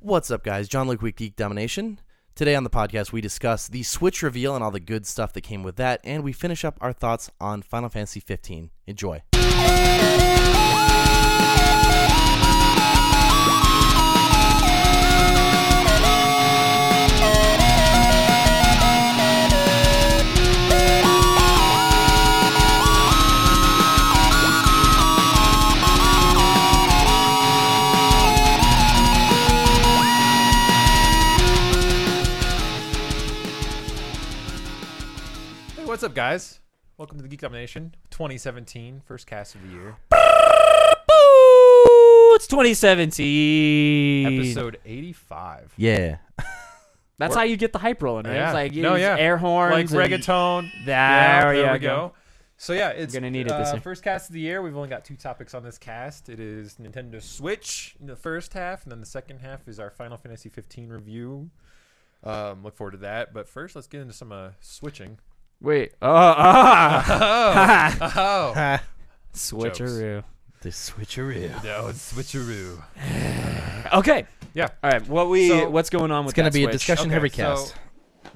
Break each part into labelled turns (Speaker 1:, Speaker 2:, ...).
Speaker 1: What's up, guys? John Luke with Geek Domination. Today on the podcast, we discuss the Switch reveal and all the good stuff that came with that, and we finish up our thoughts on Final Fantasy 15. Enjoy.
Speaker 2: Hey, what's up, guys? Welcome to the Geek Domination 2017 first cast of the year,
Speaker 3: Boo! It's 2017.
Speaker 2: episode 85.
Speaker 1: Yeah.
Speaker 3: That's how you get the hype rolling, right?
Speaker 2: Yeah.
Speaker 3: It's like you
Speaker 2: No,
Speaker 3: use
Speaker 2: yeah.
Speaker 3: air horns,
Speaker 2: like
Speaker 3: and-
Speaker 2: reggaeton.
Speaker 3: There,
Speaker 2: Yeah,
Speaker 3: we
Speaker 2: there we
Speaker 3: go.
Speaker 2: go. So yeah, it's
Speaker 3: gonna need it this
Speaker 2: uh,
Speaker 3: year.
Speaker 2: first cast of the year. We've only got two topics on this cast. It is Nintendo Switch in the first half, and then the second half is our Final Fantasy 15 review. Um, look forward to that. But first, let's get into some uh, switching.
Speaker 3: Wait. Oh, ah.
Speaker 2: Oh, oh.
Speaker 3: Switcheroo.
Speaker 1: The switcheroo.
Speaker 2: no, it's switcheroo.
Speaker 3: Okay.
Speaker 2: Yeah.
Speaker 3: All right. What we?
Speaker 2: So-
Speaker 3: what's going on with?
Speaker 1: It's going to
Speaker 3: that
Speaker 1: be a
Speaker 3: Switch?
Speaker 1: discussion
Speaker 2: Okay,
Speaker 1: heavy cast.
Speaker 2: so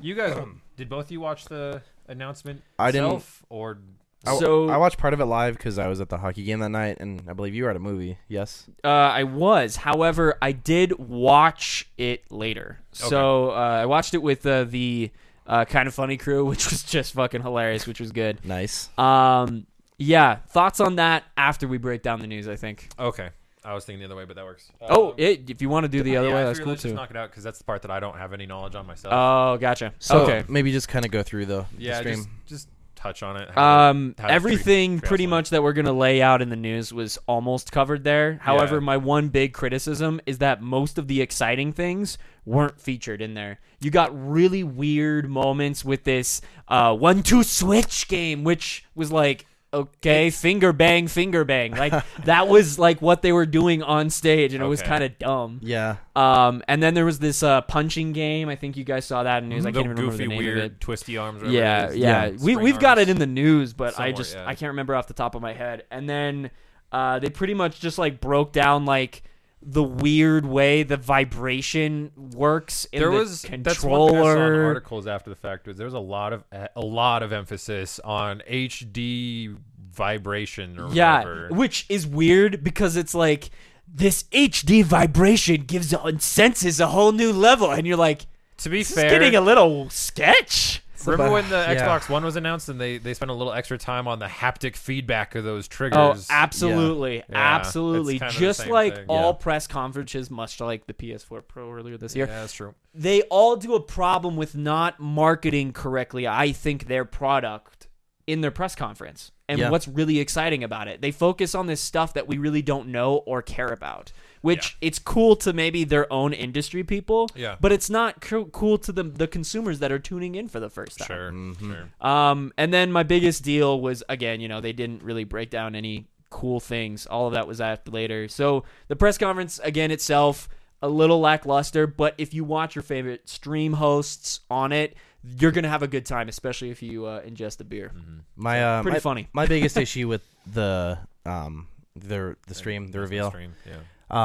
Speaker 2: you guys, did both of you watch the announcement?
Speaker 1: I didn't-
Speaker 2: Itself, or
Speaker 1: I,
Speaker 3: so-
Speaker 1: I watched part of it live because I was at the hockey game that night, and I believe you were at a movie. Yes.
Speaker 3: Uh, I was, however, I did watch it later. So uh, I watched it with uh, the uh, kind of funny crew, which was just fucking hilarious, which was good.
Speaker 1: Nice.
Speaker 3: Um, yeah. Thoughts on that after we break down the news? I think.
Speaker 2: okay, I was thinking the other way, but that works.
Speaker 3: Oh,
Speaker 2: Um,
Speaker 3: it, if you want to do the other
Speaker 2: yeah, I
Speaker 3: way, that's
Speaker 2: figured
Speaker 3: cool
Speaker 2: let's
Speaker 3: too.
Speaker 2: Just knock it out because that's the part that I don't have any knowledge on myself.
Speaker 3: Oh, gotcha.
Speaker 1: So
Speaker 3: okay.
Speaker 1: maybe just kind of go through the, the
Speaker 2: yeah,
Speaker 1: stream.
Speaker 2: just, just touch on it. how to-
Speaker 3: Um,
Speaker 2: how to
Speaker 3: everything
Speaker 2: tra-
Speaker 3: pretty
Speaker 2: translate.
Speaker 3: much that we're gonna lay out in the news was almost covered there. However, my one big criticism is that most of the exciting things weren't featured in there. You got really weird moments with this uh, one-two switch game, which was like. Okay, finger bang, finger bang. Like that was like what they were doing on stage, and it was
Speaker 2: Okay.
Speaker 3: kind of dumb.
Speaker 1: yeah.
Speaker 3: Um, and then there was this uh, punching game. I think you guys saw that in news. I
Speaker 2: the
Speaker 3: can't even
Speaker 2: Mm-hmm.
Speaker 3: remember
Speaker 2: goofy,
Speaker 3: the name
Speaker 2: weird,
Speaker 3: of it.
Speaker 2: twisty arms. whatever
Speaker 3: Yeah,
Speaker 2: it is.
Speaker 3: yeah.
Speaker 1: Yeah.
Speaker 3: We
Speaker 2: Spring
Speaker 3: we've got
Speaker 2: arms.
Speaker 3: it in the news, but I
Speaker 2: Somewhere,
Speaker 3: just
Speaker 2: yeah.
Speaker 3: I can't remember off the top of my head. And then uh, they pretty much just like broke down like the weird way the vibration works in
Speaker 2: there
Speaker 3: the
Speaker 2: was that's one thing I saw in
Speaker 3: controller.
Speaker 2: articles after the fact was there was a lot of a lot of emphasis on HD vibration or
Speaker 3: yeah,
Speaker 2: whatever.
Speaker 3: which is weird because it's like this HD vibration gives on senses a whole new level, and you're like,
Speaker 2: to be
Speaker 3: this
Speaker 2: fair,
Speaker 3: is getting a little sketch.
Speaker 2: Remember when the
Speaker 1: Yeah.
Speaker 2: Xbox One was announced and they, they spent a little extra time on the haptic feedback of those
Speaker 3: Oh,
Speaker 2: triggers?
Speaker 3: absolutely, absolutely.
Speaker 2: it's kinda the
Speaker 3: Just
Speaker 2: same
Speaker 3: like
Speaker 2: thing.
Speaker 3: all
Speaker 1: Yeah.
Speaker 3: press conferences, much like the PS4 Pro earlier this year,
Speaker 2: Yeah, that's true.
Speaker 3: they all do a problem with not marketing correctly. I think their product in their press conference and
Speaker 1: Yeah.
Speaker 3: what's really exciting about it. They focus on this stuff that we really don't know or care about, which it's cool to maybe their own industry people,
Speaker 2: Yeah.
Speaker 3: but it's not co- cool to the the consumers that are tuning in for the first time.
Speaker 2: Sure. sure.
Speaker 3: Um, and then my biggest deal was again, you know, they didn't really break down any cool things. All of that was after later. So the press conference again itself a little lackluster, but if you watch your favorite stream hosts on it, you're gonna have a good time, especially if you uh, ingest a beer.
Speaker 1: My, uh,
Speaker 3: Pretty
Speaker 1: my,
Speaker 3: funny.
Speaker 1: my biggest issue with the um the the stream the reveal
Speaker 2: Stream, yeah.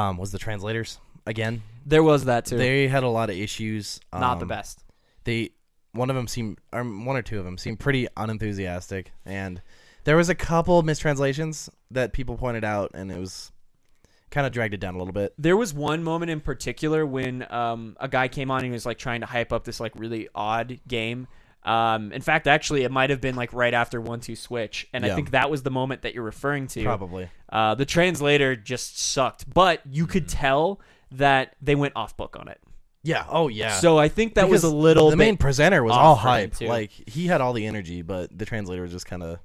Speaker 1: um was the translators again.
Speaker 3: There was that too.
Speaker 1: They had a lot of issues. Um,
Speaker 3: Not the best.
Speaker 1: They one of them seemed um, one or two of them seemed pretty unenthusiastic, and there was a couple of mistranslations that people pointed out, and it was kind of dragged it down a little bit.
Speaker 3: There was one moment in particular when um, a guy came on and he was like trying to hype up this like really odd game. Um, in fact, actually, it might have been like right after one two switch, and
Speaker 1: Yeah.
Speaker 3: I think that was the moment that you're referring to.
Speaker 1: Probably.
Speaker 3: Uh, the translator just sucked, but you could
Speaker 1: Mm-hmm.
Speaker 3: tell that they went off book on it.
Speaker 1: Yeah. Oh yeah.
Speaker 3: So I think that was a
Speaker 1: Because
Speaker 3: little
Speaker 1: The
Speaker 3: bit.
Speaker 1: main presenter was all
Speaker 3: off-putting,
Speaker 1: hype.
Speaker 3: too.
Speaker 1: Like he had all the energy, but the translator was just kind of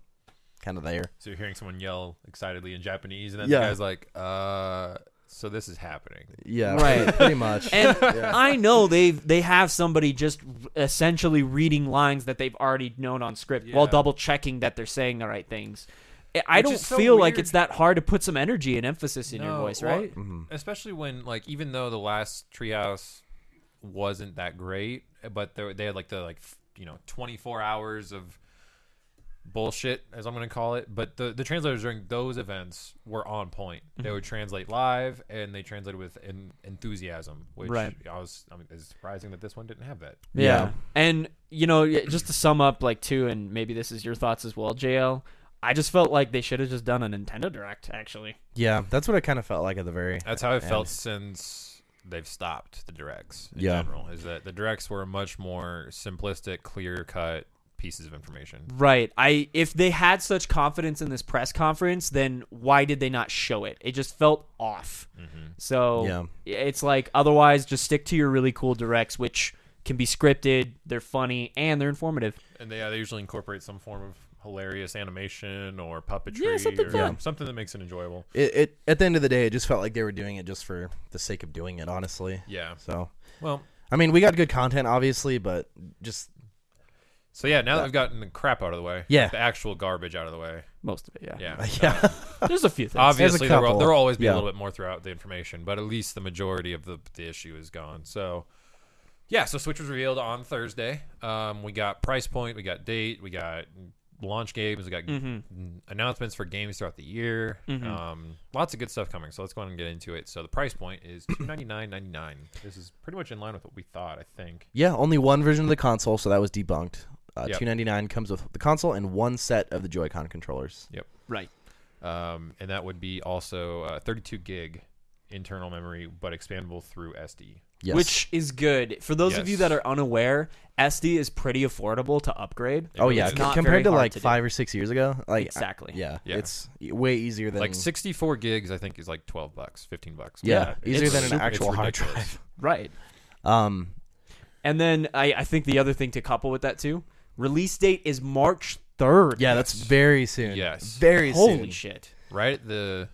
Speaker 1: kind of there.
Speaker 2: So you're hearing someone yell excitedly in Japanese, and then
Speaker 1: Yeah.
Speaker 2: the guy's like, uh, so this is happening.
Speaker 1: Yeah.
Speaker 3: Right.
Speaker 1: Pretty, pretty much.
Speaker 3: and I know they they have somebody just essentially reading lines that they've already known on script while
Speaker 2: Yeah.
Speaker 3: double checking that they're saying the right things. I- I
Speaker 2: Which
Speaker 3: don't
Speaker 2: is so
Speaker 3: feel like
Speaker 2: weird.
Speaker 3: it's that hard to put some energy and emphasis in your voice,
Speaker 2: well,
Speaker 3: right?
Speaker 2: Especially when, like, even though the last Treehouse wasn't that great, but they, they had like the like f- you know 24 hours of bullshit, as I'm going to call it. But the, the translators during those events were on point.
Speaker 3: Mm-hmm.
Speaker 2: They would translate live, and they translated with en- enthusiasm, which
Speaker 3: Right.
Speaker 2: I was I mean, it's surprising that this one didn't have that.
Speaker 3: Yeah.
Speaker 1: Yeah.
Speaker 3: And, you know, y- just to sum up, like, too, and maybe this is your thoughts as well, JL, I just felt like they should have just done a Nintendo Direct, actually.
Speaker 1: Yeah, that's what it kind of felt like at the very.
Speaker 2: That's how it
Speaker 1: And-
Speaker 2: felt since they've stopped the directs in
Speaker 1: Yeah.
Speaker 2: general. Is that the directs were much more simplistic, clear cut pieces of information.
Speaker 3: Right. I if they had such confidence in this press conference, then why did they not show it? It just felt off. So
Speaker 1: Yeah.
Speaker 3: it's like otherwise just stick to your really cool directs which can be scripted, they're funny and they're informative.
Speaker 2: And they, yeah, they usually incorporate some form of hilarious animation or puppetry
Speaker 3: Yeah, something
Speaker 2: or
Speaker 3: fun.
Speaker 2: something that makes it enjoyable.
Speaker 1: It, it at the end of the day, it just felt like they were doing it just for the sake of doing it. Honestly,
Speaker 2: Yeah.
Speaker 1: so
Speaker 2: Well,
Speaker 1: I mean, we got good content, obviously, but just
Speaker 2: so yeah, now that we've gotten the crap out of the way,
Speaker 1: Yeah.
Speaker 2: the actual garbage out of the way,
Speaker 3: Most of it, yeah.
Speaker 2: yeah,
Speaker 1: yeah,
Speaker 3: There's a few things.
Speaker 2: obviously there will,
Speaker 1: couple.
Speaker 2: there will always be
Speaker 1: Yeah.
Speaker 2: a little bit more throughout the information but at least the majority of the, the issue is gone so yeah so switch was revealed on thursday um, we got price point we got date we got launch games we got
Speaker 1: Mm-hmm.
Speaker 2: n- announcements for games throughout the year um, lots of good stuff coming so let's go on and get into it so the price point is 299.99 this is pretty much in line with what we thought i think
Speaker 1: yeah. Only one version of the console, so that was debunked. Uh,
Speaker 2: Yep.
Speaker 1: Two ninety nine comes with the console and one set of the Joy-Con controllers.
Speaker 3: Right.
Speaker 2: um, and that would be also uh, 32 gig internal memory but expandable through sd
Speaker 1: Yes.
Speaker 3: Which is good. For those of you
Speaker 2: Yes.
Speaker 3: that are unaware, SD is pretty affordable to upgrade.
Speaker 1: oh yeah,
Speaker 2: It's
Speaker 1: c-
Speaker 3: not very
Speaker 1: compared to
Speaker 3: hard
Speaker 1: like
Speaker 3: to do.
Speaker 1: five or six years ago, like
Speaker 3: Exactly.
Speaker 1: yeah,
Speaker 2: Yeah.
Speaker 1: it's e- way easier than
Speaker 2: like 64 gigs i think is like 12 bucks 15 bucks
Speaker 1: yeah,
Speaker 3: yeah,
Speaker 1: easier
Speaker 3: it's
Speaker 1: than an
Speaker 3: super-
Speaker 1: actual
Speaker 2: it's
Speaker 1: hard
Speaker 2: ridiculous.
Speaker 1: drive.
Speaker 3: Right.
Speaker 1: Um,
Speaker 3: And then I, I think the other thing to couple with that too, release date is March third.
Speaker 1: yeah, that's very soon.
Speaker 2: Yes.
Speaker 1: very
Speaker 3: holy
Speaker 1: soon.
Speaker 3: shit.
Speaker 2: right at the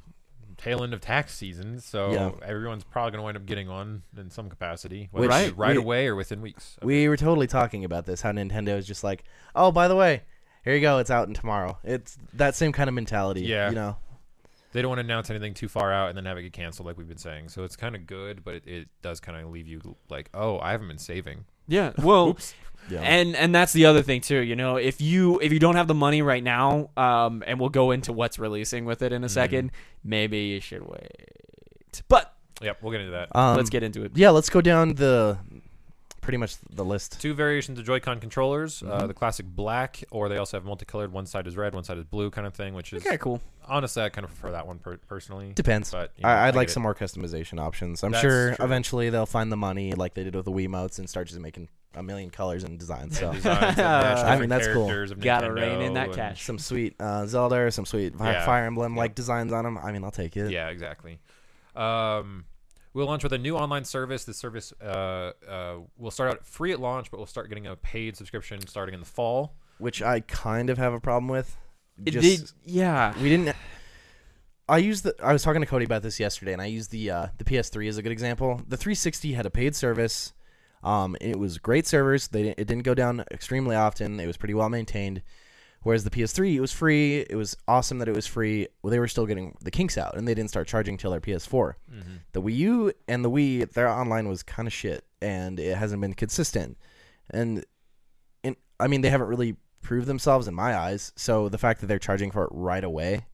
Speaker 2: tail end of tax season so
Speaker 1: Yeah.
Speaker 2: everyone's probably going to wind up getting one in some capacity
Speaker 1: Which-
Speaker 2: whether right,
Speaker 1: Right.
Speaker 2: right
Speaker 1: we-
Speaker 2: away or within weeks
Speaker 1: We were totally talking about this. How Nintendo is just like, oh, by the way, here you go. It's out in tomorrow. It's that same kind of mentality.
Speaker 2: Yeah.
Speaker 1: You know.
Speaker 2: they don't want to announce anything too far out and then have it get canceled like we've been saying so it's kind of good but it, it does kind of leave you like oh i haven't been saving
Speaker 3: Yeah. Well,
Speaker 1: Yeah.
Speaker 3: and and that's the other thing too. You know, if you if you don't have the money right now, um, and we'll go into what's releasing with it
Speaker 1: Mm-hmm.
Speaker 3: in a second. Maybe you should wait. But
Speaker 2: yep we'll get into that
Speaker 1: um,
Speaker 3: let's get into it.
Speaker 1: Yeah, let's go down the pretty much the list.
Speaker 2: two variations of joy-con controllers uh, the classic black or they also have multicolored one side is red one side is blue kind of thing which is
Speaker 3: Okay, cool.
Speaker 2: honestly i kind of prefer that one per- personally
Speaker 1: Depends.
Speaker 2: but you know,
Speaker 1: I, I'd
Speaker 2: I
Speaker 1: like
Speaker 2: get
Speaker 1: some more customization options. I'm
Speaker 2: That's
Speaker 1: sure
Speaker 2: true.
Speaker 1: eventually they'll find the money, like they did with the Wiimotes, and start just making a million colors and designs. So
Speaker 2: designs that match
Speaker 1: I mean,
Speaker 2: different
Speaker 1: that's cool.
Speaker 2: characters of
Speaker 3: Gotta rein in
Speaker 2: Nintendo
Speaker 3: that
Speaker 2: and-
Speaker 3: cash.
Speaker 1: some sweet uh, Zelda or some sweet Fi-
Speaker 2: Yeah.
Speaker 1: Fire Emblem like designs on them. I mean, I'll take it.
Speaker 2: Yeah, exactly. Um, we'll launch with a new online service. This service uh, uh, will start out free at launch, but we'll start getting a paid subscription starting in the fall.
Speaker 1: Which I kind of have a problem with.
Speaker 3: It
Speaker 1: Just-
Speaker 3: did- yeah.
Speaker 1: we didn't I used the I was talking to Cody about this yesterday and I used the uh, the PS3 as a good example. The 360 had a paid service. Um, it was great servers. They didn't, it didn't go down extremely often. It was pretty well maintained. Whereas the PS3, it was free. It was awesome that it was free. Well, they were still getting the kinks out, and they didn't start charging till their PS4. The Wii U and the Wii, their online was kind of shit, and it hasn't been consistent. And in, I mean, they haven't really proved themselves in my eyes. So the fact that they're charging for it right away,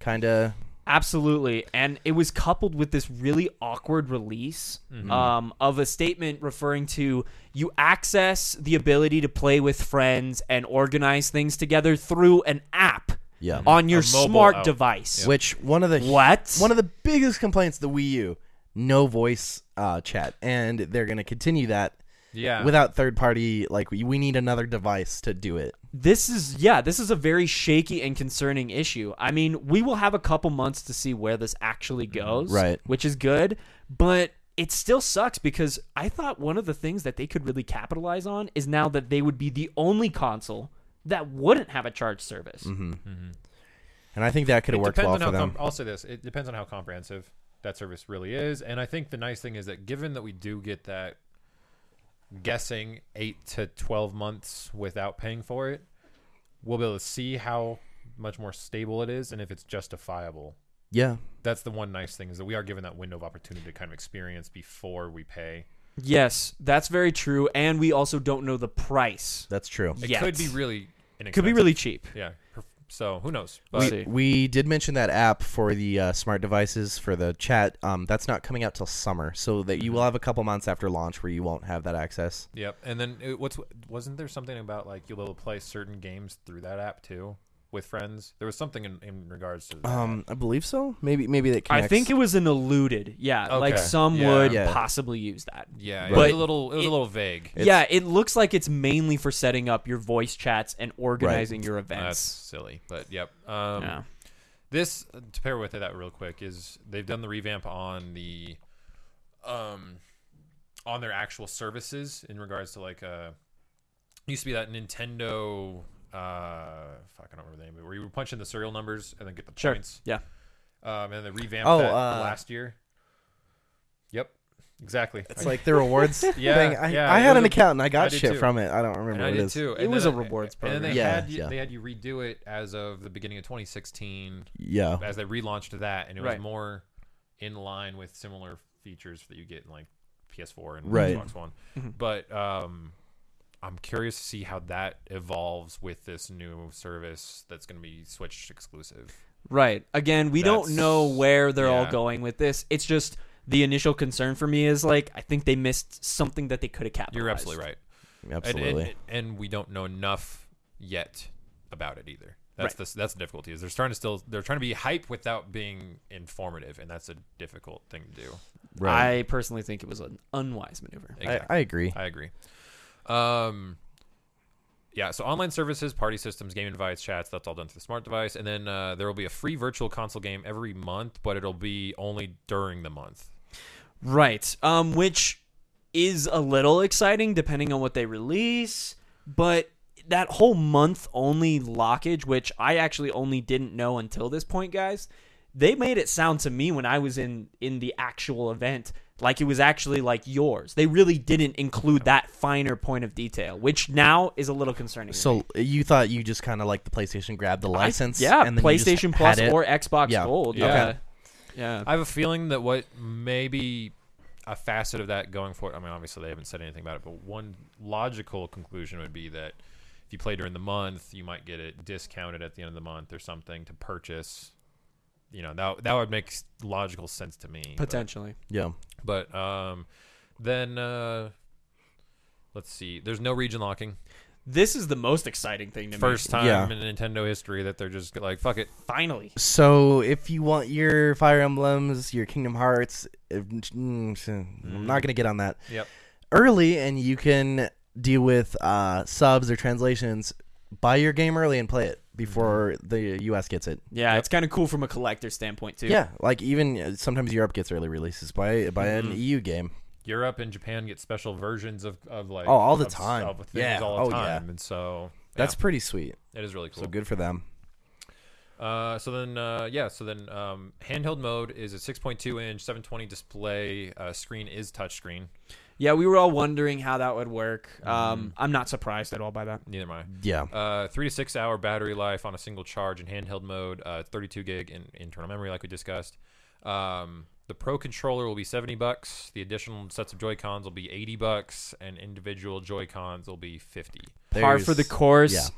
Speaker 1: kind of
Speaker 3: Absolutely. And it was coupled with this really awkward release
Speaker 1: Mm-hmm.
Speaker 3: um, of a statement referring to you access the ability to play with friends and organize things together through an app
Speaker 1: Yeah.
Speaker 3: on your
Speaker 2: A mobile
Speaker 3: smart
Speaker 2: app.
Speaker 3: device.
Speaker 1: Which one of the
Speaker 3: What?
Speaker 1: one of the biggest complaints of the Wii U, no voice uh, chat, and they're gonna continue that
Speaker 2: Yeah.
Speaker 1: without third party. Like we, we need another device to do it.
Speaker 3: This is, yeah, this is a very shaky and concerning issue. I mean, we will have a couple months to see where this actually goes,
Speaker 1: Mm-hmm. Right.
Speaker 3: Which is good, but it still sucks because I thought one of the things that they could really capitalize on is now that they would be the only console that wouldn't have a charge service.
Speaker 1: Mm-hmm. And I think that could have
Speaker 2: it
Speaker 1: worked
Speaker 2: depends
Speaker 1: well
Speaker 2: on um,
Speaker 1: for
Speaker 2: how.
Speaker 1: them.
Speaker 2: Com- I'll say this: it depends on how comprehensive that service really is. And I think the nice thing is that given that we do get that, guessing eight to twelve months without paying for it, we'll be able to see how much more stable it is and if it's justifiable.
Speaker 1: yeah,
Speaker 2: that's the one nice thing is that we are given that window of opportunity to kind of experience before we pay.
Speaker 3: Yes, that's very true. And we also don't know the price.
Speaker 1: that's true.
Speaker 2: It
Speaker 3: Yet.
Speaker 2: could be really
Speaker 3: Could be
Speaker 2: inexpensive.
Speaker 3: really cheap.
Speaker 2: yeah. Per- So who knows?
Speaker 3: We'll
Speaker 2: But
Speaker 3: see.
Speaker 1: We did mention that app for the uh, smart devices for the chat. Um, that's not coming out till summer, so that
Speaker 2: Mm-hmm.
Speaker 1: you will have a couple months after launch where you won't have that access.
Speaker 2: yep. And then it, what's wasn't there something about like you'll be able to play certain games through that app too with friends? There was something in, in regards to that.
Speaker 1: Um, I believe so. Maybe maybe that.
Speaker 3: I
Speaker 1: Connects.
Speaker 3: think it was an eluded. Yeah, like
Speaker 2: Okay.
Speaker 3: some
Speaker 2: Yeah.
Speaker 3: would
Speaker 1: Yeah.
Speaker 3: possibly use that.
Speaker 2: yeah, it
Speaker 1: But
Speaker 2: was a little it was
Speaker 3: it-
Speaker 2: a little vague.
Speaker 1: It's-
Speaker 3: yeah, it looks like it's mainly for setting up your voice chats and organizing your
Speaker 2: That's
Speaker 3: events.
Speaker 2: silly, but yep. Um,
Speaker 3: yeah.
Speaker 2: This to pair with that real quick is they've done the revamp on the, um, on their actual services in regards to like uh, used to be that Nintendo uh fuck I don't remember the name, but where you would punch in the serial numbers and then get the
Speaker 3: Sure.
Speaker 2: points.
Speaker 3: Yeah.
Speaker 2: Um, and they revamped
Speaker 1: Oh,
Speaker 2: that
Speaker 1: uh,
Speaker 2: last year. Yep, exactly.
Speaker 1: It's like the rewards
Speaker 2: Yeah,
Speaker 1: thing. I,
Speaker 2: yeah,
Speaker 1: I
Speaker 2: it
Speaker 1: had
Speaker 2: was
Speaker 1: an
Speaker 2: a-
Speaker 1: account and I got
Speaker 2: I did
Speaker 1: shit
Speaker 2: too.
Speaker 1: from it. I don't remember
Speaker 2: And I
Speaker 1: what
Speaker 2: did
Speaker 1: it is.
Speaker 2: too.
Speaker 3: It
Speaker 2: And
Speaker 3: was
Speaker 2: then-
Speaker 3: a rewards
Speaker 2: And then
Speaker 3: program.
Speaker 2: they
Speaker 1: Yeah,
Speaker 2: had you,
Speaker 1: yeah.
Speaker 2: they had you redo it as of the beginning of 2016
Speaker 1: Yeah.
Speaker 2: as they relaunched that, and it
Speaker 3: Right.
Speaker 2: was more in line with similar features that you get in like PS4 and
Speaker 1: Right.
Speaker 2: Xbox One.
Speaker 3: Mhm.
Speaker 2: But um, I'm curious to see how that evolves with this new service that's going to be Switch exclusive.
Speaker 3: Right. Again, we don't
Speaker 2: That's-
Speaker 3: know where they're all
Speaker 2: yeah.
Speaker 3: going with this. It's just the initial concern for me is like I think they missed something that they could have capitalized.
Speaker 2: You're absolutely right, And-
Speaker 1: Absolutely.
Speaker 2: and, and, we don't know enough yet about it either. That's the that's the difficulty is they're trying to still they're trying to be hype without being informative, and that's a difficult thing to do.
Speaker 1: right.
Speaker 3: I personally think it was an unwise maneuver.
Speaker 1: I, I agree.
Speaker 2: I agree. Um, yeah, so online services, party systems, game invites, chats, that's all done through the smart device. And then uh, there will be a free virtual console game every month, but it'll be only during the month.
Speaker 3: Right. Um, which is a little exciting depending on what they release, but that whole month only lockage, which I actually only didn't know until this point, guys, they made it sound to me when I was in in the actual event like it was actually like yours. They really didn't include that finer point of detail, which now is a little concerning. to me.
Speaker 1: So you thought you just kind of like the PlayStation grabbed the
Speaker 3: I-
Speaker 1: license,
Speaker 3: yeah,
Speaker 1: and then you just
Speaker 3: PlayStation
Speaker 1: had
Speaker 3: Plus
Speaker 1: it.
Speaker 3: or Xbox
Speaker 1: Yeah.
Speaker 3: Gold,
Speaker 2: Yeah.
Speaker 3: yeah,
Speaker 1: Okay.
Speaker 3: yeah.
Speaker 2: I have a feeling that what maybe a facet of that going forward, I mean, obviously they haven't said anything about it, but one logical conclusion would be that if you play during the month, you might get it discounted at the end of the month or something to purchase. You know, that, that would make s- logical sense to me. but-
Speaker 3: Potentially,
Speaker 1: yeah.
Speaker 2: But um, then uh, let's see. There's no region locking.
Speaker 3: this is the most exciting thing to me.
Speaker 2: First time
Speaker 1: Yeah.
Speaker 2: in Nintendo history that they're just like, fuck it.
Speaker 3: finally,
Speaker 1: So if you want your Fire Emblems, your Kingdom Hearts, if- mm, I'm not gonna get on that
Speaker 2: Yep.
Speaker 1: early, and you can deal with uh, subs or translations. Buy your game early and play it before
Speaker 3: Mm-hmm.
Speaker 1: the U.S. gets it.
Speaker 3: Yeah, it's kind of cool from a collector standpoint too.
Speaker 1: Yeah, like even uh, sometimes Europe gets early releases. Buy buy
Speaker 3: Mm-hmm.
Speaker 1: an EU game.
Speaker 2: Europe and Japan get special versions of, of like
Speaker 1: Oh, all the
Speaker 2: of
Speaker 1: time.
Speaker 2: stuff, of things
Speaker 1: Yeah.
Speaker 2: all the
Speaker 1: Oh, yeah.
Speaker 2: time. And so
Speaker 1: That's
Speaker 2: that's
Speaker 1: pretty sweet.
Speaker 2: it is really cool.
Speaker 1: So good for them.
Speaker 2: Uh, so then, uh, yeah. So then, um, handheld mode is a 6.2 inch, 720 display. Uh, screen is touchscreen.
Speaker 3: Yeah, we were all wondering how that would work.
Speaker 1: Mm.
Speaker 3: Um, I'm not surprised at all by that.
Speaker 2: Neither am I.
Speaker 1: Yeah.
Speaker 2: Uh, three to six hour battery life on a single charge in handheld mode. Uh, 32 gig in internal memory, like we discussed. Um, the Pro controller will be 70 bucks. The additional sets of Joy Cons will be 80 bucks, and individual Joy Cons will be 50.
Speaker 3: Par
Speaker 1: There's-
Speaker 3: for the course.
Speaker 1: yeah.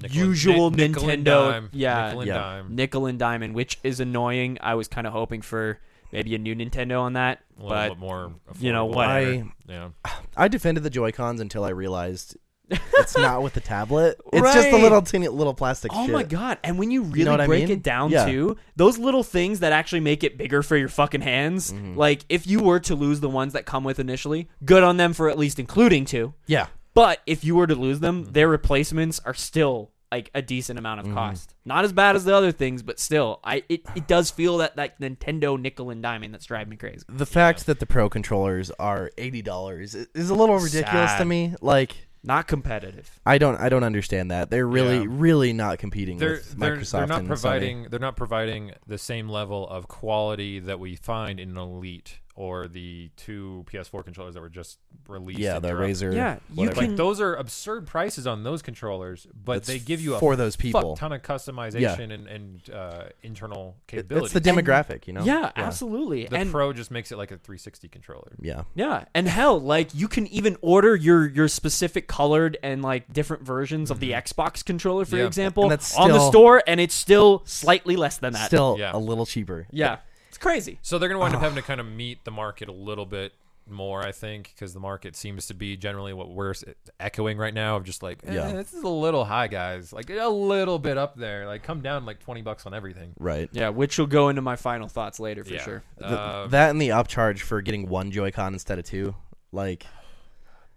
Speaker 2: Nickel and-
Speaker 3: Usual
Speaker 2: nic- nickel and
Speaker 3: Nintendo-
Speaker 2: dime.
Speaker 3: yeah.
Speaker 2: Nickel and
Speaker 1: Yeah.
Speaker 2: dime.
Speaker 3: Nickel and diamond, which is annoying. I was kind of hoping for maybe a new Nintendo on that,
Speaker 2: A little
Speaker 3: but
Speaker 2: bit more.
Speaker 3: you know,
Speaker 2: affordable.
Speaker 3: whatever.
Speaker 1: I
Speaker 2: Yeah.
Speaker 1: I defended the Joy Cons until I realized it's not with the tablet. It's just a
Speaker 3: Right.
Speaker 1: little teeny little plastic.
Speaker 3: oh
Speaker 1: shit.
Speaker 3: my god! And when you really
Speaker 1: what I
Speaker 3: break
Speaker 1: mean?
Speaker 3: it down
Speaker 1: Yeah.
Speaker 3: to those little things that actually make it bigger for your fucking hands,
Speaker 1: Mm-hmm.
Speaker 3: like if you were to lose the ones that come with initially, good on them for at least including two.
Speaker 1: Yeah.
Speaker 3: But if you were to lose them, their replacements are still like a decent amount of cost. Not as bad as the other things, but still, I it, it does feel that like Nintendo nickel and diamond that's driving me crazy.
Speaker 1: The fact that the pro controllers are eighty dollars is a little ridiculous
Speaker 3: Sad.
Speaker 1: to me. Like
Speaker 3: Not competitive.
Speaker 1: I don't I don't understand that. They're really
Speaker 2: Yeah.
Speaker 1: really not competing
Speaker 2: They're,
Speaker 1: with
Speaker 2: they're,
Speaker 1: Microsoft
Speaker 2: they're not
Speaker 1: and Sony.
Speaker 2: providing they're not providing the same level of quality that we find in an elite or the two PS4 controllers that were just released.
Speaker 1: yeah,
Speaker 2: in
Speaker 1: the
Speaker 2: Europe.
Speaker 1: Razer.
Speaker 3: Yeah, you
Speaker 1: whatever.
Speaker 2: Like
Speaker 3: can-
Speaker 2: those are absurd prices on those controllers, but
Speaker 1: That's
Speaker 2: they give you a
Speaker 1: for those people.
Speaker 2: fuck ton of customization and, and uh, internal
Speaker 1: It-
Speaker 2: capability.
Speaker 1: it's the demographic, you know.
Speaker 3: yeah, absolutely.
Speaker 2: The
Speaker 3: and
Speaker 2: Pro just makes it like a 360 controller.
Speaker 1: Yeah.
Speaker 3: Yeah, and hell, like you can even order your your specific colored and like different versions of the Xbox controller, for
Speaker 2: Yeah.
Speaker 3: example,
Speaker 1: And that's
Speaker 3: on the
Speaker 1: still-
Speaker 3: store, and it's still slightly less than that.
Speaker 1: Still
Speaker 2: Yeah.
Speaker 1: a little cheaper.
Speaker 3: yeah, it's crazy.
Speaker 2: So they're going to
Speaker 1: Ah.
Speaker 2: wind up having to kind of meet the market a little bit more, I think, because the market seems to be generally what we're s- echoing right now of just like, eh,
Speaker 1: Yeah.
Speaker 2: this is a little high, guys. Like a little bit up there. Like come down like 20 bucks on everything.
Speaker 1: Right.
Speaker 3: Yeah, which will go into my final thoughts later for
Speaker 2: Yeah.
Speaker 3: sure.
Speaker 1: Th-
Speaker 2: Uh,
Speaker 1: that and the upcharge for getting one Joy-Con instead of two. Like,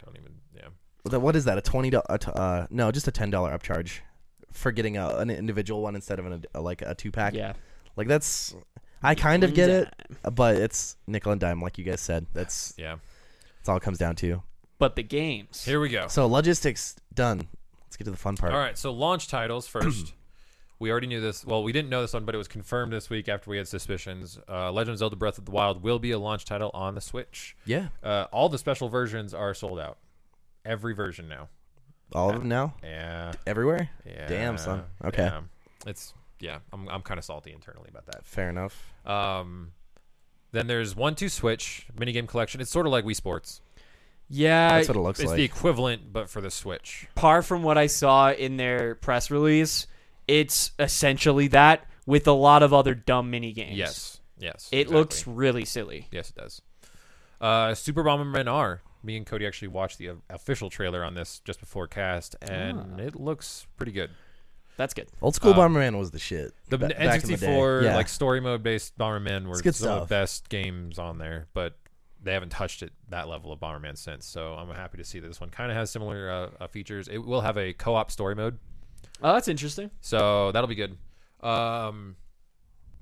Speaker 2: don't even, yeah.
Speaker 1: th- what is that? A twenty dollar? Uh, no, just a ten dollar upcharge for getting a, an individual one instead of an, a, like a two pack.
Speaker 3: Yeah,
Speaker 1: Like that's. I kind of get it, but it's nickel and dime, like you guys said. That's
Speaker 2: Yeah.
Speaker 1: that's all it comes down to.
Speaker 3: but the games.
Speaker 2: Here we go.
Speaker 1: So logistics done. Let's get to the fun part.
Speaker 2: Oh. All right. So launch titles first. we already knew this. Well, we didn't know this one, but it was confirmed this week after we had suspicions. Uh, Legend of Zelda Breath of the Wild will be a launch title on the Switch.
Speaker 1: Yeah,
Speaker 2: Uh, all the special versions are sold out. Every version now.
Speaker 1: all of them now,
Speaker 2: Yeah.
Speaker 1: everywhere.
Speaker 2: Yeah.
Speaker 1: Damn, son. Okay.
Speaker 2: yeah. It's yeah, I'm I'm kind of salty internally about that.
Speaker 1: Fair enough.
Speaker 2: Um then there's one two switch minigame collection. It's sort of like Wii Sports.
Speaker 3: Yeah,
Speaker 1: That's what it looks
Speaker 2: it's
Speaker 1: like.
Speaker 2: the equivalent but for the Switch.
Speaker 3: par from what I saw in their press release, it's essentially that with a lot of other dumb mini games.
Speaker 2: Yes. Yes.
Speaker 3: it
Speaker 2: exactly.
Speaker 3: looks really silly.
Speaker 2: Yes, it does. Uh Super Bomberman R. Me and Cody actually watched the uh, official trailer on this just before cast and
Speaker 1: Ah.
Speaker 2: it looks pretty good.
Speaker 3: That's good.
Speaker 1: Old school
Speaker 2: Uh,
Speaker 1: Bomberman was the shit.
Speaker 2: The
Speaker 1: ba- back in the day.
Speaker 2: N64
Speaker 1: Yeah.
Speaker 2: like story mode based Bomberman were
Speaker 1: It's good
Speaker 2: some of
Speaker 1: stuff.
Speaker 2: the best games on there, but they haven't touched it that level of Bomberman since. So I'm happy to see that this one kind of has similar uh, uh, features. It will have a co-op story mode,
Speaker 3: Oh, that's interesting.
Speaker 2: so that'll be good. Um,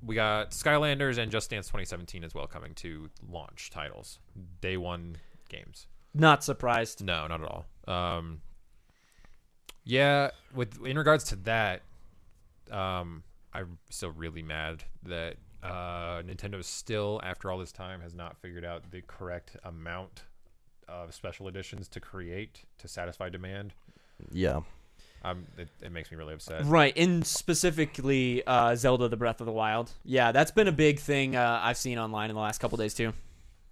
Speaker 2: we got Skylanders and Just Dance 2017 as well coming to launch titles, day one games.
Speaker 3: Not surprised.
Speaker 2: No, not at all. Um, yeah, with in regards to that, um, I'm still really mad that uh, Nintendo still, after all this time, has not figured out the correct amount of special editions to create to satisfy demand.
Speaker 1: Yeah,
Speaker 2: Um, it, it makes me really upset.
Speaker 3: Right, and specifically uh, Zelda: The Breath of the Wild. Yeah, that's been a big thing uh, I've seen online in the last couple days too.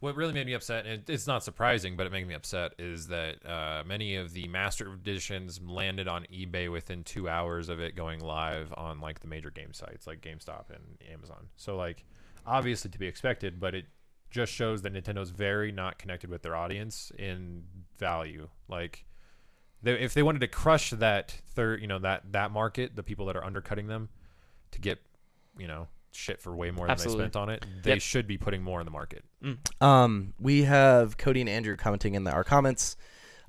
Speaker 2: What really made me upset, and it's not surprising, but it made me upset, is that uh, many of the master editions landed on eBay within two hours of it going live on like the major game sites like GameStop and Amazon. So like, obviously to be expected, but it just shows that Nintendo's very not connected with their audience in value. Like, they, if they wanted to crush that third, you know that that market, the people that are undercutting them, to get, you know, shit for way more than
Speaker 3: Absolutely.
Speaker 2: they spent on it, they
Speaker 3: Yep.
Speaker 2: should be putting more in the market.
Speaker 1: um, we have Cody and Andrew commenting in the, our comments.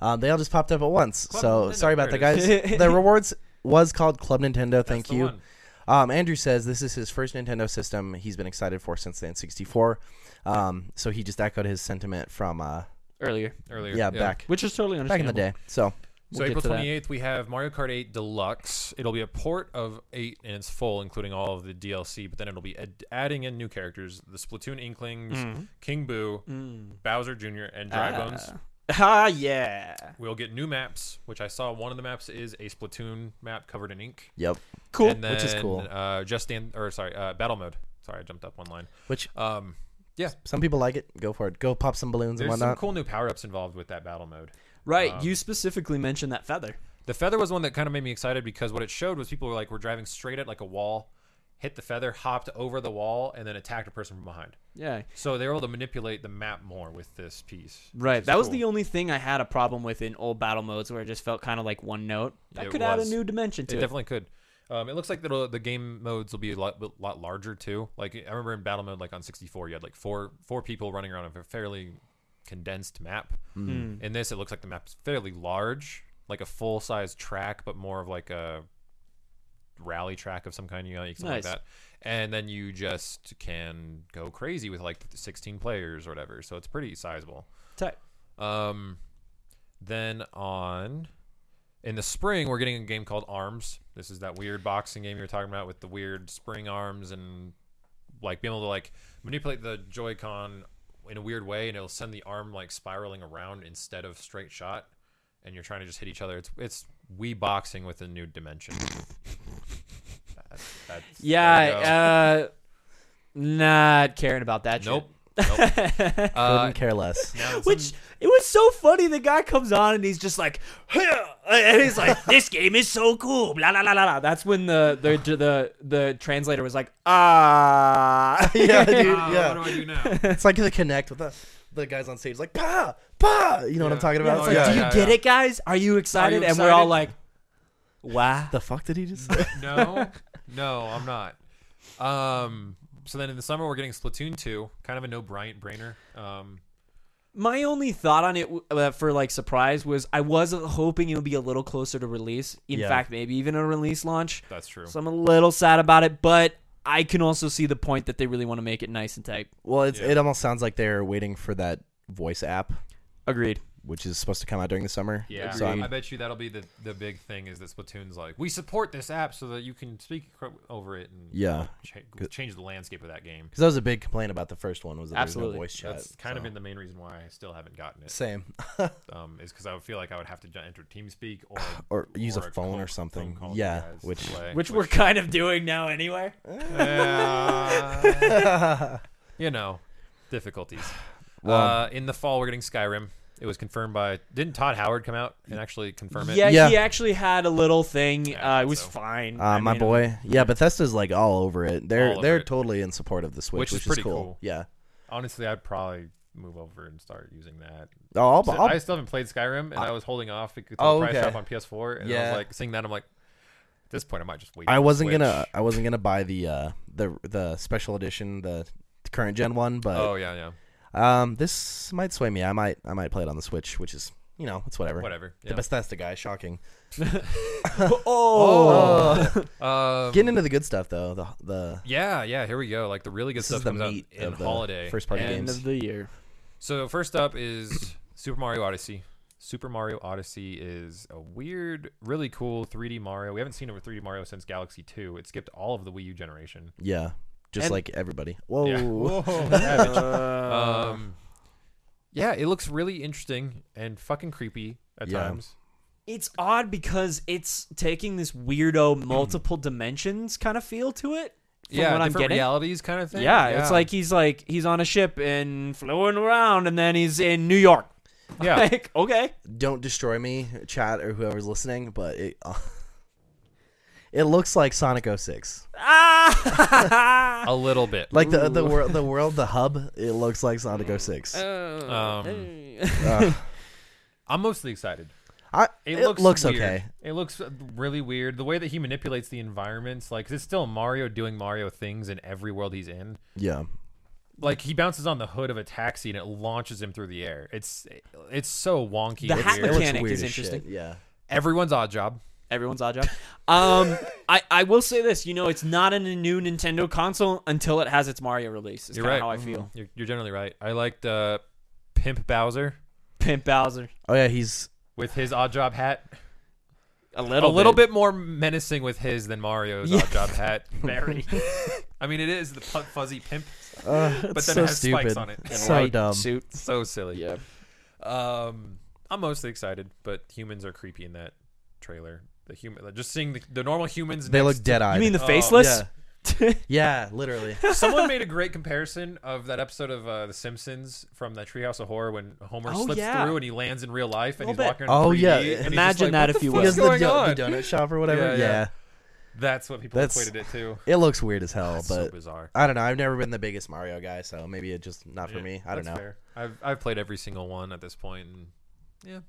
Speaker 1: Um, they all just popped up at once,
Speaker 2: Club
Speaker 1: so
Speaker 2: Nintendo,
Speaker 1: sorry about that,
Speaker 2: there
Speaker 1: guys.
Speaker 3: it is.
Speaker 1: the rewards was called Club Nintendo.
Speaker 2: That's
Speaker 1: Thank
Speaker 2: the
Speaker 1: you.
Speaker 2: one.
Speaker 1: Um, Andrew says this is his first Nintendo system he's been excited for since the N64. Um, so he just echoed his sentiment from uh,
Speaker 3: Earlier,
Speaker 2: earlier.
Speaker 1: yeah, back
Speaker 3: which is totally
Speaker 1: back in
Speaker 3: understandable.
Speaker 1: the day. So
Speaker 2: So
Speaker 3: We'll get
Speaker 2: April
Speaker 3: to that.
Speaker 2: twenty eighth, we have Mario Kart eight Deluxe. It'll be a port of eight in its full, including all of the DLC. But then it'll be ad- adding in new characters: the Splatoon Inklings,
Speaker 1: Mm.
Speaker 3: Mm-hmm.
Speaker 2: King Boo, Bowser Jr., and Mm. Dry Bones.
Speaker 3: Ah, yeah,
Speaker 2: We'll get new maps, which I saw one of the maps is a Splatoon map covered in ink.
Speaker 1: yep,
Speaker 3: cool.
Speaker 2: And then,
Speaker 1: Which is cool.
Speaker 2: Uh, just Dan, or sorry, uh, battle mode. Sorry, I jumped up one line.
Speaker 1: which
Speaker 2: Um, yeah,
Speaker 1: some people like it. Go for it. Go pop some balloons and
Speaker 2: there's some
Speaker 1: whatnot.
Speaker 2: cool new power ups involved with that battle mode.
Speaker 3: right,
Speaker 2: um,
Speaker 3: you specifically mentioned that feather.
Speaker 2: The feather was one that kind of made me excited because what it showed was people were like were driving straight at like a wall, hit the feather, hopped over the wall, and then attacked a person from behind.
Speaker 3: Yeah,
Speaker 2: So they were able to manipulate the map more with this piece.
Speaker 3: right.
Speaker 2: is
Speaker 3: That was
Speaker 2: cool.
Speaker 3: the only thing I had a problem with in old battle modes, where it just felt kind of like one note. That
Speaker 2: It
Speaker 3: could add a
Speaker 2: was.
Speaker 3: new dimension
Speaker 2: It
Speaker 3: to it.
Speaker 2: definitely could. Um, it looks like the the game modes will be a lot, a lot larger too. Like I remember in battle mode, like on 64, you had like four four people running around a fairly condensed map. In this, it looks like the map's fairly large, like a full size track, but more of like a rally track of some kind, you know, something
Speaker 3: Nice.
Speaker 2: like that. And then you just can go crazy with like 16 players or whatever. So it's pretty sizable.
Speaker 3: Tight.
Speaker 2: Um, then on in the spring, we're getting a game called Arms. This is that weird boxing game you were talking about with the weird spring arms and like being able to like manipulate the Joy-Con in a weird way, and it'll send the arm like spiraling around instead of straight shot, and you're trying to just hit each other. It's it's Wii boxing with a new dimension. That's- that's- there you go.
Speaker 3: Yeah, uh, not caring about that. shit.
Speaker 2: nope. nope. Uh,
Speaker 1: Couldn't care less.
Speaker 2: now it's
Speaker 3: Which it was so funny. The guy comes on and he's just like, "Huh," and he's like, "This game is so cool." Blah blah blah blah. blah. That's when the the the the translator was like, "Ah."
Speaker 1: yeah, dude.
Speaker 2: Ah,
Speaker 1: Yeah.
Speaker 2: What do I do now?
Speaker 1: It's like the connect with the the guys on stage, like pa pa. You know what I'm
Speaker 2: Yeah.
Speaker 1: talking
Speaker 3: Yeah,
Speaker 1: about?
Speaker 2: Oh,
Speaker 3: it's like,
Speaker 2: yeah,
Speaker 3: do you
Speaker 2: yeah,
Speaker 3: get
Speaker 2: yeah.
Speaker 3: it, guys? Are you excited? And we're
Speaker 2: excited?
Speaker 3: all like, "Wow."
Speaker 1: The fuck did he just say?
Speaker 2: no, no, I'm not. Um, so then in the summer we're getting Splatoon two, kind of a no Bryant brainer. Um,
Speaker 3: My only thought on it w- uh, for like surprise was I was hoping it would be a little closer to release. In
Speaker 1: Yeah.
Speaker 3: fact, maybe even a release launch.
Speaker 2: that's true.
Speaker 3: So I'm a little sad about it, but I can also see the point that they really want to make it nice and tight.
Speaker 1: Well, it's,
Speaker 2: Yeah.
Speaker 1: it almost sounds like they're waiting for that voice app,
Speaker 3: Agreed.
Speaker 1: which is supposed to come out during the summer.
Speaker 2: Yeah,
Speaker 1: So
Speaker 2: I
Speaker 1: I'm,
Speaker 2: bet you that'll be the the big thing is that Splatoon's like we support this app so that you can speak cro- over it and
Speaker 1: Yeah.
Speaker 2: cha- change the landscape of that game.
Speaker 1: because that was a big complaint about the first one was that
Speaker 3: Absolutely.
Speaker 1: there was no voice chat.
Speaker 2: That's kind of
Speaker 1: so.
Speaker 2: been the main reason why I still haven't gotten it.
Speaker 1: same.
Speaker 2: Um, is because I would feel like I would have to j- enter TeamSpeak or
Speaker 1: Or use a phone
Speaker 2: call-
Speaker 1: or something.
Speaker 2: call to
Speaker 1: Yeah,
Speaker 2: guys to
Speaker 1: which-
Speaker 2: play,
Speaker 3: Which we're kind of doing now anyway.
Speaker 2: Yeah. you know, difficulties.
Speaker 1: Well-
Speaker 2: uh, in the fall, we're getting Skyrim. It was confirmed by. Didn't Todd Howard come out and actually confirm it?
Speaker 3: Yeah,
Speaker 1: Yeah.
Speaker 3: he actually had a little thing.
Speaker 2: Yeah,
Speaker 3: uh, it was
Speaker 2: so-
Speaker 3: fine.
Speaker 1: Uh,
Speaker 3: I
Speaker 1: my
Speaker 3: mean,
Speaker 1: boy, yeah, Bethesda's like all over it. They're
Speaker 2: All over
Speaker 1: they're
Speaker 2: it.
Speaker 1: totally in support of the Switch,
Speaker 2: Which
Speaker 1: which,
Speaker 2: is pretty
Speaker 1: cool.
Speaker 2: cool.
Speaker 1: Yeah,
Speaker 2: Honestly, I'd probably move over and start using that.
Speaker 1: oh, I'll,
Speaker 2: So
Speaker 1: I'll,
Speaker 2: I still haven't played Skyrim, and I, was holding off because the
Speaker 1: Oh,
Speaker 2: price
Speaker 1: okay.
Speaker 2: drop on PS4, and I
Speaker 1: Yeah.
Speaker 2: was like seeing that, I'm like, at this point, I might just wait.
Speaker 1: I
Speaker 2: for
Speaker 1: wasn't
Speaker 2: Switch.
Speaker 1: gonna I wasn't gonna buy the uh, the the special edition the current gen one, but
Speaker 2: Oh yeah, yeah.
Speaker 1: Um, this might sway me. I might I might play it on the Switch, which is you know it's whatever.
Speaker 2: Whatever.
Speaker 1: The
Speaker 2: yeah.
Speaker 1: Bethesda guy, shocking.
Speaker 3: Oh,
Speaker 2: Um,
Speaker 1: Getting into the good stuff though. The the
Speaker 2: yeah, yeah. Here we go. Like the really good
Speaker 1: This
Speaker 2: stuff
Speaker 1: is the
Speaker 2: comes out
Speaker 1: meat
Speaker 2: in
Speaker 1: of the
Speaker 2: holiday
Speaker 1: first party
Speaker 2: and-
Speaker 1: games.
Speaker 3: end of the year.
Speaker 2: So first up is Super Mario Odyssey. Super Mario Odyssey is a weird, really cool 3D Mario. We haven't seen it with 3D Mario since Galaxy 2. It skipped all of the Wii U generation.
Speaker 1: yeah, just
Speaker 3: And-
Speaker 1: like everybody. Whoa.
Speaker 2: Yeah.
Speaker 1: Oh.
Speaker 2: savage. um, yeah, it looks really interesting and fucking creepy at
Speaker 1: Yeah.
Speaker 2: times.
Speaker 3: it's odd because it's taking this weirdo multiple dimensions kind of feel to it. From
Speaker 2: yeah,
Speaker 3: what I'm
Speaker 2: different
Speaker 3: getting.
Speaker 2: realities kind of thing.
Speaker 3: Yeah, it's like he's like he's on a ship and floating around, and then he's in New York.
Speaker 2: yeah,
Speaker 3: Like, okay,
Speaker 1: Don't destroy me, chat or whoever's listening. But it uh, it looks like Sonic 06.
Speaker 3: ah,
Speaker 2: a little bit.
Speaker 1: Like the the world the world the hub. It looks like Sonic 06.
Speaker 2: Um,
Speaker 1: Uh,
Speaker 2: I'm mostly excited.
Speaker 1: I,
Speaker 2: Uh, It,
Speaker 1: looks,
Speaker 2: looks, weird.
Speaker 1: okay.
Speaker 2: It looks really weird. The way that he manipulates the environments, like 'cause it's still Mario doing Mario things in every world he's in.
Speaker 1: Yeah.
Speaker 2: Like he bounces on the hood of a taxi and it launches him through the air. It's it's so wonky.
Speaker 3: The
Speaker 2: and
Speaker 3: hat
Speaker 2: weird.
Speaker 1: It looks
Speaker 3: Mechanic
Speaker 1: weird
Speaker 3: is
Speaker 1: as shit,
Speaker 3: interesting.
Speaker 1: Yeah.
Speaker 2: Everyone's odd job.
Speaker 3: Everyone's odd job. Um, I, I will say this, you know, it's not in a new Nintendo console until it has its Mario release. Is
Speaker 2: You're
Speaker 3: kinda
Speaker 2: right. Mm-hmm.
Speaker 3: how I feel.
Speaker 2: You're, you're generally right. I liked uh, Pimp Bowser
Speaker 3: Pimp Bowser,
Speaker 1: Oh yeah, he's
Speaker 2: with his odd job hat.
Speaker 3: a
Speaker 1: Oh,
Speaker 2: a
Speaker 3: little,
Speaker 2: little bit. more menacing with his than Mario's
Speaker 3: Yeah.
Speaker 2: odd job hat.
Speaker 3: very
Speaker 2: I mean, it is the pu- fuzzy pimp,
Speaker 1: uh,
Speaker 2: but
Speaker 1: it's
Speaker 2: then
Speaker 1: so
Speaker 2: it has
Speaker 1: stupid.
Speaker 2: spikes on it.
Speaker 1: So
Speaker 3: white
Speaker 1: dumb.
Speaker 3: suit.
Speaker 2: So silly.
Speaker 3: Yeah,
Speaker 2: Um, I'm mostly excited, but humans are creepy in that trailer. The human, just seeing the, the normal humans.
Speaker 1: They
Speaker 2: next
Speaker 1: look dead eyed.
Speaker 3: you mean the
Speaker 2: Oh,
Speaker 3: faceless?
Speaker 1: Yeah, literally.
Speaker 2: to- Someone made a great comparison of that episode of uh, The Simpsons from that Treehouse of Horror when Homer
Speaker 3: Oh,
Speaker 2: slips
Speaker 3: yeah.
Speaker 2: through and he lands in real life and
Speaker 3: Little
Speaker 2: he's walking.
Speaker 3: bit.
Speaker 2: around
Speaker 1: Oh,
Speaker 2: 3D,
Speaker 1: yeah.
Speaker 2: and he's just
Speaker 3: Imagine
Speaker 2: like,
Speaker 3: that
Speaker 2: "What
Speaker 3: if
Speaker 2: the
Speaker 3: you
Speaker 2: fuck's
Speaker 1: He does
Speaker 3: will.
Speaker 2: going
Speaker 1: the, do-
Speaker 2: on?"
Speaker 1: the donut shop or whatever.
Speaker 2: Yeah,
Speaker 1: Yeah,
Speaker 2: yeah. That's what people
Speaker 1: That's-
Speaker 2: equated it to.
Speaker 1: it looks weird as hell,
Speaker 2: That's
Speaker 1: but
Speaker 2: so bizarre.
Speaker 1: I don't know. I've never been the biggest Mario guy, so maybe it just not for
Speaker 2: Yeah,
Speaker 1: me. I don't know.
Speaker 2: that's fair. I've I've played every single one at this point, and yeah,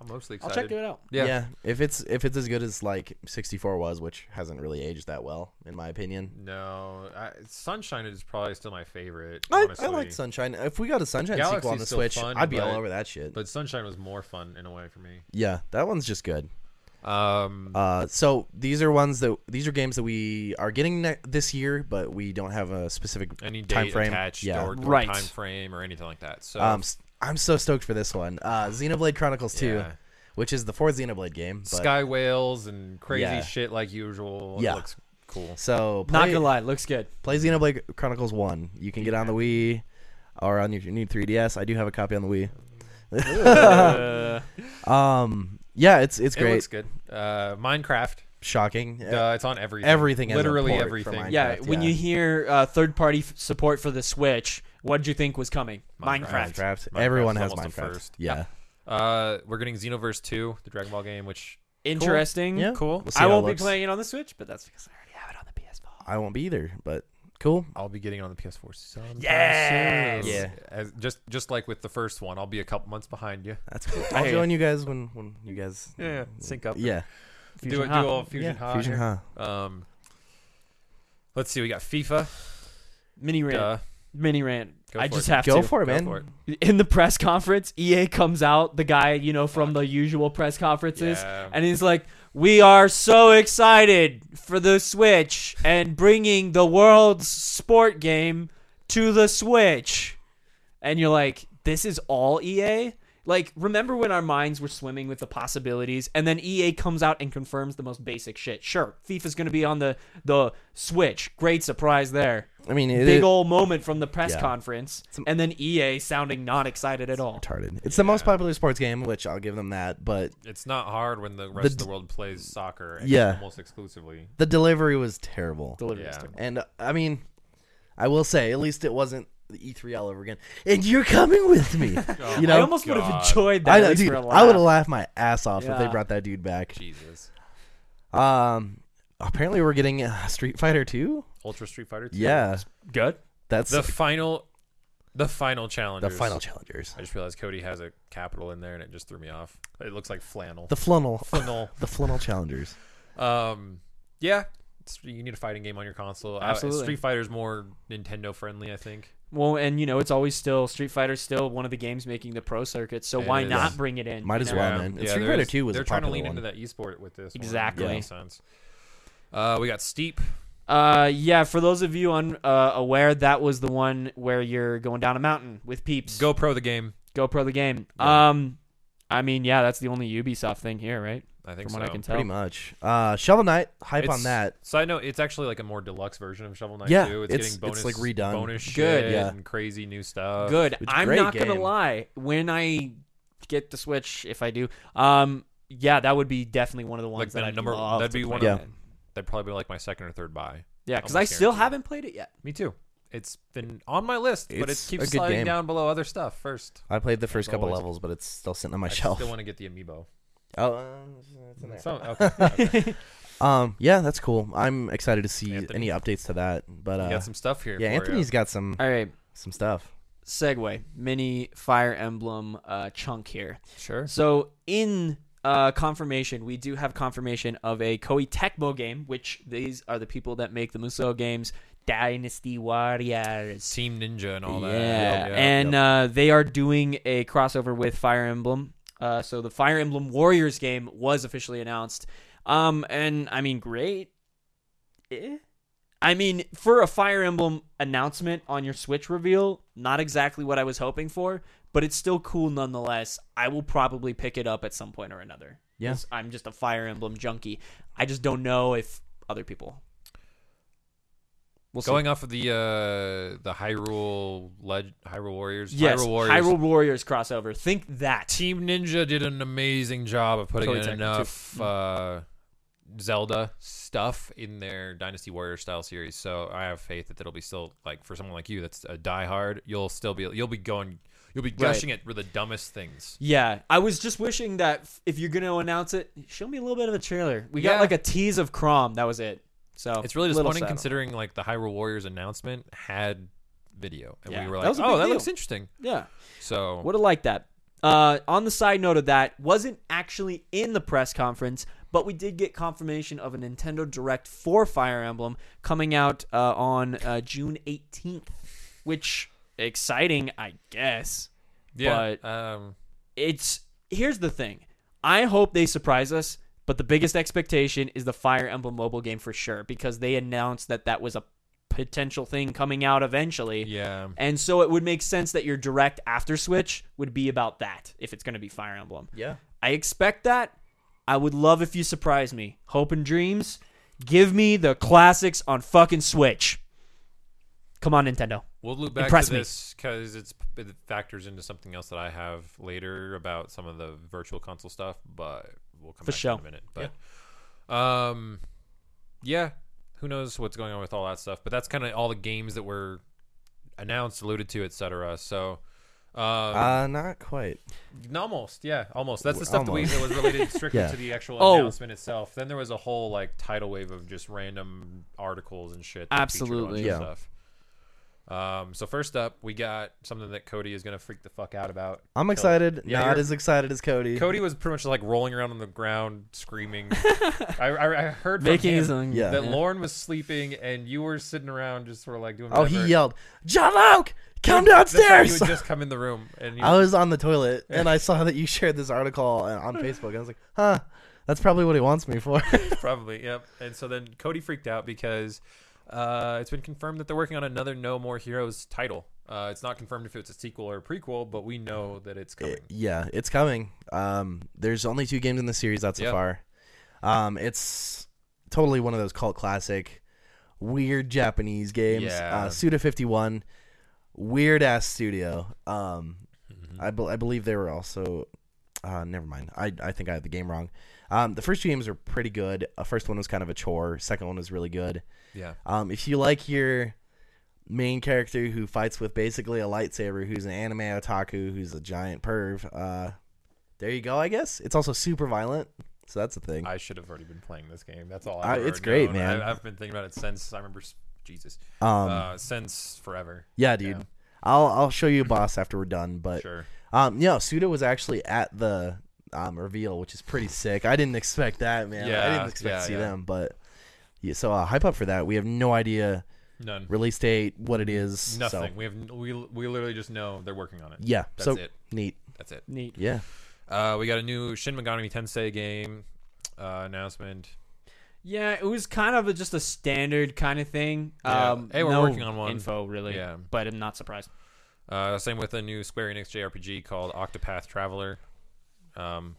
Speaker 2: I'm mostly
Speaker 3: I'll
Speaker 2: excited.
Speaker 3: check it out.
Speaker 1: Yeah.
Speaker 2: Yeah.
Speaker 1: if it's if it's as good as like 64 was, which hasn't really aged that well, in my opinion.
Speaker 2: No, I, Sunshine is probably still my favorite.
Speaker 1: I, I
Speaker 2: honestly.
Speaker 1: like Sunshine. If we got a Sunshine sequel on
Speaker 2: Galaxy's
Speaker 1: the
Speaker 2: still
Speaker 1: Switch,
Speaker 2: fun,
Speaker 1: I'd be all
Speaker 2: but-
Speaker 1: over that shit.
Speaker 2: But Sunshine was more fun in a way for me.
Speaker 1: yeah, that one's just good.
Speaker 2: Um,
Speaker 1: Uh, so these are ones that these are games that we are getting ne- this year, but we don't have a specific
Speaker 2: any date
Speaker 1: time frame.
Speaker 2: attached
Speaker 1: yeah.
Speaker 2: or, or
Speaker 3: Right.
Speaker 2: time frame or anything like that. So
Speaker 1: Um, s- I'm so stoked for this one. Uh, Xenoblade Chronicles 2,
Speaker 2: Yeah.
Speaker 1: which is the fourth Xenoblade game. But,
Speaker 2: sky whales and crazy
Speaker 1: Yeah.
Speaker 2: shit like usual. It
Speaker 1: Yeah.
Speaker 2: looks cool.
Speaker 1: So play,
Speaker 3: Not gonna lie, looks good.
Speaker 1: play Xenoblade Chronicles 1. You can get on the Wii. or on your new 3DS. I do have a copy on the Wii.
Speaker 3: Uh,
Speaker 1: Um, yeah, it's it's
Speaker 2: It
Speaker 1: great.
Speaker 2: looks good. Uh, Minecraft.
Speaker 1: Shocking.
Speaker 2: Uh, it's on everything.
Speaker 1: everything has a
Speaker 2: Literally
Speaker 1: port for
Speaker 2: everything.
Speaker 1: Minecraft.
Speaker 3: yeah, when
Speaker 1: yeah.
Speaker 3: you hear uh, third party f- support for the Switch, what did you think was coming?
Speaker 2: Minecraft.
Speaker 3: Minecraft.
Speaker 1: Minecraft.
Speaker 2: Minecraft's
Speaker 1: Everyone has
Speaker 2: almost the
Speaker 1: Minecraft.
Speaker 2: first.
Speaker 1: Yeah.
Speaker 2: Uh, we're getting Xenoverse 2, the Dragon Ball game, which
Speaker 3: Interesting.
Speaker 1: Yeah.
Speaker 2: cool.
Speaker 1: We'll see
Speaker 3: I
Speaker 1: how it
Speaker 3: won't be
Speaker 1: looks.
Speaker 3: playing it on the Switch, but that's because I already have it on the PS4.
Speaker 1: I won't be either, but cool.
Speaker 2: I'll be getting it on the PS4 sometime
Speaker 3: Yes!
Speaker 2: soon.
Speaker 1: Yeah.
Speaker 2: As, just just like with the first one, I'll be a couple months behind you.
Speaker 1: That's cool. I'll
Speaker 3: Hey.
Speaker 1: join you guys when when you guys.
Speaker 2: sync up.
Speaker 1: Yeah.
Speaker 3: Fusion
Speaker 2: do it.
Speaker 3: Hot.
Speaker 2: Do all fusion
Speaker 1: yeah.
Speaker 2: hot.
Speaker 1: Fusion
Speaker 2: here.
Speaker 1: huh?
Speaker 2: Um, let's see. We got FIFA.
Speaker 3: Mini rant.
Speaker 2: Duh.
Speaker 3: Mini rant.
Speaker 2: Go
Speaker 3: I
Speaker 2: for
Speaker 3: just
Speaker 2: it.
Speaker 3: have
Speaker 1: Go
Speaker 3: to.
Speaker 1: for it,
Speaker 2: Go
Speaker 1: man.
Speaker 2: for it.
Speaker 3: In the press conference, EA comes out, the guy, you know, from the usual press conferences,
Speaker 2: Yeah.
Speaker 3: and he's like, "We are so excited for the Switch and bringing the world's sport game to the Switch." And you're like, "This is all EA?" Like, remember when our minds were swimming with the possibilities and then EA comes out and confirms the most basic shit. Sure, FIFA's going to be on the the Switch. Great surprise there.
Speaker 1: I mean, it
Speaker 3: Big
Speaker 1: is
Speaker 3: old moment from the press
Speaker 1: Yeah.
Speaker 3: conference
Speaker 1: Some-
Speaker 3: and then EA sounding not excited at all.
Speaker 1: retarded. It's the most
Speaker 2: Yeah.
Speaker 1: popular sports game, which I'll give them that. But
Speaker 2: It's not hard when the rest of
Speaker 1: d-
Speaker 2: the world plays soccer. ex-
Speaker 1: Yeah.
Speaker 2: Almost exclusively.
Speaker 1: the delivery was terrible.
Speaker 3: Delivery
Speaker 2: Yeah.
Speaker 3: system.
Speaker 1: And uh, I mean, I will say, at least it wasn't the E3 all over again. And you're coming with me.
Speaker 2: Oh
Speaker 1: You
Speaker 2: my
Speaker 3: I
Speaker 1: know?
Speaker 3: almost would have
Speaker 2: God.
Speaker 3: enjoyed that.
Speaker 1: I
Speaker 3: at
Speaker 1: know,
Speaker 3: least
Speaker 1: dude.
Speaker 3: for a
Speaker 1: I would have laughed
Speaker 3: laugh.
Speaker 1: my ass off if they
Speaker 3: Yeah.
Speaker 1: brought that dude back.
Speaker 2: Jesus.
Speaker 1: Um, apparently we're getting uh, Street Fighter 2.
Speaker 2: Ultra Street Fighter 2.
Speaker 1: Yeah,
Speaker 3: good.
Speaker 1: that's
Speaker 2: The final. The final challenge.
Speaker 1: the final challengers.
Speaker 2: I just realized Cody has a capital in there, and it just threw me off. It looks like flannel.
Speaker 1: The flannel,
Speaker 2: flannel.
Speaker 1: the flannel challengers.
Speaker 2: Um, yeah, it's, you need a fighting game on your console.
Speaker 3: Absolutely.
Speaker 2: uh, Street Fighter's more Nintendo friendly, I think.
Speaker 3: Well, and you know, it's always still Street Fighter's still one of the games making the pro circuit, so
Speaker 2: It
Speaker 3: why
Speaker 2: is.
Speaker 3: not bring it in?
Speaker 1: Might
Speaker 3: you
Speaker 1: as
Speaker 3: know?
Speaker 1: well. man. And Street
Speaker 2: there's-
Speaker 1: Fighter 2 was
Speaker 2: They're
Speaker 1: a
Speaker 2: trying to
Speaker 1: popular
Speaker 2: lean
Speaker 1: one.
Speaker 2: into that esport with this. one.
Speaker 3: Exactly.
Speaker 2: That makes sense. Uh, we got Steep.
Speaker 3: Uh, yeah. For those of you unaware, uh, aware, that was the one where you're going down a mountain with peeps.
Speaker 2: GoPro the game.
Speaker 3: GoPro the game.
Speaker 2: Yeah.
Speaker 3: Um, I mean, yeah, that's the only Ubisoft thing here, right?
Speaker 2: I think
Speaker 3: From
Speaker 2: so.
Speaker 3: what I can tell.
Speaker 1: Pretty much. Uh, Shovel Knight hype
Speaker 2: It's-
Speaker 1: on that.
Speaker 2: Side note, it's actually like a more deluxe version of Shovel Knight
Speaker 1: Yeah,
Speaker 2: 2. It's,
Speaker 1: it's-
Speaker 2: getting
Speaker 1: it's,
Speaker 2: bonus,
Speaker 1: like, redone.
Speaker 2: bonus shit
Speaker 3: Good.
Speaker 1: Yeah.
Speaker 2: and crazy new stuff.
Speaker 3: Good.
Speaker 1: It's a
Speaker 3: I'm
Speaker 1: great
Speaker 3: not gonna
Speaker 1: game.
Speaker 3: lie. When I get the Switch, if I do, um, yeah, that would be definitely one of the ones
Speaker 2: Like,
Speaker 3: that
Speaker 2: the
Speaker 3: I'd
Speaker 2: number-
Speaker 3: love
Speaker 2: that'd
Speaker 3: to
Speaker 2: be
Speaker 3: play
Speaker 2: one
Speaker 1: of Yeah.
Speaker 3: again.
Speaker 2: That'd probably be like my second or third buy.
Speaker 3: Yeah, because I
Speaker 2: Almost
Speaker 3: still
Speaker 2: guaranteed.
Speaker 3: haven't played it yet.
Speaker 2: Me too. It's been on my list, but it
Speaker 1: It's a
Speaker 2: keeps
Speaker 1: good
Speaker 2: sliding
Speaker 1: game.
Speaker 2: down below other stuff first.
Speaker 1: I played the first couple
Speaker 2: always.
Speaker 1: levels, but it's still sitting on my
Speaker 2: I
Speaker 1: shelf.
Speaker 2: still want to get the amiibo.
Speaker 1: Oh, uh, it's in there.
Speaker 2: So, okay, okay.
Speaker 1: Um, yeah, that's cool. I'm excited to see
Speaker 2: Anthony.
Speaker 1: any updates to that. But
Speaker 2: We
Speaker 1: uh,
Speaker 2: got some stuff here.
Speaker 1: yeah,
Speaker 2: for
Speaker 1: Anthony's got some
Speaker 3: All right.
Speaker 1: some stuff.
Speaker 3: segue mini fire emblem uh, chunk here
Speaker 2: you. sure.
Speaker 3: so in uh, confirmation we do have confirmation of a koei tecmo game which these are the people that make the musou games dynasty warriors
Speaker 2: Team Ninja and all
Speaker 3: yeah.
Speaker 2: that.
Speaker 3: and Uh, they are doing a crossover with fire emblem uh, so the fire emblem warriors game was officially announced um, and i mean great Eh? I mean, for a Fire Emblem announcement on your Switch reveal, not exactly what I was hoping for, but it's still cool nonetheless. I will probably pick it up at some point or another.
Speaker 1: Yeah.
Speaker 3: 'Cause I'm just a Fire Emblem junkie. I just don't know if other people. We'll
Speaker 2: going off of the uh, the Hyrule Leg- Hyrule Warriors.
Speaker 3: see. Yes,
Speaker 2: Hyrule Warriors.
Speaker 3: Hyrule Warriors crossover. Think that.
Speaker 2: Team Ninja did an amazing job of putting
Speaker 3: Koei Tecmo
Speaker 2: in
Speaker 3: too.
Speaker 2: enough
Speaker 3: Mm.
Speaker 2: uh, Zelda stuff in their Dynasty Warrior style series. So I have faith that it'll be still like for someone like you that's a diehard, you'll still be you'll be going you'll be gushing it with the dumbest things.
Speaker 3: Yeah, I was just wishing that f- if you're going to announce it, show me a little bit of a trailer. We got
Speaker 2: Yeah.
Speaker 3: like a tease of Crom. That was it. So
Speaker 2: It's really
Speaker 3: little
Speaker 2: disappointing
Speaker 3: sad on that.
Speaker 2: considering like the Hyrule Warriors announcement had video and
Speaker 3: Yeah,
Speaker 2: we were
Speaker 3: that
Speaker 2: like,
Speaker 3: was a
Speaker 2: oh,
Speaker 3: big
Speaker 2: that
Speaker 3: deal."
Speaker 2: looks interesting.
Speaker 3: Yeah.
Speaker 2: So
Speaker 3: Would have liked that. Uh, on the side note of that, wasn't actually in the press conference, but we did get confirmation of a Nintendo Direct for Fire Emblem coming out uh, on uh, June 18th, which exciting, I guess.
Speaker 2: yeah, um,
Speaker 3: It's here's the thing. I hope they surprise us, but the biggest expectation is the Fire Emblem mobile game for sure because they announced that that was a potential thing coming out eventually.
Speaker 2: yeah.
Speaker 3: And so it would make sense that your direct after Switch would be about that if it's going to be Fire Emblem.
Speaker 1: Yeah,
Speaker 3: I expect that. I would love if you surprise me. Hope and dreams. Give me the classics on fucking Switch. Come on, Nintendo.
Speaker 2: We'll loop back
Speaker 3: Impress
Speaker 2: to
Speaker 3: me.
Speaker 2: this because it's it factors into something else that I have later about some of the virtual console stuff, but we'll come
Speaker 3: For
Speaker 2: back
Speaker 3: sure.
Speaker 2: in a minute. But um, yeah, who knows what's going on with all that stuff? But that's kind of all the games that were announced, alluded to, etc. So. Um,
Speaker 1: Uh, not quite.
Speaker 2: almost, yeah, almost. That's the stuff that, we, that was related strictly
Speaker 1: Yeah.
Speaker 2: to the actual
Speaker 3: Oh.
Speaker 2: announcement itself. Then there was a whole like tidal wave of just random articles and shit. that featured a bunch
Speaker 3: Absolutely.
Speaker 2: of
Speaker 1: Yeah.
Speaker 2: Stuff. Um, so first up, we got something that Cody is gonna freak the fuck out about.
Speaker 1: I'm
Speaker 2: Kill-
Speaker 1: excited.
Speaker 2: Yeah,
Speaker 1: not
Speaker 2: you're-
Speaker 1: as excited as Cody.
Speaker 2: Cody was pretty much like rolling around on the ground screaming. I, I, I heard from
Speaker 3: Making
Speaker 2: him
Speaker 3: his own.
Speaker 1: Yeah.
Speaker 2: that Lauren was sleeping and you were sitting around just sort of like doing.
Speaker 1: oh,
Speaker 2: whatever.
Speaker 1: he yelled, "John Luke, come
Speaker 2: That's how
Speaker 1: downstairs!"
Speaker 2: You would just come in the room and you,
Speaker 1: I was on the toilet and I saw that you shared this article on Facebook. I was like, huh, that's probably what he wants me for.
Speaker 2: Probably, yep. And so then Cody freaked out because uh, it's been confirmed that they're working on another No More Heroes title. Uh, it's not confirmed if it's a sequel or a prequel, but we know that it's coming.
Speaker 1: yeah, it's coming. Um, there's only two games in the series out so
Speaker 2: Yeah.
Speaker 1: far. Um, it's totally one of those cult classic, weird Japanese games.
Speaker 2: Yeah.
Speaker 1: Uh, Suda 51, weird ass studio. Um, I, bel I believe they were also. Uh, never mind. I, I think I had the game wrong. Um, the first two games are pretty good. Uh, first one was kind of a chore. Second one was really good.
Speaker 2: yeah.
Speaker 1: Um, if you like your main character who fights with basically a lightsaber, who's an anime otaku, who's a giant perv, uh, there you go. I guess it's also super violent, so that's a thing.
Speaker 2: I should have already been playing this game. That's all.
Speaker 1: Uh,
Speaker 2: I've ever
Speaker 1: it's great,
Speaker 2: known.
Speaker 1: man.
Speaker 2: I, I've been thinking about it since I remember. s- Jesus.
Speaker 1: Um,
Speaker 2: uh, since forever.
Speaker 1: yeah, dude.
Speaker 2: yeah.
Speaker 1: I'll I'll show you a boss after we're done, but
Speaker 2: Sure.
Speaker 1: um, yeah, Suda was actually at the um, reveal, which is pretty sick. I didn't expect that, man. I
Speaker 2: Yeah,
Speaker 1: didn't expect
Speaker 2: yeah,
Speaker 1: to see
Speaker 2: yeah.
Speaker 1: them, but yeah. So uh, hype up for that. We have no idea
Speaker 2: None.
Speaker 1: release date, what it is.
Speaker 2: Nothing.
Speaker 1: So,
Speaker 2: We have. n- We we literally just know they're working on it.
Speaker 1: yeah.
Speaker 2: That's
Speaker 1: so
Speaker 2: it.
Speaker 1: neat.
Speaker 2: That's it.
Speaker 3: Neat.
Speaker 1: Yeah.
Speaker 2: Uh, we got a new Shin Megami Tensei game uh, announcement.
Speaker 3: Yeah, it was kind of a, just a standard kind of thing.
Speaker 2: Yeah.
Speaker 3: Um,
Speaker 2: Hey, we're
Speaker 3: no
Speaker 2: working on one.
Speaker 3: Info really.
Speaker 2: Yeah.
Speaker 3: But I'm not surprised.
Speaker 2: Uh, same with a new Square Enix JRPG called Octopath Traveler. Um,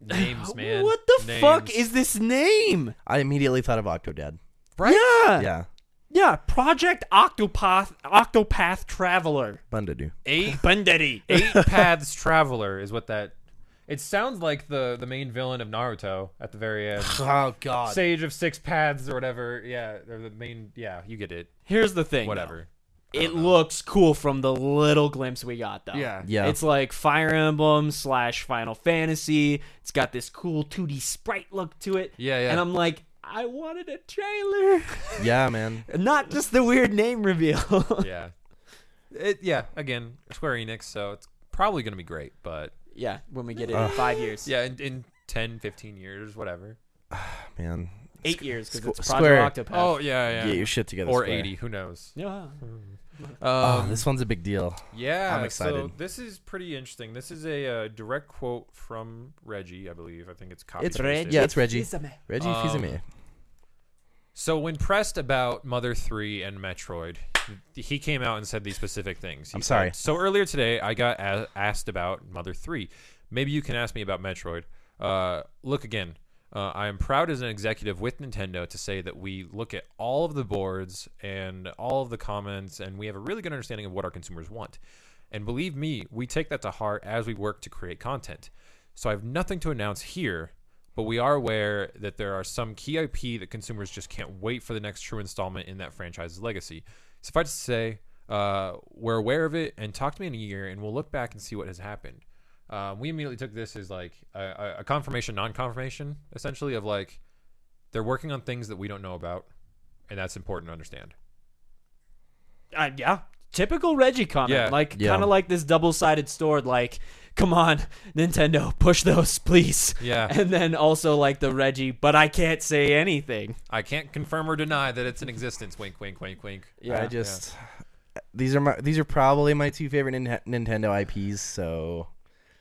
Speaker 2: names, man.
Speaker 3: What the fuck
Speaker 2: Names.
Speaker 3: is this name?
Speaker 1: I immediately thought of Octodad.
Speaker 3: Yeah.
Speaker 1: Yeah,
Speaker 3: Yeah, Project Octopath Octopath Traveler.
Speaker 1: Bunda do.
Speaker 2: eight
Speaker 3: Bendetti.
Speaker 2: Eight Paths Traveler? Is what that? It sounds like the the main villain of Naruto at the very end,
Speaker 1: Oh God.
Speaker 2: Sage of Six Paths or whatever. Yeah, or the main. Yeah, you get it.
Speaker 3: Here's the thing.
Speaker 2: Whatever.
Speaker 3: though. It looks cool from the little glimpse we got though.
Speaker 2: Yeah.
Speaker 1: Yeah.
Speaker 3: It's like Fire Emblem slash Final Fantasy. It's got this cool 2D sprite look to it.
Speaker 2: Yeah, yeah.
Speaker 3: And I'm like, I wanted a trailer.
Speaker 1: yeah, man.
Speaker 3: Not just the weird name reveal.
Speaker 2: yeah. It, yeah. Again, Square Enix, so it's probably gonna be great, but
Speaker 3: yeah, when we get it in five years.
Speaker 2: yeah, in, in 10, 15 years, whatever.
Speaker 1: Man,
Speaker 3: Eight years because it's
Speaker 1: Square.
Speaker 3: Project Octopath.
Speaker 2: Oh yeah,
Speaker 1: get
Speaker 2: yeah.
Speaker 1: your shit together.
Speaker 2: or
Speaker 1: Square.
Speaker 2: eighty, Um, who knows?
Speaker 3: Yeah.
Speaker 1: Oh, this one's a big deal.
Speaker 2: Yeah,
Speaker 1: I'm
Speaker 2: So
Speaker 1: excited.
Speaker 2: this is pretty interesting. This is a uh, direct quote from Reggie, I believe. I think it's copy.
Speaker 1: It's
Speaker 2: pasted.
Speaker 1: Yeah, it's Reggie.
Speaker 3: Fils-Aimé.
Speaker 1: Reggie
Speaker 2: Um,
Speaker 1: Fils-Aimé.
Speaker 2: So when pressed about Mother 3 and Metroid, he came out and said these specific things. He
Speaker 1: I'm sorry.
Speaker 2: said, so earlier today, I got a- asked about Mother 3. Maybe you can ask me about Metroid. Uh, look again. Uh, I am proud as an executive with Nintendo to say that we look at all of the boards and all of the comments, and we have a really good understanding of what our consumers want. And believe me, we take that to heart as we work to create content. So I have nothing to announce here, but we are aware that there are some key IP that consumers just can't wait for the next true installment in that franchise's legacy. Suffice to say, uh, we're aware of it, and talk to me in a year, and we'll look back and see what has happened. Um, we immediately took this as like a- a, a confirmation, non-confirmation, essentially of like they're working on things that we don't know about, and that's important to understand.
Speaker 3: Uh, yeah. Typical Reggie comment.
Speaker 2: Yeah.
Speaker 3: Like,
Speaker 1: Yeah.
Speaker 3: kind of like this double sided sword. Like, come on, Nintendo, push those, please.
Speaker 2: Yeah.
Speaker 3: And then also, like, the Reggie, but I can't say anything.
Speaker 2: I can't confirm or deny that it's in existence. Wink, wink, wink, wink.
Speaker 1: I just these are my these are probably my two favorite Nin- Nintendo IPs. So,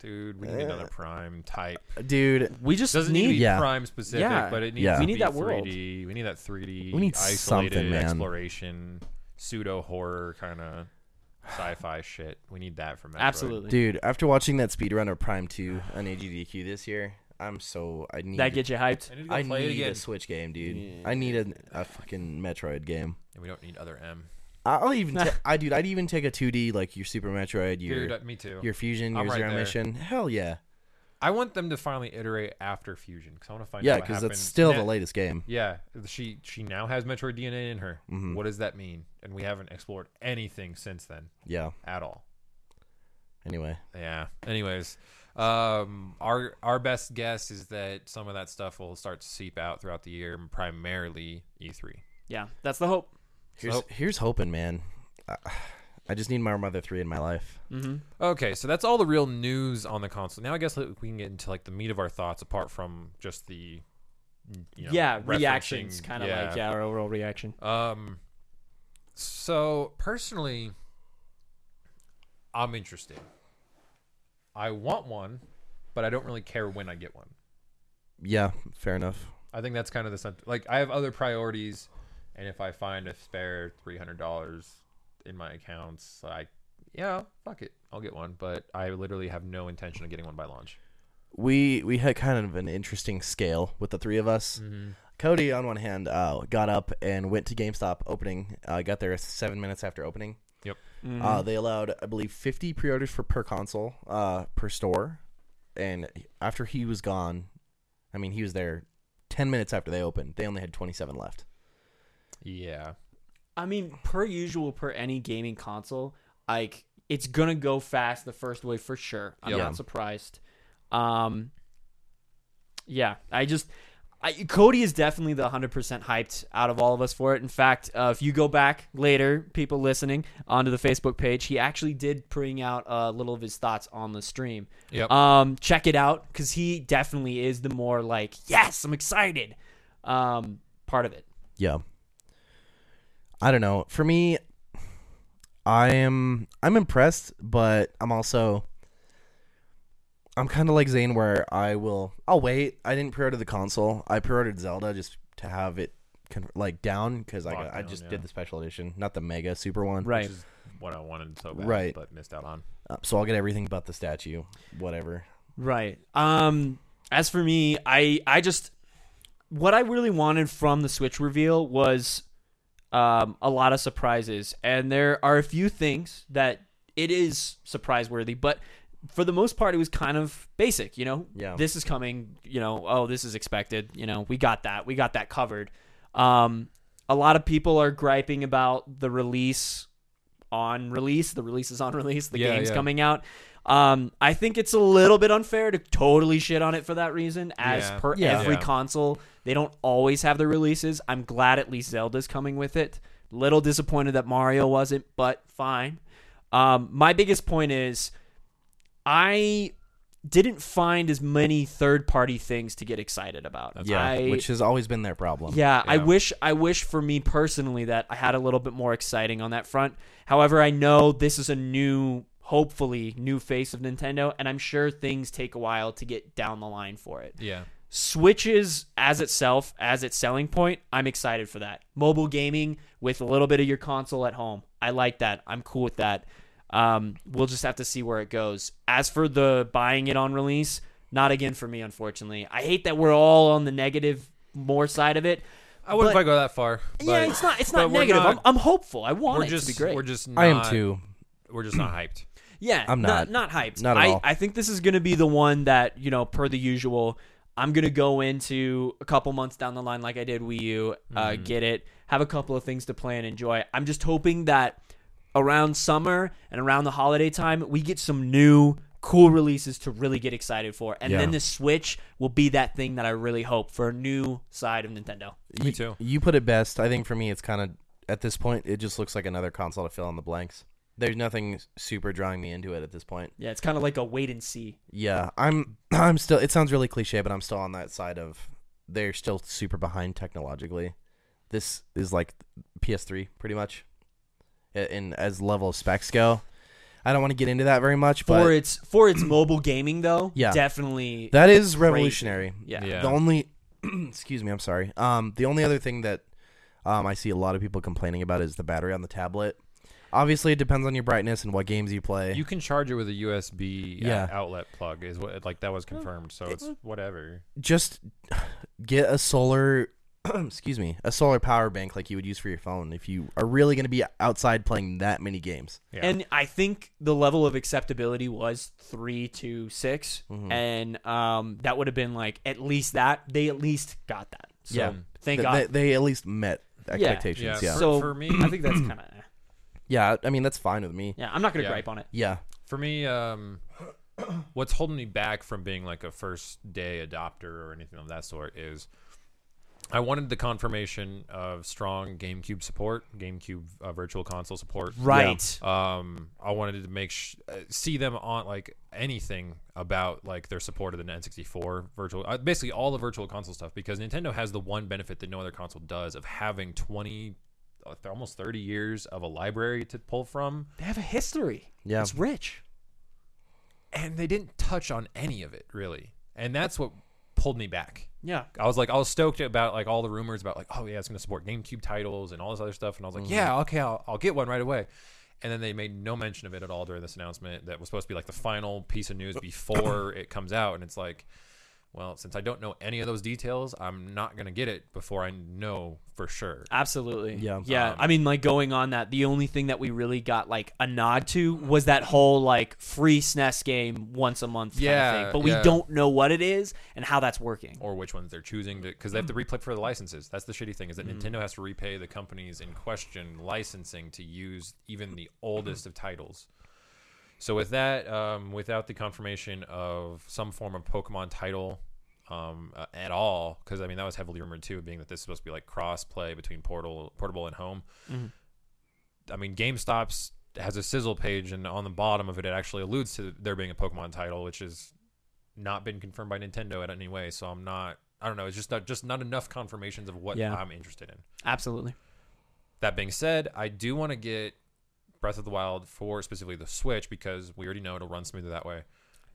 Speaker 2: Dude, we need another prime type.
Speaker 1: dude,
Speaker 3: We just
Speaker 2: Doesn't need to
Speaker 3: need.
Speaker 2: be
Speaker 1: Yeah.
Speaker 2: prime specific,
Speaker 3: Yeah.
Speaker 2: but it needs
Speaker 1: Yeah.
Speaker 2: to
Speaker 1: We
Speaker 2: be
Speaker 3: need that world.
Speaker 2: 3D. We need that 3D.
Speaker 1: We need
Speaker 2: isolated
Speaker 1: something, man.
Speaker 2: exploration, pseudo horror kind of sci-fi shit. We need that from Metroid.
Speaker 3: Absolutely.
Speaker 1: dude, after watching that speedrun of Prime Two on AGDQ this year, I'm so I need
Speaker 3: That gets you hyped.
Speaker 2: I need to go
Speaker 1: I
Speaker 2: play
Speaker 1: need
Speaker 2: it again.
Speaker 1: a Switch game, dude. I need a, a fucking Metroid game.
Speaker 2: And we don't need other M.
Speaker 1: I'll even ta- I dude, I'd even take a 2D like your Super Metroid, your
Speaker 2: Dude, uh, me too.
Speaker 1: your Fusion,
Speaker 2: I'm
Speaker 1: your
Speaker 2: right
Speaker 1: Zero
Speaker 2: there.
Speaker 1: Mission. Hell yeah,
Speaker 2: I want them to finally iterate after Fusion because I want to find
Speaker 1: yeah,
Speaker 2: out what
Speaker 1: because
Speaker 2: happened.
Speaker 1: that's still the
Speaker 2: Yeah,
Speaker 1: latest game. Mm-hmm.
Speaker 2: Yeah, she she now has Metroid DNA in her.
Speaker 1: Hmm.
Speaker 2: What does that mean? And we haven't explored anything since then
Speaker 1: Yeah.
Speaker 2: at all.
Speaker 1: Anyway,
Speaker 2: Yeah. Anyways, um, our our best guess is that some of that stuff will start to seep out throughout the year, primarily E E3.
Speaker 3: Yeah, that's the hope.
Speaker 1: here's
Speaker 2: So-
Speaker 1: here's hoping, man. I, I just need my Mother Three in my life.
Speaker 3: Mm-hmm.
Speaker 2: Okay, so that's all the real news on the console. Now I guess we can get into like the meat of our thoughts, apart from just the you know,
Speaker 3: yeah,
Speaker 2: referencing-
Speaker 3: reactions kind of like yeah, our overall reaction.
Speaker 2: Um, so personally, I'm interested. I want one, but I don't really care when I get one.
Speaker 1: Yeah, fair enough.
Speaker 2: I think that's kind of the sent- like I have other priorities, and if I find a spare three hundred dollars in my accounts, I yeah, fuck it, I'll get one. But I literally have no intention of getting one by launch.
Speaker 1: we we had kind of an interesting scale with the three of us.
Speaker 2: Mm.
Speaker 1: Cody, on one hand, uh, got up and went to GameStop opening. Uh, got there seven minutes after opening.
Speaker 2: Yep.
Speaker 3: Mm-hmm.
Speaker 2: Mm-hmm.
Speaker 1: Uh, they allowed, I believe, fifty pre-orders for per console uh, per store, and after he was gone, I mean, he was there ten minutes after they opened. They only had twenty-seven left.
Speaker 2: Yeah,
Speaker 3: I mean, per usual, per any gaming console, like it's gonna go fast the first way for sure. I'm
Speaker 2: Yeah.
Speaker 3: not surprised. Um, yeah, I just. I, Cody is definitely the 100% hyped out of all of us for it. In fact, uh, if you go back later, people listening onto the Facebook page, he actually did bring out a little of his thoughts on the stream.
Speaker 2: Yep.
Speaker 3: Um, check it out because he definitely is the more like, yes, I'm excited um, part of it.
Speaker 1: Yeah. I don't know. For me, I am I'm impressed, but I'm also I'm kind of like Zane where I will I'll wait. I didn't pre-order the console. I pre-ordered Zelda just to have it con- like down cuz I got,
Speaker 2: Locked
Speaker 1: I
Speaker 2: down,
Speaker 1: just
Speaker 2: yeah.
Speaker 1: did the special edition, not the mega super one.
Speaker 3: Right.
Speaker 2: which is what I wanted oh so bad,
Speaker 1: Right.
Speaker 2: But missed out on.
Speaker 1: Uh, so I'll get everything but the statue, whatever.
Speaker 3: Right. Um as for me, I I just what I really wanted from the Switch reveal was um a lot of surprises and there are a few things that it is surprise worthy, but for the most part it was kind of basic, you know.
Speaker 1: Yeah.
Speaker 3: This is coming, you know, oh this is expected, you know. We got that. We got that covered. Um a lot of people are griping about the release on release. The release is on release. The
Speaker 2: Yeah,
Speaker 3: game's
Speaker 2: yeah.
Speaker 3: coming out. Um, I think it's a little bit unfair to totally shit on it for that reason. As
Speaker 2: Yeah.
Speaker 3: per
Speaker 1: Yeah.
Speaker 3: every
Speaker 2: Yeah.
Speaker 3: console, they don't always have the releases. I'm glad at least Zelda's coming with it. Little disappointed that Mario wasn't, but fine. Um, my biggest point is I didn't find as many third party things to get excited about.
Speaker 1: yeah,
Speaker 3: I-
Speaker 1: which has always been their problem.
Speaker 3: yeah, I
Speaker 2: Yeah.
Speaker 3: wish I wish for me personally that I had a little bit more exciting on that front. However, I know this is a new hopefully new face of Nintendo and I'm sure things take a while to get down the line for it.
Speaker 2: Yeah,
Speaker 3: Switches as itself as its selling point, I'm excited for that. Mobile gaming with a little bit of your console at home. I like that. I'm cool with that. Um, we'll just have to see where it goes. As for the buying it on release, not again for me, unfortunately. I hate that we're all on the negative more side of it.
Speaker 2: I wouldn't
Speaker 3: But-
Speaker 2: quite go that far.
Speaker 3: yeah,
Speaker 2: but
Speaker 3: it's not. It's
Speaker 2: but
Speaker 3: not
Speaker 2: we're
Speaker 3: negative.
Speaker 2: not-
Speaker 3: I'm, I'm hopeful. I want
Speaker 2: We're
Speaker 3: it
Speaker 2: just
Speaker 3: to be great.
Speaker 2: we're just
Speaker 1: I am
Speaker 2: not-
Speaker 1: too.
Speaker 2: We're just not hyped.
Speaker 3: yeah,
Speaker 1: I'm
Speaker 3: not
Speaker 1: not.
Speaker 3: not hyped.
Speaker 1: Not at
Speaker 3: I,
Speaker 1: all.
Speaker 3: I think this is going to be the one that you know, per the usual, I'm going to go into a couple months down the line, like I did Wii U. Uh,
Speaker 2: Mm-hmm.
Speaker 3: get it. Have a couple of things to play and enjoy. I'm just hoping that around summer and around the holiday time, we get some new cool releases to really get excited for, and
Speaker 1: Yeah.
Speaker 3: then the Switch will be that thing that I really hope for a new side of Nintendo.
Speaker 2: Me
Speaker 1: You-
Speaker 2: too.
Speaker 1: You put it best. I think for me, it's kind of at this point, it just looks like another console to fill in the blanks. There's nothing s- super drawing me into it at this point.
Speaker 3: Yeah, it's kind of like a wait and see.
Speaker 1: Yeah, I'm. I'm still. It sounds really cliche, but I'm still on that side of they're still super behind technologically. This is like PS3 pretty much, A- in as level of specs go. I don't want to get into that very much,
Speaker 3: for
Speaker 1: but
Speaker 3: its for its mobile gaming though.
Speaker 1: Yeah.
Speaker 3: definitely.
Speaker 1: that is revolutionary.
Speaker 3: yeah.
Speaker 2: Yeah.
Speaker 1: The only, excuse me, I'm sorry. Um, the only other thing that um, I see a lot of people complaining about is the battery on the tablet. Obviously, it depends on your brightness and what games you play.
Speaker 2: You can charge it with a USB
Speaker 1: Yeah.
Speaker 2: out- uh, outlet plug. Is what like that was confirmed. So it's whatever.
Speaker 1: just get a solar excuse me a solar power bank like you would use for your phone if you are really going to be outside playing that many games
Speaker 2: Yeah.
Speaker 3: And I think the level of acceptability was three to 6
Speaker 1: Mm-hmm.
Speaker 3: and um, that would have been like at least that they at least got that. So
Speaker 1: Yeah.
Speaker 3: thank
Speaker 1: Th-
Speaker 3: God.
Speaker 1: they, they at least met
Speaker 2: yeah.
Speaker 1: expectations yeah yeah.
Speaker 2: For,
Speaker 3: So-
Speaker 2: for me,
Speaker 3: I think that's kind of
Speaker 1: i mean that's fine with me yeah,
Speaker 3: yeah. I'm not gonna
Speaker 2: Yeah.
Speaker 3: gripe on it.
Speaker 2: for me, um, what's holding me back from being like a first day adopter or anything of that sort is I wanted the confirmation of strong GameCube support, GameCube uh, Virtual Console support.
Speaker 3: Right.
Speaker 2: Um, I wanted to make sh- uh, see them on like anything about like their support of the N64 virtual, uh, basically all the virtual console stuff because Nintendo has the one benefit that no other console does of having 20, uh, almost 30 years of a library to pull from.
Speaker 3: They have a history.
Speaker 1: Yeah.
Speaker 3: It's rich.
Speaker 2: and they didn't touch on any of it really and that's what pulled me back
Speaker 3: Yeah.
Speaker 2: i was like i was stoked about like all the rumors about like oh yeah it's going to support gamecube titles and all this other stuff and i was like yeah okay I'll, I'll get one right away and then they made no mention of it at all during this announcement that was supposed to be like the final piece of news before it comes out and it's like well since i don't know any of those details i'm not going to get it before i know for sure
Speaker 3: Absolutely.
Speaker 1: Yeah.
Speaker 3: Yeah.
Speaker 2: Um,
Speaker 3: I mean, like going on that, the only thing that we really got like a nod to was that whole like free SNES game once a month kind of
Speaker 2: Yeah,
Speaker 3: thing. But we
Speaker 2: yeah.
Speaker 3: don't know what it is and how that's working.
Speaker 2: or which ones they're choosing because they have to replay for the licenses. That's the shitty thing is that Nintendo has to repay the companies in question licensing to use even the oldest of titles. So with that, um, without the confirmation of some form of Pokemon title um, uh, at all, because I mean that was heavily rumored too, being that this is supposed to be like cross play between portal, portable and home. I mean, GameStop's has a sizzle page, and on the bottom of it, it actually alludes to there being a Pokemon title, which is not been confirmed by Nintendo in any way. So I'm not. I don't know. It's just not just not enough confirmations of what
Speaker 3: Yeah.
Speaker 2: I'm interested in.
Speaker 3: Absolutely.
Speaker 2: That being said, I do want to get Breath of the Wild for specifically the Switch because we already know it'll run smoother that way.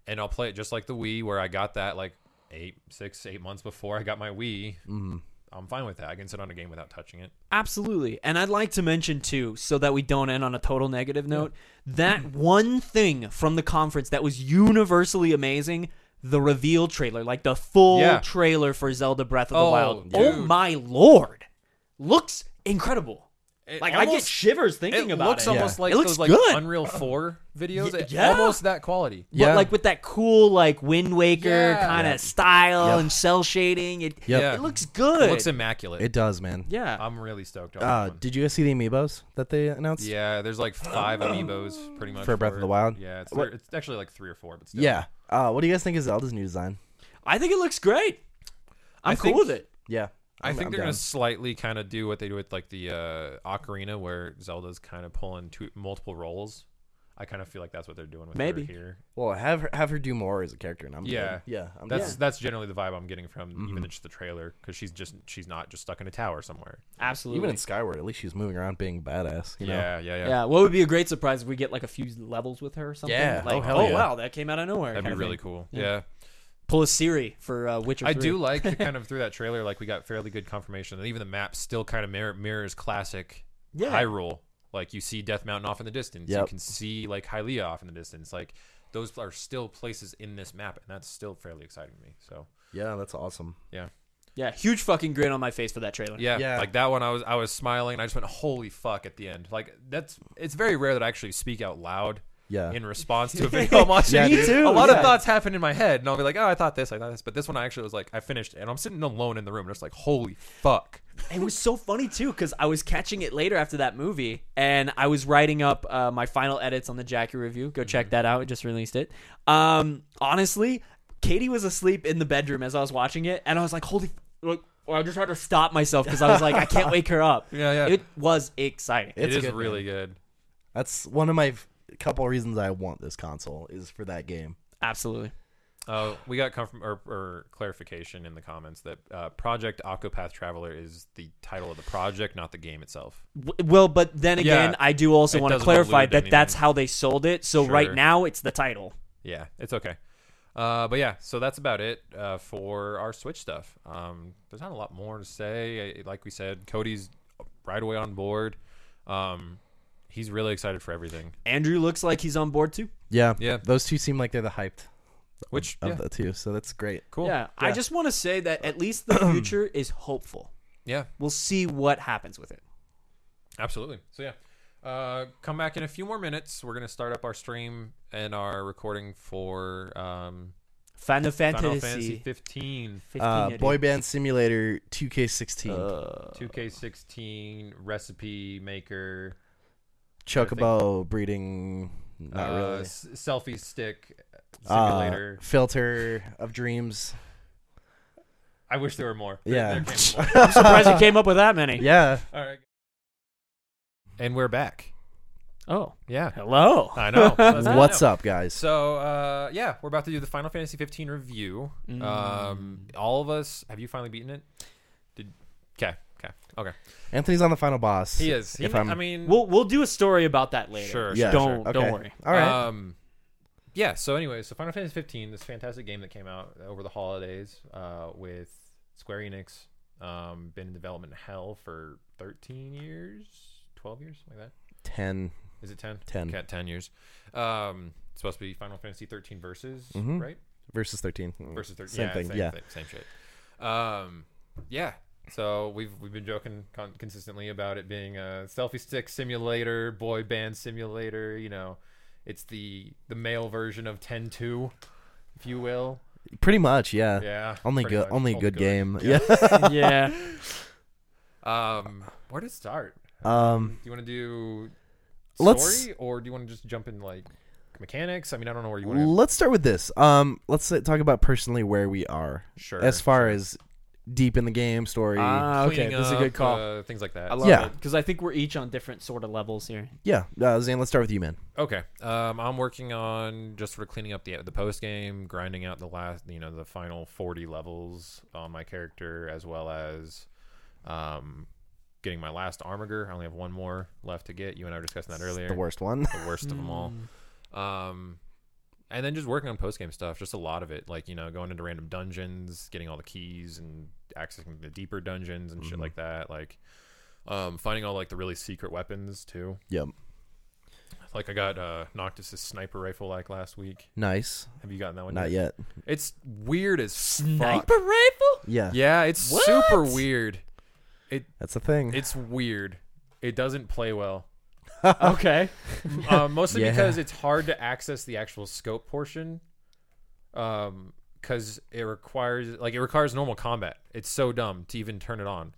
Speaker 2: And I'll play it just like the Wii, where I got that like eight, six, eight months before I got my Wii.
Speaker 1: Mhm.
Speaker 2: I'm fine with that. I can sit on a game without touching it.
Speaker 3: Absolutely. And I'd like to mention, too, so that we don't end on a total negative note, that one thing from the conference that was universally amazing the reveal trailer, like the full
Speaker 2: Yeah.
Speaker 3: trailer for Zelda Breath of the
Speaker 2: Oh,
Speaker 3: Wild.
Speaker 2: dude.
Speaker 3: Oh, my Lord. Looks incredible.
Speaker 2: It
Speaker 3: Like, I get
Speaker 2: almost-
Speaker 3: shivers thinking
Speaker 2: it
Speaker 3: about
Speaker 2: looks
Speaker 3: it.
Speaker 2: almost
Speaker 1: Yeah.
Speaker 2: like
Speaker 3: It looks
Speaker 2: those like
Speaker 3: good.
Speaker 2: Unreal Four videos.
Speaker 3: Y-
Speaker 2: It-
Speaker 3: yeah.
Speaker 2: almost that quality.
Speaker 1: Yeah.
Speaker 3: But like with that cool like Wind Waker
Speaker 2: Yeah.
Speaker 3: kind of
Speaker 1: Yep.
Speaker 3: style
Speaker 1: Yep.
Speaker 3: and cell shading. It
Speaker 1: Yep.
Speaker 2: Yeah.
Speaker 3: it looks good.
Speaker 2: It looks immaculate.
Speaker 1: it does man
Speaker 3: yeah.
Speaker 2: I'm really stoked on
Speaker 1: uh
Speaker 2: that one.
Speaker 1: did you guys see the amiibos that they announced
Speaker 2: Yeah, there's like five amiibos pretty much
Speaker 1: For Breath of
Speaker 2: it.
Speaker 1: the Wild?
Speaker 2: Yeah, it's,
Speaker 1: What-
Speaker 2: it's actually like three or four, but still.
Speaker 1: yeah uh what do you guys think of zelda's new design
Speaker 3: I think it looks great. I'm
Speaker 2: I
Speaker 3: cool
Speaker 2: think-
Speaker 3: with it.
Speaker 1: yeah
Speaker 2: I
Speaker 1: I'm-
Speaker 2: think
Speaker 1: I'm
Speaker 2: they're
Speaker 1: down.
Speaker 2: gonna slightly kind of do what they do with like the uh, Ocarina, where Zelda's kind of pulling two, multiple roles. I kind of feel like that's what they're doing with her
Speaker 3: Maybe.
Speaker 2: here.
Speaker 1: well have her, have her do more as a character and i'm good.
Speaker 2: Yeah.
Speaker 1: Um, yeah Mm-hmm. I'm
Speaker 2: That's
Speaker 1: down.
Speaker 2: that's generally the vibe I'm getting from even just the trailer, because she's just she's not just stuck in a tower somewhere.
Speaker 3: Absolutely.
Speaker 1: even in skyward at least she's moving around being badass you know
Speaker 2: yeah, yeah, yeah,
Speaker 3: yeah. What would be a great surprise if we get like a few levels with her or something?
Speaker 1: Yeah.
Speaker 3: Like,
Speaker 1: Oh,
Speaker 3: oh,
Speaker 1: hell yeah.
Speaker 3: wow, that came out of nowhere.
Speaker 2: That'd be
Speaker 3: kind of
Speaker 2: really
Speaker 3: thing.
Speaker 2: cool.
Speaker 3: Yeah.
Speaker 2: yeah.
Speaker 3: Pull a Siri for uh, Witcher.
Speaker 2: I
Speaker 3: 3.
Speaker 2: do like the kind of through that trailer, like we got fairly good confirmation, and even the map still kind of mirror, mirrors classic
Speaker 3: Yeah.
Speaker 2: Hyrule. Like you see Death Mountain off in the distance, you
Speaker 1: Yep.
Speaker 2: can see like Hylia off in the distance. Like those are still places in this map, and that's still fairly exciting to me. So
Speaker 1: yeah that's awesome
Speaker 2: yeah,
Speaker 3: Yeah. Huge fucking grin on my face for that trailer.
Speaker 2: yeah,
Speaker 1: Yeah.
Speaker 2: like that one, I was I was smiling, and I just went "Holy fuck!" at the end. Like that's it's very rare that I actually speak out loud.
Speaker 1: Yeah.
Speaker 2: In response to a video I'm watching,
Speaker 1: Me
Speaker 2: A
Speaker 3: too,
Speaker 2: lot
Speaker 3: yeah.
Speaker 2: of thoughts happen in my head, and I'll be like, "Oh, I thought this, I thought this," but this one I actually was like, I finished, and I'm sitting alone in the room, and it's like, "Holy fuck!"
Speaker 3: It was so funny too because I was catching it later after that movie, and I was writing up uh, my final edits on the Jackie review. Go
Speaker 2: Mm-hmm.
Speaker 3: check that out; I just released it. Um, honestly, Katie was asleep in the bedroom as I was watching it, and I was like, "Holy!" f- Like, I just had to stop myself because I was like, "I can't wake her up."
Speaker 2: Yeah, yeah.
Speaker 3: It was exciting.
Speaker 1: It's
Speaker 2: it is
Speaker 1: good, man.
Speaker 2: really good.
Speaker 1: That's one of my f- couple reasons I want this console is for that game.
Speaker 3: Absolutely.
Speaker 2: Uh, we got confirm or, or clarification in the comments that uh, Project Octopath Traveler is the title of the project, not the game itself.
Speaker 3: W- Well, but then again,
Speaker 2: Yeah.
Speaker 3: I do also
Speaker 2: It
Speaker 3: want to
Speaker 2: doesn't
Speaker 3: clarify
Speaker 2: allude
Speaker 3: that that's
Speaker 2: anything.
Speaker 3: how they sold it. So right
Speaker 2: Sure.
Speaker 3: now, it's the title.
Speaker 2: Yeah, it's okay. Uh, but yeah, so that's about it uh, for our Switch stuff. Um, there's not a lot more to say. I- Like we said, Cody's right away on board. Um, He's really excited for everything.
Speaker 3: Andrew looks like he's on board too.
Speaker 1: Yeah,
Speaker 2: Yeah.
Speaker 1: Those two seem like they're the hyped
Speaker 2: Which
Speaker 1: of
Speaker 2: yeah,
Speaker 1: the two, so that's great.
Speaker 2: cool.
Speaker 3: Yeah, I
Speaker 1: Yeah.
Speaker 3: just want to say that at least the future is hopeful.
Speaker 2: Yeah.
Speaker 3: We'll see what happens with it.
Speaker 2: Absolutely. So yeah, uh, come back in a few more minutes. We're gonna start up our stream and our recording for um,
Speaker 3: Final Fantasy,
Speaker 2: Final Fantasy 15,
Speaker 3: 15
Speaker 1: Uh,
Speaker 3: it
Speaker 1: Boy
Speaker 3: is.
Speaker 1: Band Simulator 2K16,
Speaker 3: Uh,
Speaker 2: 2K16 recipe maker,
Speaker 1: Chocobo breeding, not
Speaker 2: uh,
Speaker 1: really.
Speaker 2: s- selfie stick
Speaker 1: Uh,
Speaker 2: simulator.
Speaker 1: filter of dreams.
Speaker 2: I wish there were more. There-
Speaker 1: Yeah.
Speaker 2: there came more.
Speaker 3: I'm surprised you came up with that many.
Speaker 1: Yeah.
Speaker 2: All right. And we're back.
Speaker 3: Oh,
Speaker 2: Yeah.
Speaker 3: hello.
Speaker 2: I know. That's- I
Speaker 1: What's
Speaker 2: know.
Speaker 1: up, guys?
Speaker 2: So uh, yeah, we're about to do the Final Fantasy 15 review. Um,
Speaker 1: Mm.
Speaker 2: all of us. Have you finally beaten it? Did? Okay. Okay. Okay.
Speaker 1: Anthony's on the final boss.
Speaker 2: He is. He,
Speaker 1: If
Speaker 2: ma-
Speaker 1: I'm-
Speaker 2: I mean,
Speaker 3: We'll we'll do a story about that later.
Speaker 2: Sure,
Speaker 3: Yeah,
Speaker 1: Yeah.
Speaker 3: don't
Speaker 1: sure.
Speaker 3: don't
Speaker 1: Okay.
Speaker 3: worry.
Speaker 1: All right.
Speaker 2: Um, yeah. So anyway, so Final Fantasy 15, this fantastic game that came out over the holidays uh, with Square Enix, um, been in development hell for 13 years, 12 years, like that.
Speaker 1: 10.
Speaker 2: Is it 10?
Speaker 1: 10.
Speaker 2: Cat 10 years. Um, it's supposed to be Final Fantasy 13 versus,
Speaker 1: Mhm.
Speaker 2: right?
Speaker 1: Versus 13.
Speaker 2: Versus 13.
Speaker 1: Same
Speaker 2: yeah,
Speaker 1: thing,
Speaker 2: Same,
Speaker 1: yeah.
Speaker 2: thing, same shit. Um, yeah. So we've we've been joking con- consistently about it being a selfie stick simulator, boy band simulator. You know, it's the the male version of Ten Two, if you will.
Speaker 1: Pretty much, yeah.
Speaker 2: Yeah.
Speaker 1: Uh, Only
Speaker 2: pretty
Speaker 1: good
Speaker 2: much.
Speaker 1: only good game. Yeah.
Speaker 3: yeah.
Speaker 2: Um, where to start?
Speaker 1: Um
Speaker 2: Do you want to do story
Speaker 1: Let's-
Speaker 2: or do you want to just jump in like mechanics? I mean, I don't know where you want to.
Speaker 1: let's start with this. Um let's uh, talk about personally where we are
Speaker 2: Sure. Uh,
Speaker 1: as far as deep in the game story.
Speaker 3: Ah, okay.
Speaker 2: Cleaning
Speaker 3: This is a
Speaker 2: up,
Speaker 3: good call.
Speaker 2: Uh, things like that.
Speaker 3: I love
Speaker 1: Yeah.
Speaker 3: it because I think we're each on different sort of levels here.
Speaker 1: yeah. Uh, Zane, let's start with you, man.
Speaker 2: Okay. Um, I'm working on just sort of cleaning up the the post game, grinding out the last, you know, the final 40 levels on my character, as well as um, getting my last armiger. I only have one more left to get. You and I were discussing that earlier.
Speaker 1: The worst one.
Speaker 2: The worst of them all.
Speaker 3: Mm.
Speaker 2: Um, and then just working on post game stuff, just a lot of it, like you know, going into random dungeons, getting all the keys, and accessing the deeper dungeons and
Speaker 1: Mm-hmm.
Speaker 2: shit like that. Like, um, finding all like the really secret weapons too.
Speaker 1: yep.
Speaker 2: Like I got uh, Noctis's sniper rifle like last week.
Speaker 1: Nice.
Speaker 2: Have you gotten that one?
Speaker 1: Not yet.
Speaker 2: It's weird as
Speaker 3: Sniper
Speaker 2: fuck.
Speaker 3: rifle?
Speaker 1: Yeah.
Speaker 2: Yeah, it's
Speaker 3: What?
Speaker 2: super weird.
Speaker 1: That's a thing.
Speaker 2: It's weird. It doesn't play well.
Speaker 3: okay.
Speaker 2: um, mostly
Speaker 1: Yeah.
Speaker 2: because it's hard to access the actual scope portion. Um, because it requires like it requires normal combat. It's so dumb to even turn it on.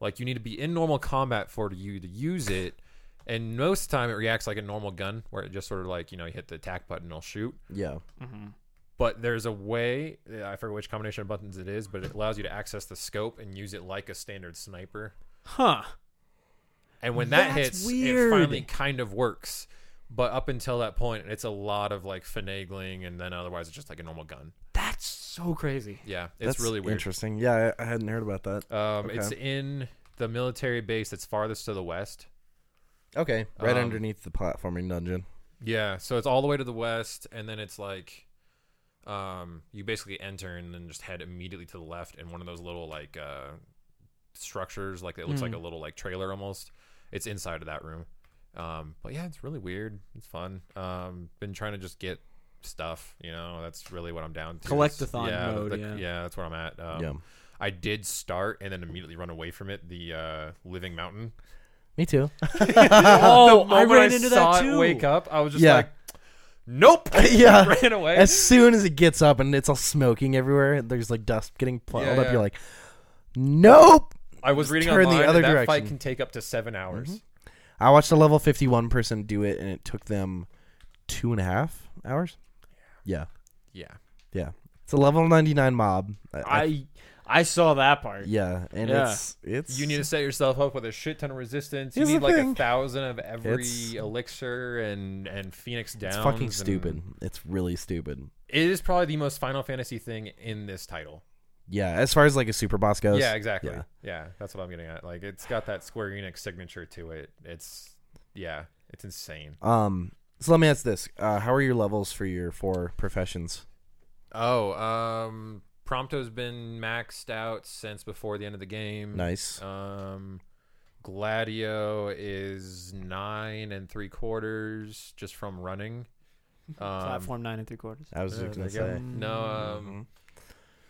Speaker 2: Like you need to be in normal combat for you to use it, and most of the time it reacts like a normal gun, where it just sort of like you know you hit the attack button, it'll shoot.
Speaker 1: yeah.
Speaker 2: but there's a way I forget which combination of buttons it is, but it allows you to access the scope and use it like a standard sniper.
Speaker 3: Huh.
Speaker 2: And when that
Speaker 3: That's
Speaker 2: hits,
Speaker 3: weird.
Speaker 2: it finally kind of works. But up until that point, it's a lot of like finagling, and then otherwise it's just like a normal gun.
Speaker 3: That's so crazy.
Speaker 2: Yeah, it's
Speaker 1: That's
Speaker 2: really weird.
Speaker 1: Interesting. Yeah, I, I hadn't heard about that.
Speaker 2: Um,
Speaker 1: Okay.
Speaker 2: It's in the military base that's farthest to the west.
Speaker 1: Okay. Right
Speaker 2: Um,
Speaker 1: underneath the platforming dungeon.
Speaker 2: Yeah, so it's all the way to the west, and then it's like, um, you basically enter and then just head immediately to the left in one of those little like uh, structures, like it looks like a little like trailer almost. It's inside of that room, um, but yeah, it's really weird. It's fun. Um, been trying to just get stuff, you know. That's really what I'm down to. is-
Speaker 3: Collectathon mode, yeah.
Speaker 2: that's where I'm at. Um,
Speaker 1: yeah.
Speaker 2: I did start and then immediately run away from it. The uh, Living Mountain.
Speaker 1: Me too.
Speaker 3: Oh,
Speaker 2: The
Speaker 3: I
Speaker 2: moment
Speaker 3: ran into
Speaker 2: saw
Speaker 3: that
Speaker 2: it
Speaker 3: too.
Speaker 2: Wake up! I was just
Speaker 1: Yeah.
Speaker 2: like, nope.
Speaker 1: yeah.
Speaker 2: ran away.
Speaker 1: As soon as it gets up and it's all smoking everywhere, there's like dust getting piled
Speaker 2: Yeah,
Speaker 1: up.
Speaker 2: yeah.
Speaker 1: You're like, nope.
Speaker 2: I was reading
Speaker 1: turn the
Speaker 2: online the
Speaker 1: other
Speaker 2: that fight
Speaker 1: direction. Mm-hmm.
Speaker 2: can take up to seven hours.
Speaker 1: I watched a level 51 person do it, and it took them two and a half hours. Yeah,
Speaker 2: Yeah,
Speaker 1: yeah. It's a level 99 mob. I, I-
Speaker 3: I I saw that part.
Speaker 1: yeah, and
Speaker 3: Yeah.
Speaker 1: it's it's
Speaker 2: you need to set yourself up with a shit ton of resistance.
Speaker 1: Here's
Speaker 2: you need
Speaker 1: the
Speaker 2: like
Speaker 1: thing.
Speaker 2: a thousand of every
Speaker 1: It's-
Speaker 2: elixir and and phoenix down.
Speaker 1: it's fucking stupid. It's really stupid.
Speaker 2: It is probably the most Final Fantasy thing in this title.
Speaker 1: Yeah, as far as like a super boss goes.
Speaker 2: yeah, exactly.
Speaker 1: yeah.
Speaker 2: Yeah. that's what I'm getting at. Like, it's got that Square Enix signature to it. It's yeah, it's insane.
Speaker 1: Um. So let me ask this: uh, How are your levels for your four professions?
Speaker 2: Oh, um, Mm. Prompto's been maxed out since before the end of the game.
Speaker 1: Nice.
Speaker 2: Um, Gladio is nine and three quarters just from running. Um,
Speaker 3: Platform nine and three quarters.
Speaker 1: I was
Speaker 2: Uh,
Speaker 1: just gonna
Speaker 2: there you
Speaker 1: say.
Speaker 2: No, um,
Speaker 1: Mhm.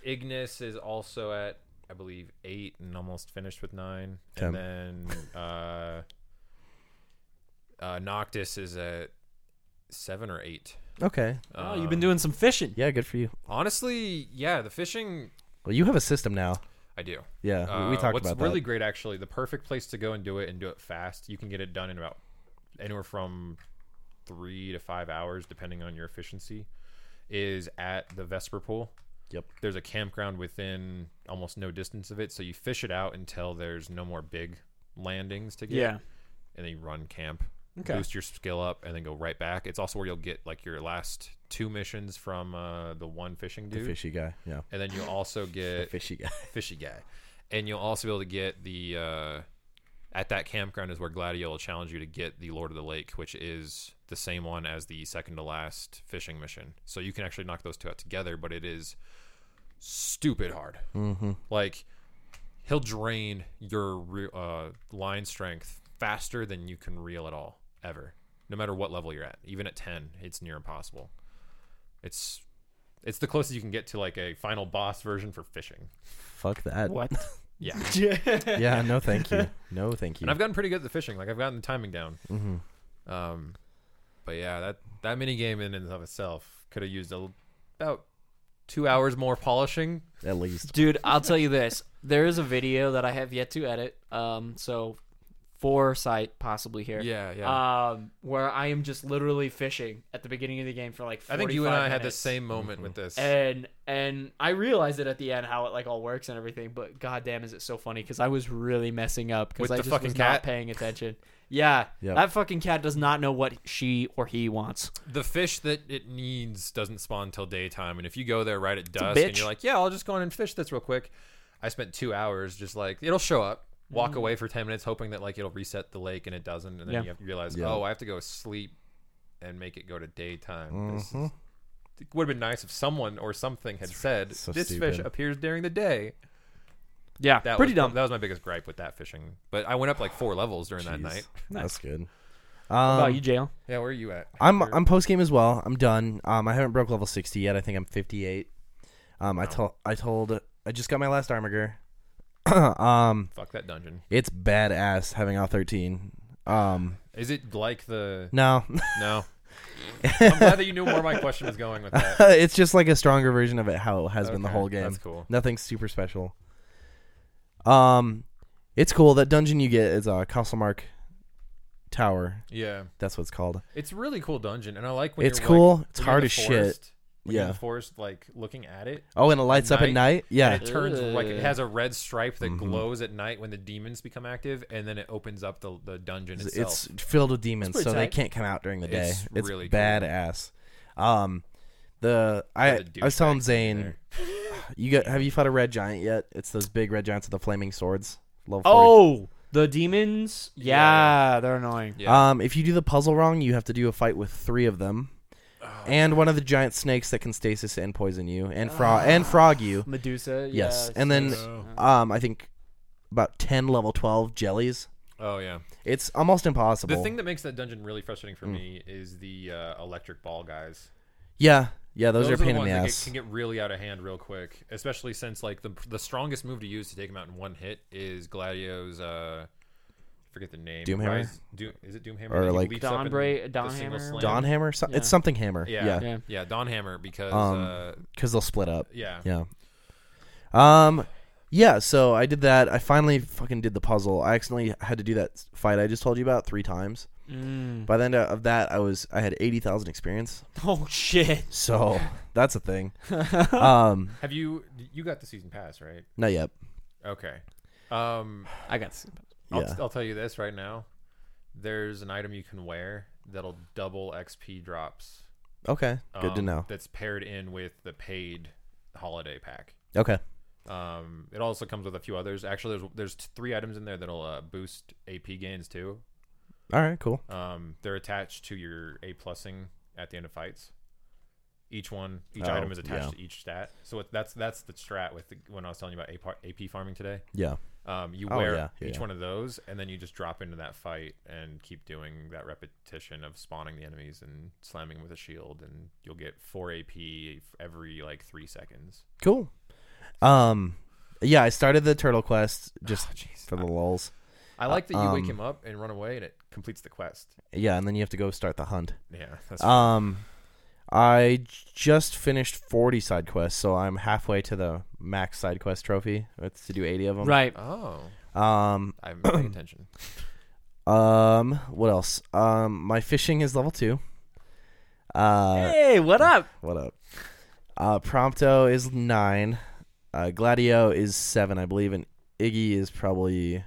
Speaker 2: Ignis is also at I believe eight and almost finished with nine,
Speaker 1: Ten.
Speaker 2: and then uh, uh, Noctis is at seven or eight.
Speaker 1: Okay.
Speaker 3: oh, you've been
Speaker 2: Um,
Speaker 3: doing some fishing.
Speaker 1: Yeah, good for you.
Speaker 2: honestly, yeah. The fishing,
Speaker 1: Well, you have a system now.
Speaker 2: I do.
Speaker 1: Yeah, we- we
Speaker 2: Uh,
Speaker 1: talked
Speaker 2: what's
Speaker 1: about
Speaker 2: really
Speaker 1: that.
Speaker 2: great actually the perfect place to go and do it and do it fast you can get it done in about anywhere from three to five hours depending on your efficiency is at the vesper pool
Speaker 1: Yep.
Speaker 2: there's a campground within almost no distance of it so you fish it out until there's no more big landings to get
Speaker 3: Yeah.
Speaker 2: and then you run camp
Speaker 3: Okay.
Speaker 2: boost your skill up and then go right back it's also where you'll get like your last two missions from uh, the one fishing
Speaker 1: The
Speaker 2: dude
Speaker 1: fishy guy. Yeah,
Speaker 2: and then you'll also
Speaker 1: the
Speaker 2: get
Speaker 1: fishy guy.
Speaker 2: fishy guy. And you'll also be able to get the uh, at that campground is where Gladio will challenge you to get the Lord of the Lake, which is the same one as the second to last fishing mission. So you can actually knock those two out together, but it is stupid hard.
Speaker 1: Mm-hmm.
Speaker 2: Like he'll drain your re- uh, line strength faster than you can reel at all ever, no matter what level you're at. Even at ten, it's near impossible. It's it's the closest you can get to like a final boss version for fishing.
Speaker 1: Fuck that.
Speaker 3: What?
Speaker 2: Yeah.
Speaker 1: Yeah, no, thank you. No, thank you.
Speaker 2: And I've gotten pretty good at the fishing. Like I've gotten the timing down.
Speaker 1: mm-hmm.
Speaker 2: Um, but yeah, that that mini game in and of itself could have used a, l- about two hours more polishing.
Speaker 1: At least.
Speaker 3: Dude, I'll tell you this. There is a video that I have yet to edit. Um, so foresight possibly here.
Speaker 2: Yeah,
Speaker 3: Um, where I am just literally fishing at the beginning of the game for like.
Speaker 2: I think you and
Speaker 3: 45
Speaker 2: I had the
Speaker 3: minutes.
Speaker 2: same moment with this.
Speaker 3: And and I realized it at the end how it like all works and everything, but goddamn, is it so funny? Because I was really messing up
Speaker 2: With
Speaker 3: because I
Speaker 2: the
Speaker 3: just
Speaker 2: fucking
Speaker 3: was
Speaker 2: cat?
Speaker 3: not paying attention. Yeah,
Speaker 1: Yep.
Speaker 3: that fucking cat does not know what she or he wants.
Speaker 2: the fish that it needs doesn't spawn till daytime, and if you go there right at
Speaker 3: a
Speaker 2: dusk and
Speaker 3: bitch.
Speaker 2: you're like, "Yeah, I'll just go in and fish this real quick," I spent two hours just like it'll show up. Walk away for ten minutes, hoping that like it'll reset the lake, and it doesn't, and then
Speaker 3: Mm. Yeah.
Speaker 2: you have to realize,
Speaker 1: Yeah.
Speaker 2: oh, I have to go sleep and make it go to daytime. This
Speaker 1: Mm-hmm.
Speaker 2: is it would have been nice if someone or something had said
Speaker 1: so
Speaker 2: this
Speaker 1: stupid.
Speaker 2: fish appears during the day.
Speaker 3: Yeah,
Speaker 2: That
Speaker 3: pretty
Speaker 2: was,
Speaker 3: dumb.
Speaker 2: That was my biggest gripe with that fishing. But I went up like four levels during that
Speaker 1: Jeez.
Speaker 2: night.
Speaker 1: That's good.
Speaker 3: How
Speaker 1: Um,
Speaker 3: about you, Jail?
Speaker 2: Yeah, where are you at?
Speaker 1: I'm
Speaker 2: You're-
Speaker 1: I'm post game as well. I'm done. Um, I haven't broke level sixty yet. I think I'm fifty eight. Um,
Speaker 2: Oh.
Speaker 1: I told I told I just got my last armiger. um,
Speaker 2: fuck that dungeon.
Speaker 1: it's badass having all thirteen. Um,
Speaker 2: Is it like the
Speaker 1: no,
Speaker 2: no? I'm glad that you knew where my question was going with that.
Speaker 1: it's just like a stronger version of it. How it has been the
Speaker 2: Okay,
Speaker 1: whole game.
Speaker 2: That's cool.
Speaker 1: Nothing super special. Um, it's cool. That dungeon you get is a uh, Castlemark Tower.
Speaker 2: Yeah,
Speaker 1: That's what it's called.
Speaker 2: it's a really cool dungeon, and I like when
Speaker 1: it's
Speaker 2: you're,
Speaker 1: cool.
Speaker 2: Like,
Speaker 1: it's
Speaker 2: when you're in
Speaker 1: hard
Speaker 2: the
Speaker 1: as shit.
Speaker 2: forest- When you're in
Speaker 1: Yeah.
Speaker 2: the forest, like looking at it,
Speaker 1: Oh, and it lights up at
Speaker 2: night,
Speaker 1: night. Yeah.
Speaker 2: and it turns like it
Speaker 3: Ugh.
Speaker 2: has a red stripe that
Speaker 1: Mhm.
Speaker 2: glows at night when the demons become active, and then it opens up the the dungeon
Speaker 1: It's,
Speaker 2: itself.
Speaker 1: it's filled with demons,
Speaker 3: pretty
Speaker 1: so they
Speaker 3: tight.
Speaker 1: can't come out during the day.
Speaker 2: It's
Speaker 1: It's,
Speaker 2: really cool.
Speaker 1: badass. Um, the
Speaker 2: Yeah,
Speaker 1: I
Speaker 2: the
Speaker 1: I was telling
Speaker 2: douchebag
Speaker 1: Zane,
Speaker 2: there.
Speaker 1: you got have you fought a red giant yet? It's those big red giants with the flaming swords. Level 40.
Speaker 3: Oh, the demons.
Speaker 2: Yeah.
Speaker 3: Yeah, they're annoying.
Speaker 2: yeah.
Speaker 1: Um, if you do the puzzle wrong, you have to do a fight with three of them,
Speaker 2: Oh,
Speaker 1: and one of the giant snakes that can stasis and poison you, and
Speaker 2: Ah.
Speaker 1: frog and frog you.
Speaker 3: Medusa.
Speaker 1: Yes,
Speaker 3: yeah,
Speaker 1: and then
Speaker 3: she's-
Speaker 1: um, I think about ten level twelve jellies.
Speaker 2: Oh yeah.
Speaker 1: It's Mm. almost impossible.
Speaker 2: The thing that makes that dungeon really frustrating for me is the uh, electric ball guys.
Speaker 1: yeah, yeah, those, are
Speaker 2: Those, are
Speaker 1: a pain
Speaker 2: the
Speaker 1: in
Speaker 2: ones
Speaker 1: the
Speaker 2: that
Speaker 1: ass.
Speaker 2: get, can get really out of hand real quick, especially since like the the strongest move to use to take them out in one hit is Gladio's. Uh, I forget the name.
Speaker 1: Doomhammer?
Speaker 2: Rise- Doom, is it Doomhammer?
Speaker 1: Or,
Speaker 2: that he
Speaker 1: like-
Speaker 2: leaps up and
Speaker 3: Dawnbra-
Speaker 2: the single
Speaker 3: Dawnhammer?
Speaker 2: slam?
Speaker 1: Dawn hammer, so,
Speaker 3: Yeah.
Speaker 1: it's something hammer.
Speaker 2: Yeah.
Speaker 1: Yeah,
Speaker 3: yeah.
Speaker 2: Yeah, Dawnhammer because
Speaker 1: Um,
Speaker 2: uh,
Speaker 1: because they'll split up.
Speaker 2: yeah,
Speaker 1: Yeah. Um yeah, so I did that. I finally fucking did the puzzle. I accidentally had to do that s- fight I just told you about three times.
Speaker 3: Mm.
Speaker 1: By the end of that, I was I had 80,000 experience.
Speaker 3: Oh shit.
Speaker 1: So, that's a thing. Um
Speaker 2: Have you you got the season pass right?
Speaker 1: not yet.
Speaker 2: Okay. Um,
Speaker 3: I got. This.
Speaker 2: I'll,
Speaker 1: Yeah.
Speaker 2: I'll tell you this right now. There's an item you can wear that'll double XP drops.
Speaker 1: Okay. Good to
Speaker 2: um,
Speaker 1: know.
Speaker 2: That's paired in with the paid holiday pack.
Speaker 1: Okay.
Speaker 2: Um, it also comes with a few others. Actually, there's there's t- three items in there that'll uh, boost AP gains too.
Speaker 1: All right, cool.
Speaker 2: Um, they're attached to your A plusing at the end of fights. Each one, each
Speaker 1: Oh,
Speaker 2: item is attached
Speaker 1: yeah.
Speaker 2: to each stat. So it, that's that's the strat with the, when I was telling you about AP, AP farming today.
Speaker 1: Yeah.
Speaker 2: Um, you
Speaker 1: Oh,
Speaker 2: wear
Speaker 1: yeah, yeah,
Speaker 2: each
Speaker 1: yeah.
Speaker 2: one of those, and then you just drop into that fight and keep doing that repetition of spawning the enemies and slamming with a shield, and you'll get four AP f- every like three seconds.
Speaker 1: Cool. Um, yeah, I started the turtle quest just
Speaker 2: Oh, jeez.
Speaker 1: for the lulls.
Speaker 2: I like that you wake
Speaker 1: um,
Speaker 2: him up and run away, and it completes the quest.
Speaker 1: Yeah, and then you have to go start the hunt.
Speaker 2: Yeah, that's
Speaker 1: Um, I j- just finished 40 side quests, so I'm halfway to the max side quest trophy. It's to do 80 of them.
Speaker 3: Right.
Speaker 2: oh,
Speaker 1: Um,
Speaker 2: I haven't been paying attention.
Speaker 1: um, what else? Um, my fishing is level two. Uh,
Speaker 3: hey, what up?
Speaker 1: what up? Uh, Prompto is nine. Uh, Gladio is seven, I believe, and Iggy is probably.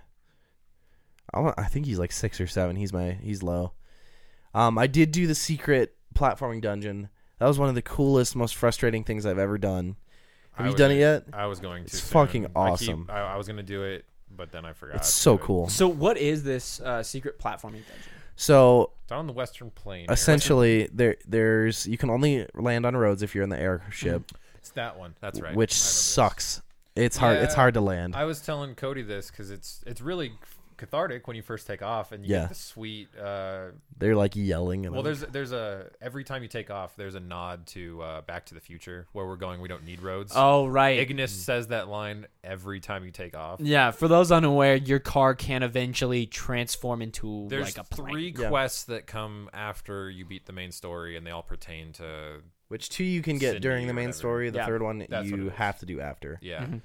Speaker 1: I want. I think he's like six or seven. He's my. He's low. Um, I did do the secret platforming dungeon. That was one of the coolest, most frustrating things I've ever done. Have
Speaker 2: I
Speaker 1: you
Speaker 2: was
Speaker 1: done it
Speaker 2: gonna-
Speaker 1: yet?
Speaker 2: I was going to.
Speaker 1: It's fucking
Speaker 2: soon. I keep-
Speaker 1: awesome.
Speaker 2: I, I was gonna do it, but then I forgot.
Speaker 1: It's so
Speaker 2: but
Speaker 1: cool.
Speaker 3: So, what is this uh, secret platforming dungeon?
Speaker 1: So
Speaker 2: It's on the Western Plain. area.
Speaker 1: essentially, there there's you can only land on roads if you're in the airship,
Speaker 2: it's that one. That's right.
Speaker 1: which
Speaker 2: I remember this.
Speaker 1: sucks. It's hard. It's
Speaker 2: Yeah.
Speaker 1: hard to land.
Speaker 2: I was telling Cody this because it's it's really cathartic when you first take off and you
Speaker 1: Yeah.
Speaker 2: get the sweet. Uh,
Speaker 1: They're like yelling. And
Speaker 2: well,
Speaker 1: well,
Speaker 2: there's there's a every time you take off, there's a nod to uh, Back to the Future where we're going. We don't need roads.
Speaker 3: Oh, right.
Speaker 2: Ignis says that line every time you take off.
Speaker 3: yeah, for those unaware, your car can eventually transform into
Speaker 2: There's
Speaker 3: like a plane.
Speaker 2: three
Speaker 1: Yeah.
Speaker 2: quests that come after you beat the main story, and they all pertain to
Speaker 1: which two you can get
Speaker 2: Sydney
Speaker 1: during the
Speaker 2: or
Speaker 1: main
Speaker 2: whatever.
Speaker 1: story. The
Speaker 3: Yeah,
Speaker 1: third one
Speaker 2: that's what
Speaker 1: you
Speaker 2: it is.
Speaker 1: have to do after.
Speaker 2: Yeah.
Speaker 3: Mm-hmm.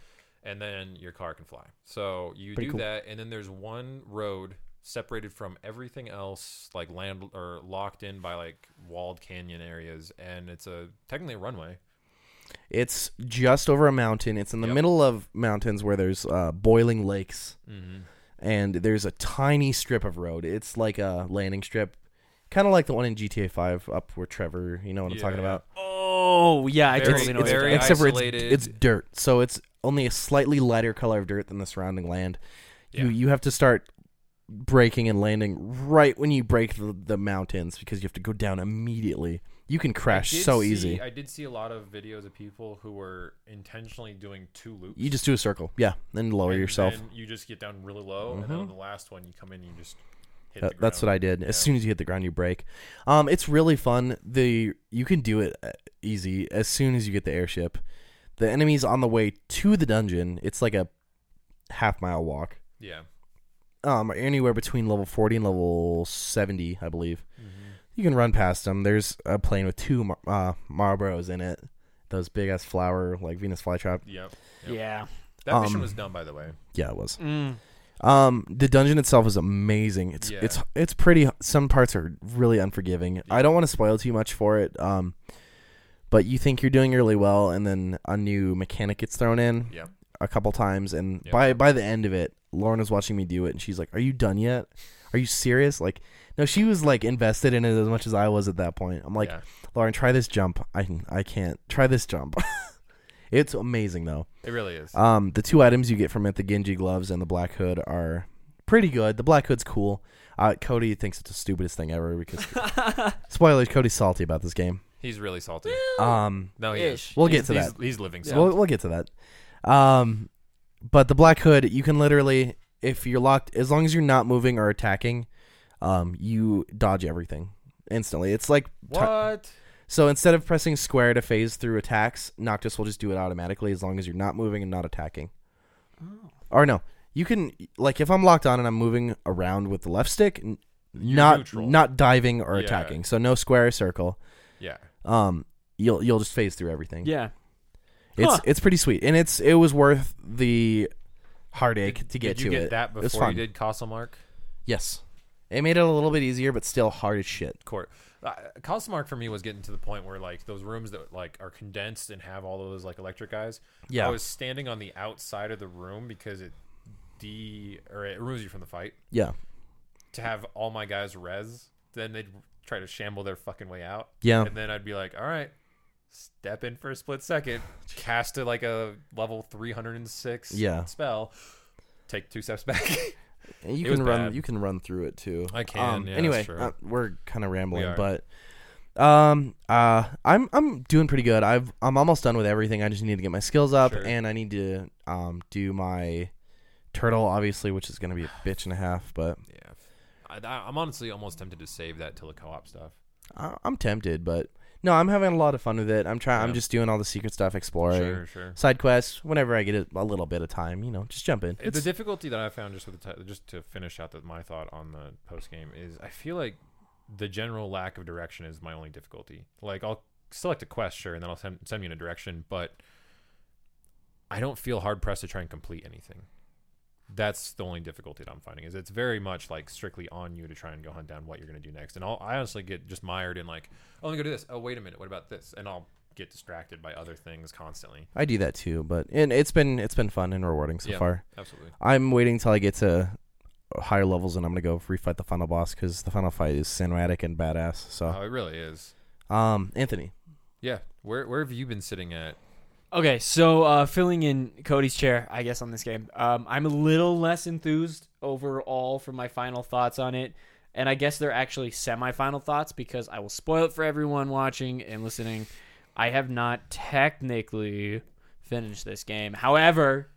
Speaker 2: And then your car can fly. So you
Speaker 1: Mm-hmm. Pretty
Speaker 2: do
Speaker 1: cool.
Speaker 2: that, and then there's one road separated from everything else, like land or locked in by like walled canyon areas, and it's a technically a runway.
Speaker 1: It's just over a mountain. It's in the
Speaker 2: Yep.
Speaker 1: middle of mountains where there's uh, boiling lakes,
Speaker 2: Mm-hmm.
Speaker 1: and there's a tiny strip of road. It's like a landing strip, kind of like the one in GTA Five up where Trevor. You know what I'm talking
Speaker 2: Yeah.
Speaker 1: about.
Speaker 3: Oh, yeah, I
Speaker 2: Very-
Speaker 3: totally know
Speaker 1: it's,
Speaker 3: what you're
Speaker 2: very
Speaker 3: talking
Speaker 1: except for it's,
Speaker 2: isolated.
Speaker 1: it's dirt, so it's only a slightly lighter color of dirt than the surrounding land. You
Speaker 2: Yeah.
Speaker 1: you have to start breaking and landing right when you break the, the mountains because you have to go down immediately. You can crash
Speaker 2: I did
Speaker 1: so
Speaker 2: see-
Speaker 1: easy.
Speaker 2: I did see a lot of videos of people who were intentionally doing two loops.
Speaker 1: you just do a circle, yeah, then lower
Speaker 2: and
Speaker 1: yourself. Mm-hmm.
Speaker 2: then you just get down really low, and then on the last one, you come in and you just hit
Speaker 1: That-
Speaker 2: the
Speaker 1: that's what
Speaker 2: ground.
Speaker 1: I did. As soon as you hit the ground, you break. Um, it's really fun. The you can do it uh, easy as soon as you get the airship. The enemy's on the way to the dungeon. It's like a half mile walk.
Speaker 2: Yeah.
Speaker 1: um, are anywhere between level 40 and level 70, I believe. You can run past them. There's a plane with two Mar- uh, Marlboros in it. Those big ass flower, like Venus flytrap.
Speaker 2: Yep.
Speaker 3: about. Yeah.
Speaker 2: That mission
Speaker 1: Um,
Speaker 2: was done, by the way.
Speaker 1: Yeah, it was.
Speaker 3: Mm.
Speaker 1: Um, the dungeon itself is amazing. It's
Speaker 2: Yeah.
Speaker 1: it's it's pretty. Some parts are really unforgiving. I don't want to spoil too much for it. Um, but you think you're doing really well, and then a new mechanic gets thrown in
Speaker 2: Yeah.
Speaker 1: a couple times, and
Speaker 2: Yeah.
Speaker 1: by by the end of it, Lauren was watching me do it, and she's like, "Are you done yet? Are you serious?" Like, no, she was like invested in it as much as I was at that point. I'm like,
Speaker 2: yeah.
Speaker 1: "Lauren, try this jump. I can- I can't try this jump." it's amazing though.
Speaker 2: It really is.
Speaker 1: Um, the two items you get from it, the Genji gloves and the Black Hood, are pretty good. The Black Hood's cool. Uh, Cody thinks it's the stupidest thing ever because spoilers. Cody's salty about this game.
Speaker 2: He's really salty.
Speaker 1: Um,
Speaker 2: No, he is.
Speaker 3: Ish.
Speaker 1: we'll
Speaker 2: He's-
Speaker 1: get to
Speaker 2: he's,
Speaker 1: that.
Speaker 2: He's living
Speaker 1: So
Speaker 2: salty.
Speaker 1: we'll, we'll get to that. Um, but the Black Hood, you can literally, if you're locked, as long as you're not moving or attacking, um, you dodge everything instantly. It's like ti-
Speaker 2: What?
Speaker 1: so instead of pressing square to phase through attacks, Noctis will just do it automatically as long as you're not moving and not attacking.
Speaker 3: Oh.
Speaker 1: Or no, you can like if I'm locked on and I'm moving around with the left stick, n- not
Speaker 2: neutral.
Speaker 1: not diving or
Speaker 2: Yeah.
Speaker 1: attacking. So no square or circle.
Speaker 2: Yeah.
Speaker 1: Um, you'll you'll just phase through everything.
Speaker 3: Yeah.
Speaker 1: It's
Speaker 3: Huh.
Speaker 1: it's pretty sweet, and it's it was worth the heartache to get
Speaker 2: Did you
Speaker 1: to
Speaker 2: get
Speaker 1: it.
Speaker 2: that
Speaker 1: It was
Speaker 2: before you
Speaker 1: fun.
Speaker 2: did Castlemark?
Speaker 1: Yes, it made it a little bit easier, but still hard as shit.
Speaker 2: Court. Uh, Castlemark for me was getting to the point where like those rooms that like are condensed and have all those like electric guys.
Speaker 1: Yeah.
Speaker 2: I was standing on the outside of the room because it de or it removes you from the fight.
Speaker 1: Yeah,
Speaker 2: To have all my guys res, then they'd try to shamble their fucking way out.
Speaker 1: yeah,
Speaker 2: And then I'd be like, all right, step in for a split second, cast a, like a level 306
Speaker 1: Yeah.
Speaker 2: spell, take two steps back.
Speaker 1: And you
Speaker 2: it was
Speaker 1: can run
Speaker 2: bad.
Speaker 1: you can run through it too.
Speaker 2: I can,
Speaker 1: Um,
Speaker 2: yeah, that's
Speaker 1: anyway,
Speaker 2: true.
Speaker 1: uh, we're kind of rambling,
Speaker 2: are.
Speaker 1: but um, uh, I'm I'm doing pretty good. I've I'm almost done with everything. I just need to get my skills up,
Speaker 2: Sure.
Speaker 1: and I need to um do my Turtle, obviously, which is going to be a bitch and a half, but
Speaker 2: Yeah, I, I- I'm honestly almost tempted to save that till the co-op stuff.
Speaker 1: I, I'm tempted. But no, I'm having a lot of fun with it. I'm trying. I'm
Speaker 2: Yeah.
Speaker 1: just doing all the secret stuff, exploring
Speaker 2: Sure, sure.
Speaker 1: side quests. Whenever I get a, a little bit of time, you know, just jump in.
Speaker 2: the
Speaker 1: It's-
Speaker 2: difficulty that I found just with the ti- just to finish out the, my thought on the post game is I feel like the general lack of direction is my only difficulty. Like I'll select a quest, sure, and then I'll send, send me in a direction, but I don't feel hard pressed to try and complete anything. That's the only difficulty that I'm finding is it's very much like strictly on you to try and go hunt down what you're going to do next. And I'll, I honestly get just mired in like, oh, let me go do this. Oh, wait a minute, what about this? And I'll get distracted by other things constantly.
Speaker 1: I do that too, but and it's been it's been fun and rewarding so
Speaker 2: Yeah.
Speaker 1: far.
Speaker 2: Absolutely.
Speaker 1: I'm waiting till I get to higher levels and I'm gonna go refight the final boss because the final fight is cinematic and badass. So,
Speaker 2: Oh, it really is.
Speaker 3: Uh-huh.
Speaker 1: um, Anthony,
Speaker 2: Yeah. Where where have you been sitting at?
Speaker 3: Okay, so uh, filling in Cody's chair, I guess, on this game. Um, I'm a little less enthused overall for my final thoughts on it. And I guess they're actually semi final thoughts because I will spoil it for everyone watching and listening. I have not technically finished this game. However,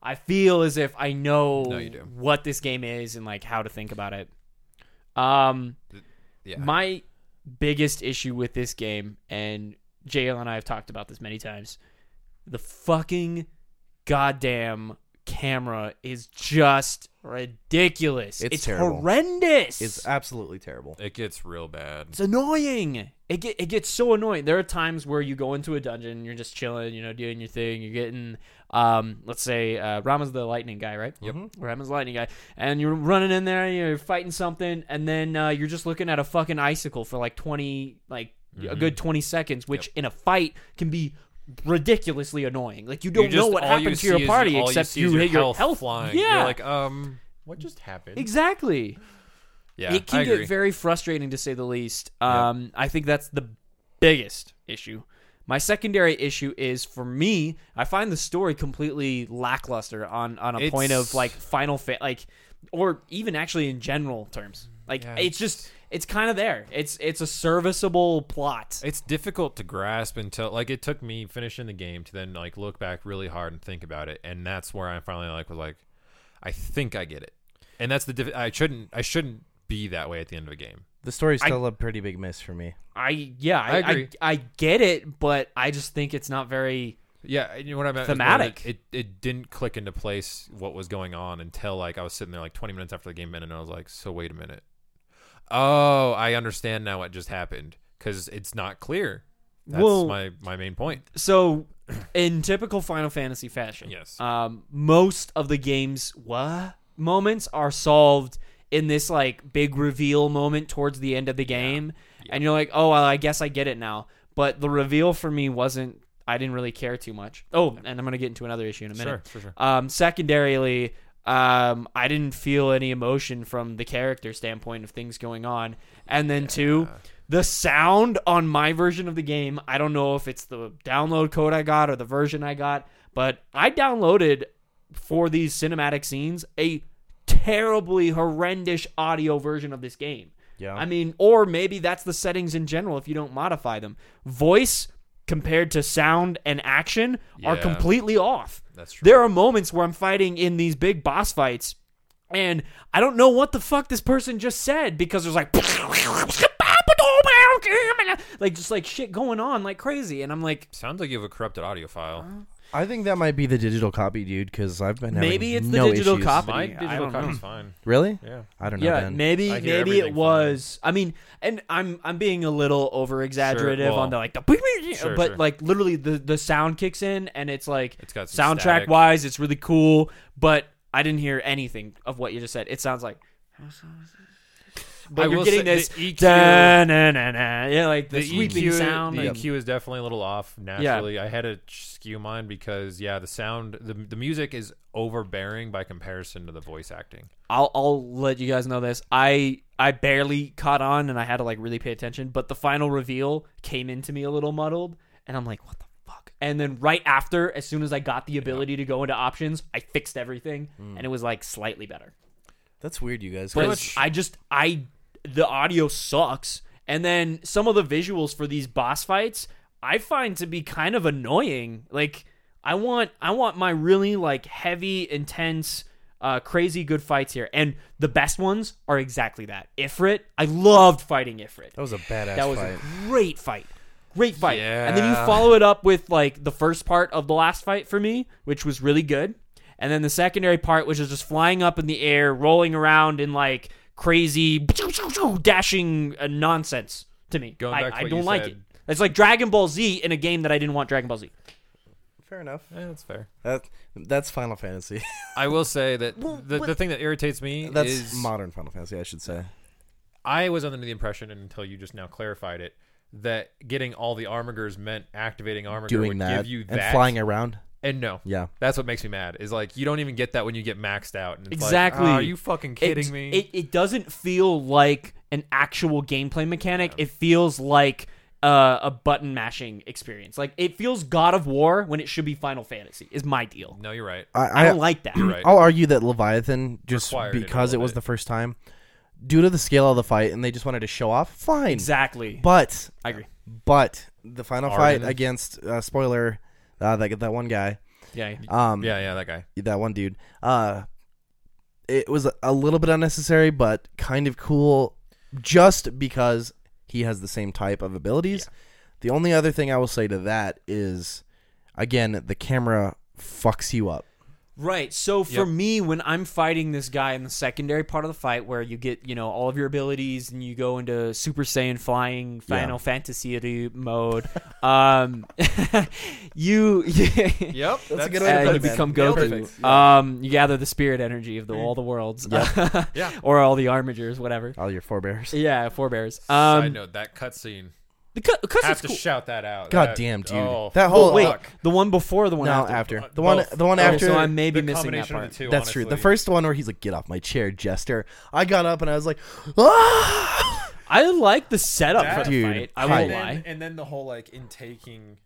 Speaker 3: I feel as if I know
Speaker 2: No, you do.
Speaker 3: what this game is and like how to think about it. Um,
Speaker 2: Yeah.
Speaker 3: my biggest issue with this game, and JL and I have talked about this many times, the fucking goddamn camera is just ridiculous.
Speaker 1: It's
Speaker 3: It's,
Speaker 1: terrible.
Speaker 3: horrendous.
Speaker 1: is absolutely terrible.
Speaker 2: it gets real bad.
Speaker 3: It's annoying. It get, it gets so annoying. There are times where you go into a dungeon, you're just chilling, you know, doing your thing. You're getting, um, let's say, uh, Rama's the lightning guy, right?
Speaker 2: Yep.
Speaker 3: Rama's the lightning guy, and you're running in there, you're fighting something, and then uh, you're just looking at a fucking icicle for like twenty, like a good twenty seconds, which in a fight can be ridiculously annoying. Like you don't know what happened to your party except you, hit your health
Speaker 2: flying.
Speaker 3: Yeah,
Speaker 2: You're like, um, what just happened?
Speaker 3: exactly.
Speaker 2: yeah,
Speaker 3: it can
Speaker 2: I agree.
Speaker 3: get very frustrating to say the least. Um, I think that's the biggest issue. My secondary issue is for me, I find the story completely lackluster on on a point of
Speaker 2: It's-
Speaker 3: like final fa- like or even actually in general terms. Like
Speaker 2: Yeah,
Speaker 3: it's just it's kind of there. It's it's a serviceable plot.
Speaker 2: it's difficult to grasp until like it took me finishing the game to then like look back really hard and think about it, and that's where I finally like was like, I think I get it, and that's the diff- I shouldn't I shouldn't be that way at the end of a game.
Speaker 1: The story's still a pretty big miss for me.
Speaker 3: I yeah, I
Speaker 2: I
Speaker 3: I,
Speaker 2: agree.
Speaker 3: I get it, but I just think it's not very
Speaker 2: Yeah, and you know what I meant. is more
Speaker 3: Thematic.
Speaker 2: that It, it didn't click into place what was going on until like I was sitting there like 20 minutes after the game ended, and I was like, so wait a minute. Oh, I understand now what just happened because it's not clear. That's
Speaker 3: Well-
Speaker 2: my my main point.
Speaker 3: so in typical Final Fantasy fashion,
Speaker 2: Yes.
Speaker 3: um, most of the game's what moments are solved in this like big reveal moment towards the end of the game, and you're like, oh, well, I guess I get it now. But the reveal for me wasn't. I didn't really care too much. Oh, and I'm gonna get into another issue in a minute.
Speaker 2: Sure, sure, sure.
Speaker 3: Um, secondarily, um, I didn't feel any emotion from the character standpoint of things going on. And then two, the sound on my version of the game. I don't know if it's the download code I got or the version I got, but I downloaded for these cinematic scenes a terribly horrendous audio version of this game.
Speaker 1: Yeah.
Speaker 3: I mean, or maybe that's the settings in general if you don't modify them. Voice compared to sound and action are
Speaker 2: Yeah.
Speaker 3: completely off.
Speaker 2: That's true.
Speaker 3: There are moments where I'm fighting in these big boss fights, and I don't know what the fuck this person just said because there's like. Like just like shit going on like crazy, and I'm like,
Speaker 2: Sounds like you have a corrupted audio file.
Speaker 1: I think that might be the digital copy, dude, because I've been having
Speaker 3: Maybe it's the
Speaker 1: no
Speaker 3: digital
Speaker 1: issues.
Speaker 3: copy.
Speaker 2: My
Speaker 3: I
Speaker 2: digital
Speaker 3: don't
Speaker 2: copy's fine.
Speaker 1: Really?
Speaker 2: Yeah.
Speaker 1: I don't know.
Speaker 3: yeah,
Speaker 1: man.
Speaker 3: maybe
Speaker 2: I hear
Speaker 3: maybe
Speaker 2: everything
Speaker 3: it
Speaker 2: from
Speaker 3: was. I mean, and I'm I'm being a little over exaggerative
Speaker 2: Sure, well,
Speaker 3: on the like the,
Speaker 2: sure,
Speaker 3: but
Speaker 2: sure.
Speaker 3: like literally the the sound kicks in and it's like
Speaker 2: It's got some
Speaker 3: soundtrack
Speaker 2: static.
Speaker 3: wise, it's really cool. But I didn't hear anything of what you just said. It sounds like. But
Speaker 2: I
Speaker 3: you're
Speaker 2: will
Speaker 3: getting
Speaker 2: say
Speaker 3: this
Speaker 2: the EQ
Speaker 3: da-na-na-na, yeah, like E the, E
Speaker 2: The
Speaker 3: sweeping
Speaker 2: EQ,
Speaker 3: sound.
Speaker 2: the
Speaker 3: like-
Speaker 2: EQ is definitely a little off naturally. I had to ch- skew mine because yeah, the sound, the, the music is overbearing by comparison to the voice acting.
Speaker 3: I'll I'll let you guys know this. I I barely caught on and I had to like really pay attention, but the final reveal came into me a little muddled and I'm like, what the fuck? And then right after, as soon as I got the ability to go into options, I fixed everything
Speaker 2: Hmm.
Speaker 3: and it was like slightly better.
Speaker 1: That's weird, you guys.
Speaker 3: But
Speaker 1: 'cause
Speaker 3: I just I the audio sucks and then some of the visuals for these boss fights I find to be kind of annoying. Like I want I want my really like heavy intense Uh, crazy good fights here, and the best ones are exactly that. Ifrit, I loved fighting Ifrit.
Speaker 1: That was a badass
Speaker 3: That was
Speaker 1: fight.
Speaker 3: a great fight. Great fight. And then you
Speaker 2: Yeah.
Speaker 3: follow it up with like the first part of the last fight for me, which was really good. And then the secondary part, which is just flying up in the air, rolling around in like crazy dashing uh, nonsense to me.
Speaker 2: Going
Speaker 3: I,
Speaker 2: back to
Speaker 3: I
Speaker 2: what
Speaker 3: don't
Speaker 2: you
Speaker 3: like
Speaker 2: said.
Speaker 3: it. It's like Dragon Ball Z in a game that I didn't want Dragon Ball Z.
Speaker 1: Fair enough.
Speaker 2: Yeah, Eh, that's fair.
Speaker 1: That that's Final Fantasy.
Speaker 2: I will say that
Speaker 3: Well,
Speaker 2: the,
Speaker 3: but-
Speaker 2: the thing that irritates me
Speaker 1: that's
Speaker 2: is
Speaker 1: modern Final Fantasy, I should say.
Speaker 2: I was under the impression until you just now clarified it that getting all the armigers meant activating armiger
Speaker 1: Doing
Speaker 2: would
Speaker 1: that
Speaker 2: give you that
Speaker 1: and flying around.
Speaker 2: and no.
Speaker 1: Yeah.
Speaker 2: That's what makes me mad. Is like you don't even get that when you get maxed out. And it's
Speaker 3: Exactly.
Speaker 2: Like, "Ah, are you fucking kidding
Speaker 3: it,
Speaker 2: me?
Speaker 3: It, it doesn't feel like an actual gameplay mechanic. It feels like uh, a button mashing experience. Like it feels God of War when it should be Final Fantasy. Is my deal.
Speaker 2: no, you're right.
Speaker 1: I,
Speaker 3: I
Speaker 1: I,
Speaker 3: don't like that.
Speaker 2: You're right.
Speaker 1: I'll argue that Leviathan just
Speaker 2: Required it a
Speaker 1: because it,
Speaker 2: little
Speaker 1: was
Speaker 2: bit.
Speaker 1: the first time, due to the scale of the fight, and they just wanted to show off. Fine,
Speaker 3: Exactly.
Speaker 1: but
Speaker 3: I agree.
Speaker 1: but the final
Speaker 2: Arden.
Speaker 1: fight against uh, spoiler uh, that that one guy,
Speaker 3: Yeah.
Speaker 1: um,
Speaker 2: yeah, yeah, that guy.
Speaker 1: that one dude, uh, it was a little bit unnecessary, but kind of cool, just because he has the same type of abilities. The only other thing I will say to that is, again, the camera fucks you up.
Speaker 3: Right. So for
Speaker 2: Yep.
Speaker 3: me, when I'm fighting this guy in the secondary part of the fight, where you get you know all of your abilities and you go into Super Saiyan flying Final
Speaker 1: Yeah.
Speaker 3: Fantasy mode, um, you
Speaker 2: Yep, that's,
Speaker 1: a good way to
Speaker 3: uh,
Speaker 1: Perfect, man.
Speaker 3: you become
Speaker 2: Nailed it. Mm.
Speaker 3: Goku. Um, you gather the spirit energy of the, all the worlds,
Speaker 2: Yeah.
Speaker 3: or all the armigers, whatever.
Speaker 1: All your forebears.
Speaker 3: Yeah, forebears.
Speaker 2: Side
Speaker 3: Um,
Speaker 2: note: that cutscene.
Speaker 3: the cu-
Speaker 2: I have
Speaker 3: cutscene's
Speaker 2: to
Speaker 3: cool.
Speaker 2: shout that out.
Speaker 1: God
Speaker 2: That-
Speaker 1: damn, dude.
Speaker 2: oh,
Speaker 1: that whole
Speaker 3: Oh, wait,
Speaker 2: fuck. Oh,
Speaker 3: the one before the one
Speaker 1: no,
Speaker 3: after.
Speaker 1: after, the one,
Speaker 2: Both.
Speaker 1: the one
Speaker 2: Okay,
Speaker 1: after.
Speaker 3: so I'm maybe
Speaker 2: the
Speaker 3: missing that
Speaker 2: combination
Speaker 3: part.
Speaker 2: of the two.
Speaker 1: That's true. The
Speaker 2: honestly.
Speaker 1: first one where he's like, "Get off my chair, Jester." I got up and I was like, "Ah!"
Speaker 3: I like the setup
Speaker 2: That-
Speaker 3: for the
Speaker 1: Dude,
Speaker 3: fight. I
Speaker 1: and
Speaker 3: won't
Speaker 2: and then,
Speaker 3: lie.
Speaker 2: And then the whole like in taking,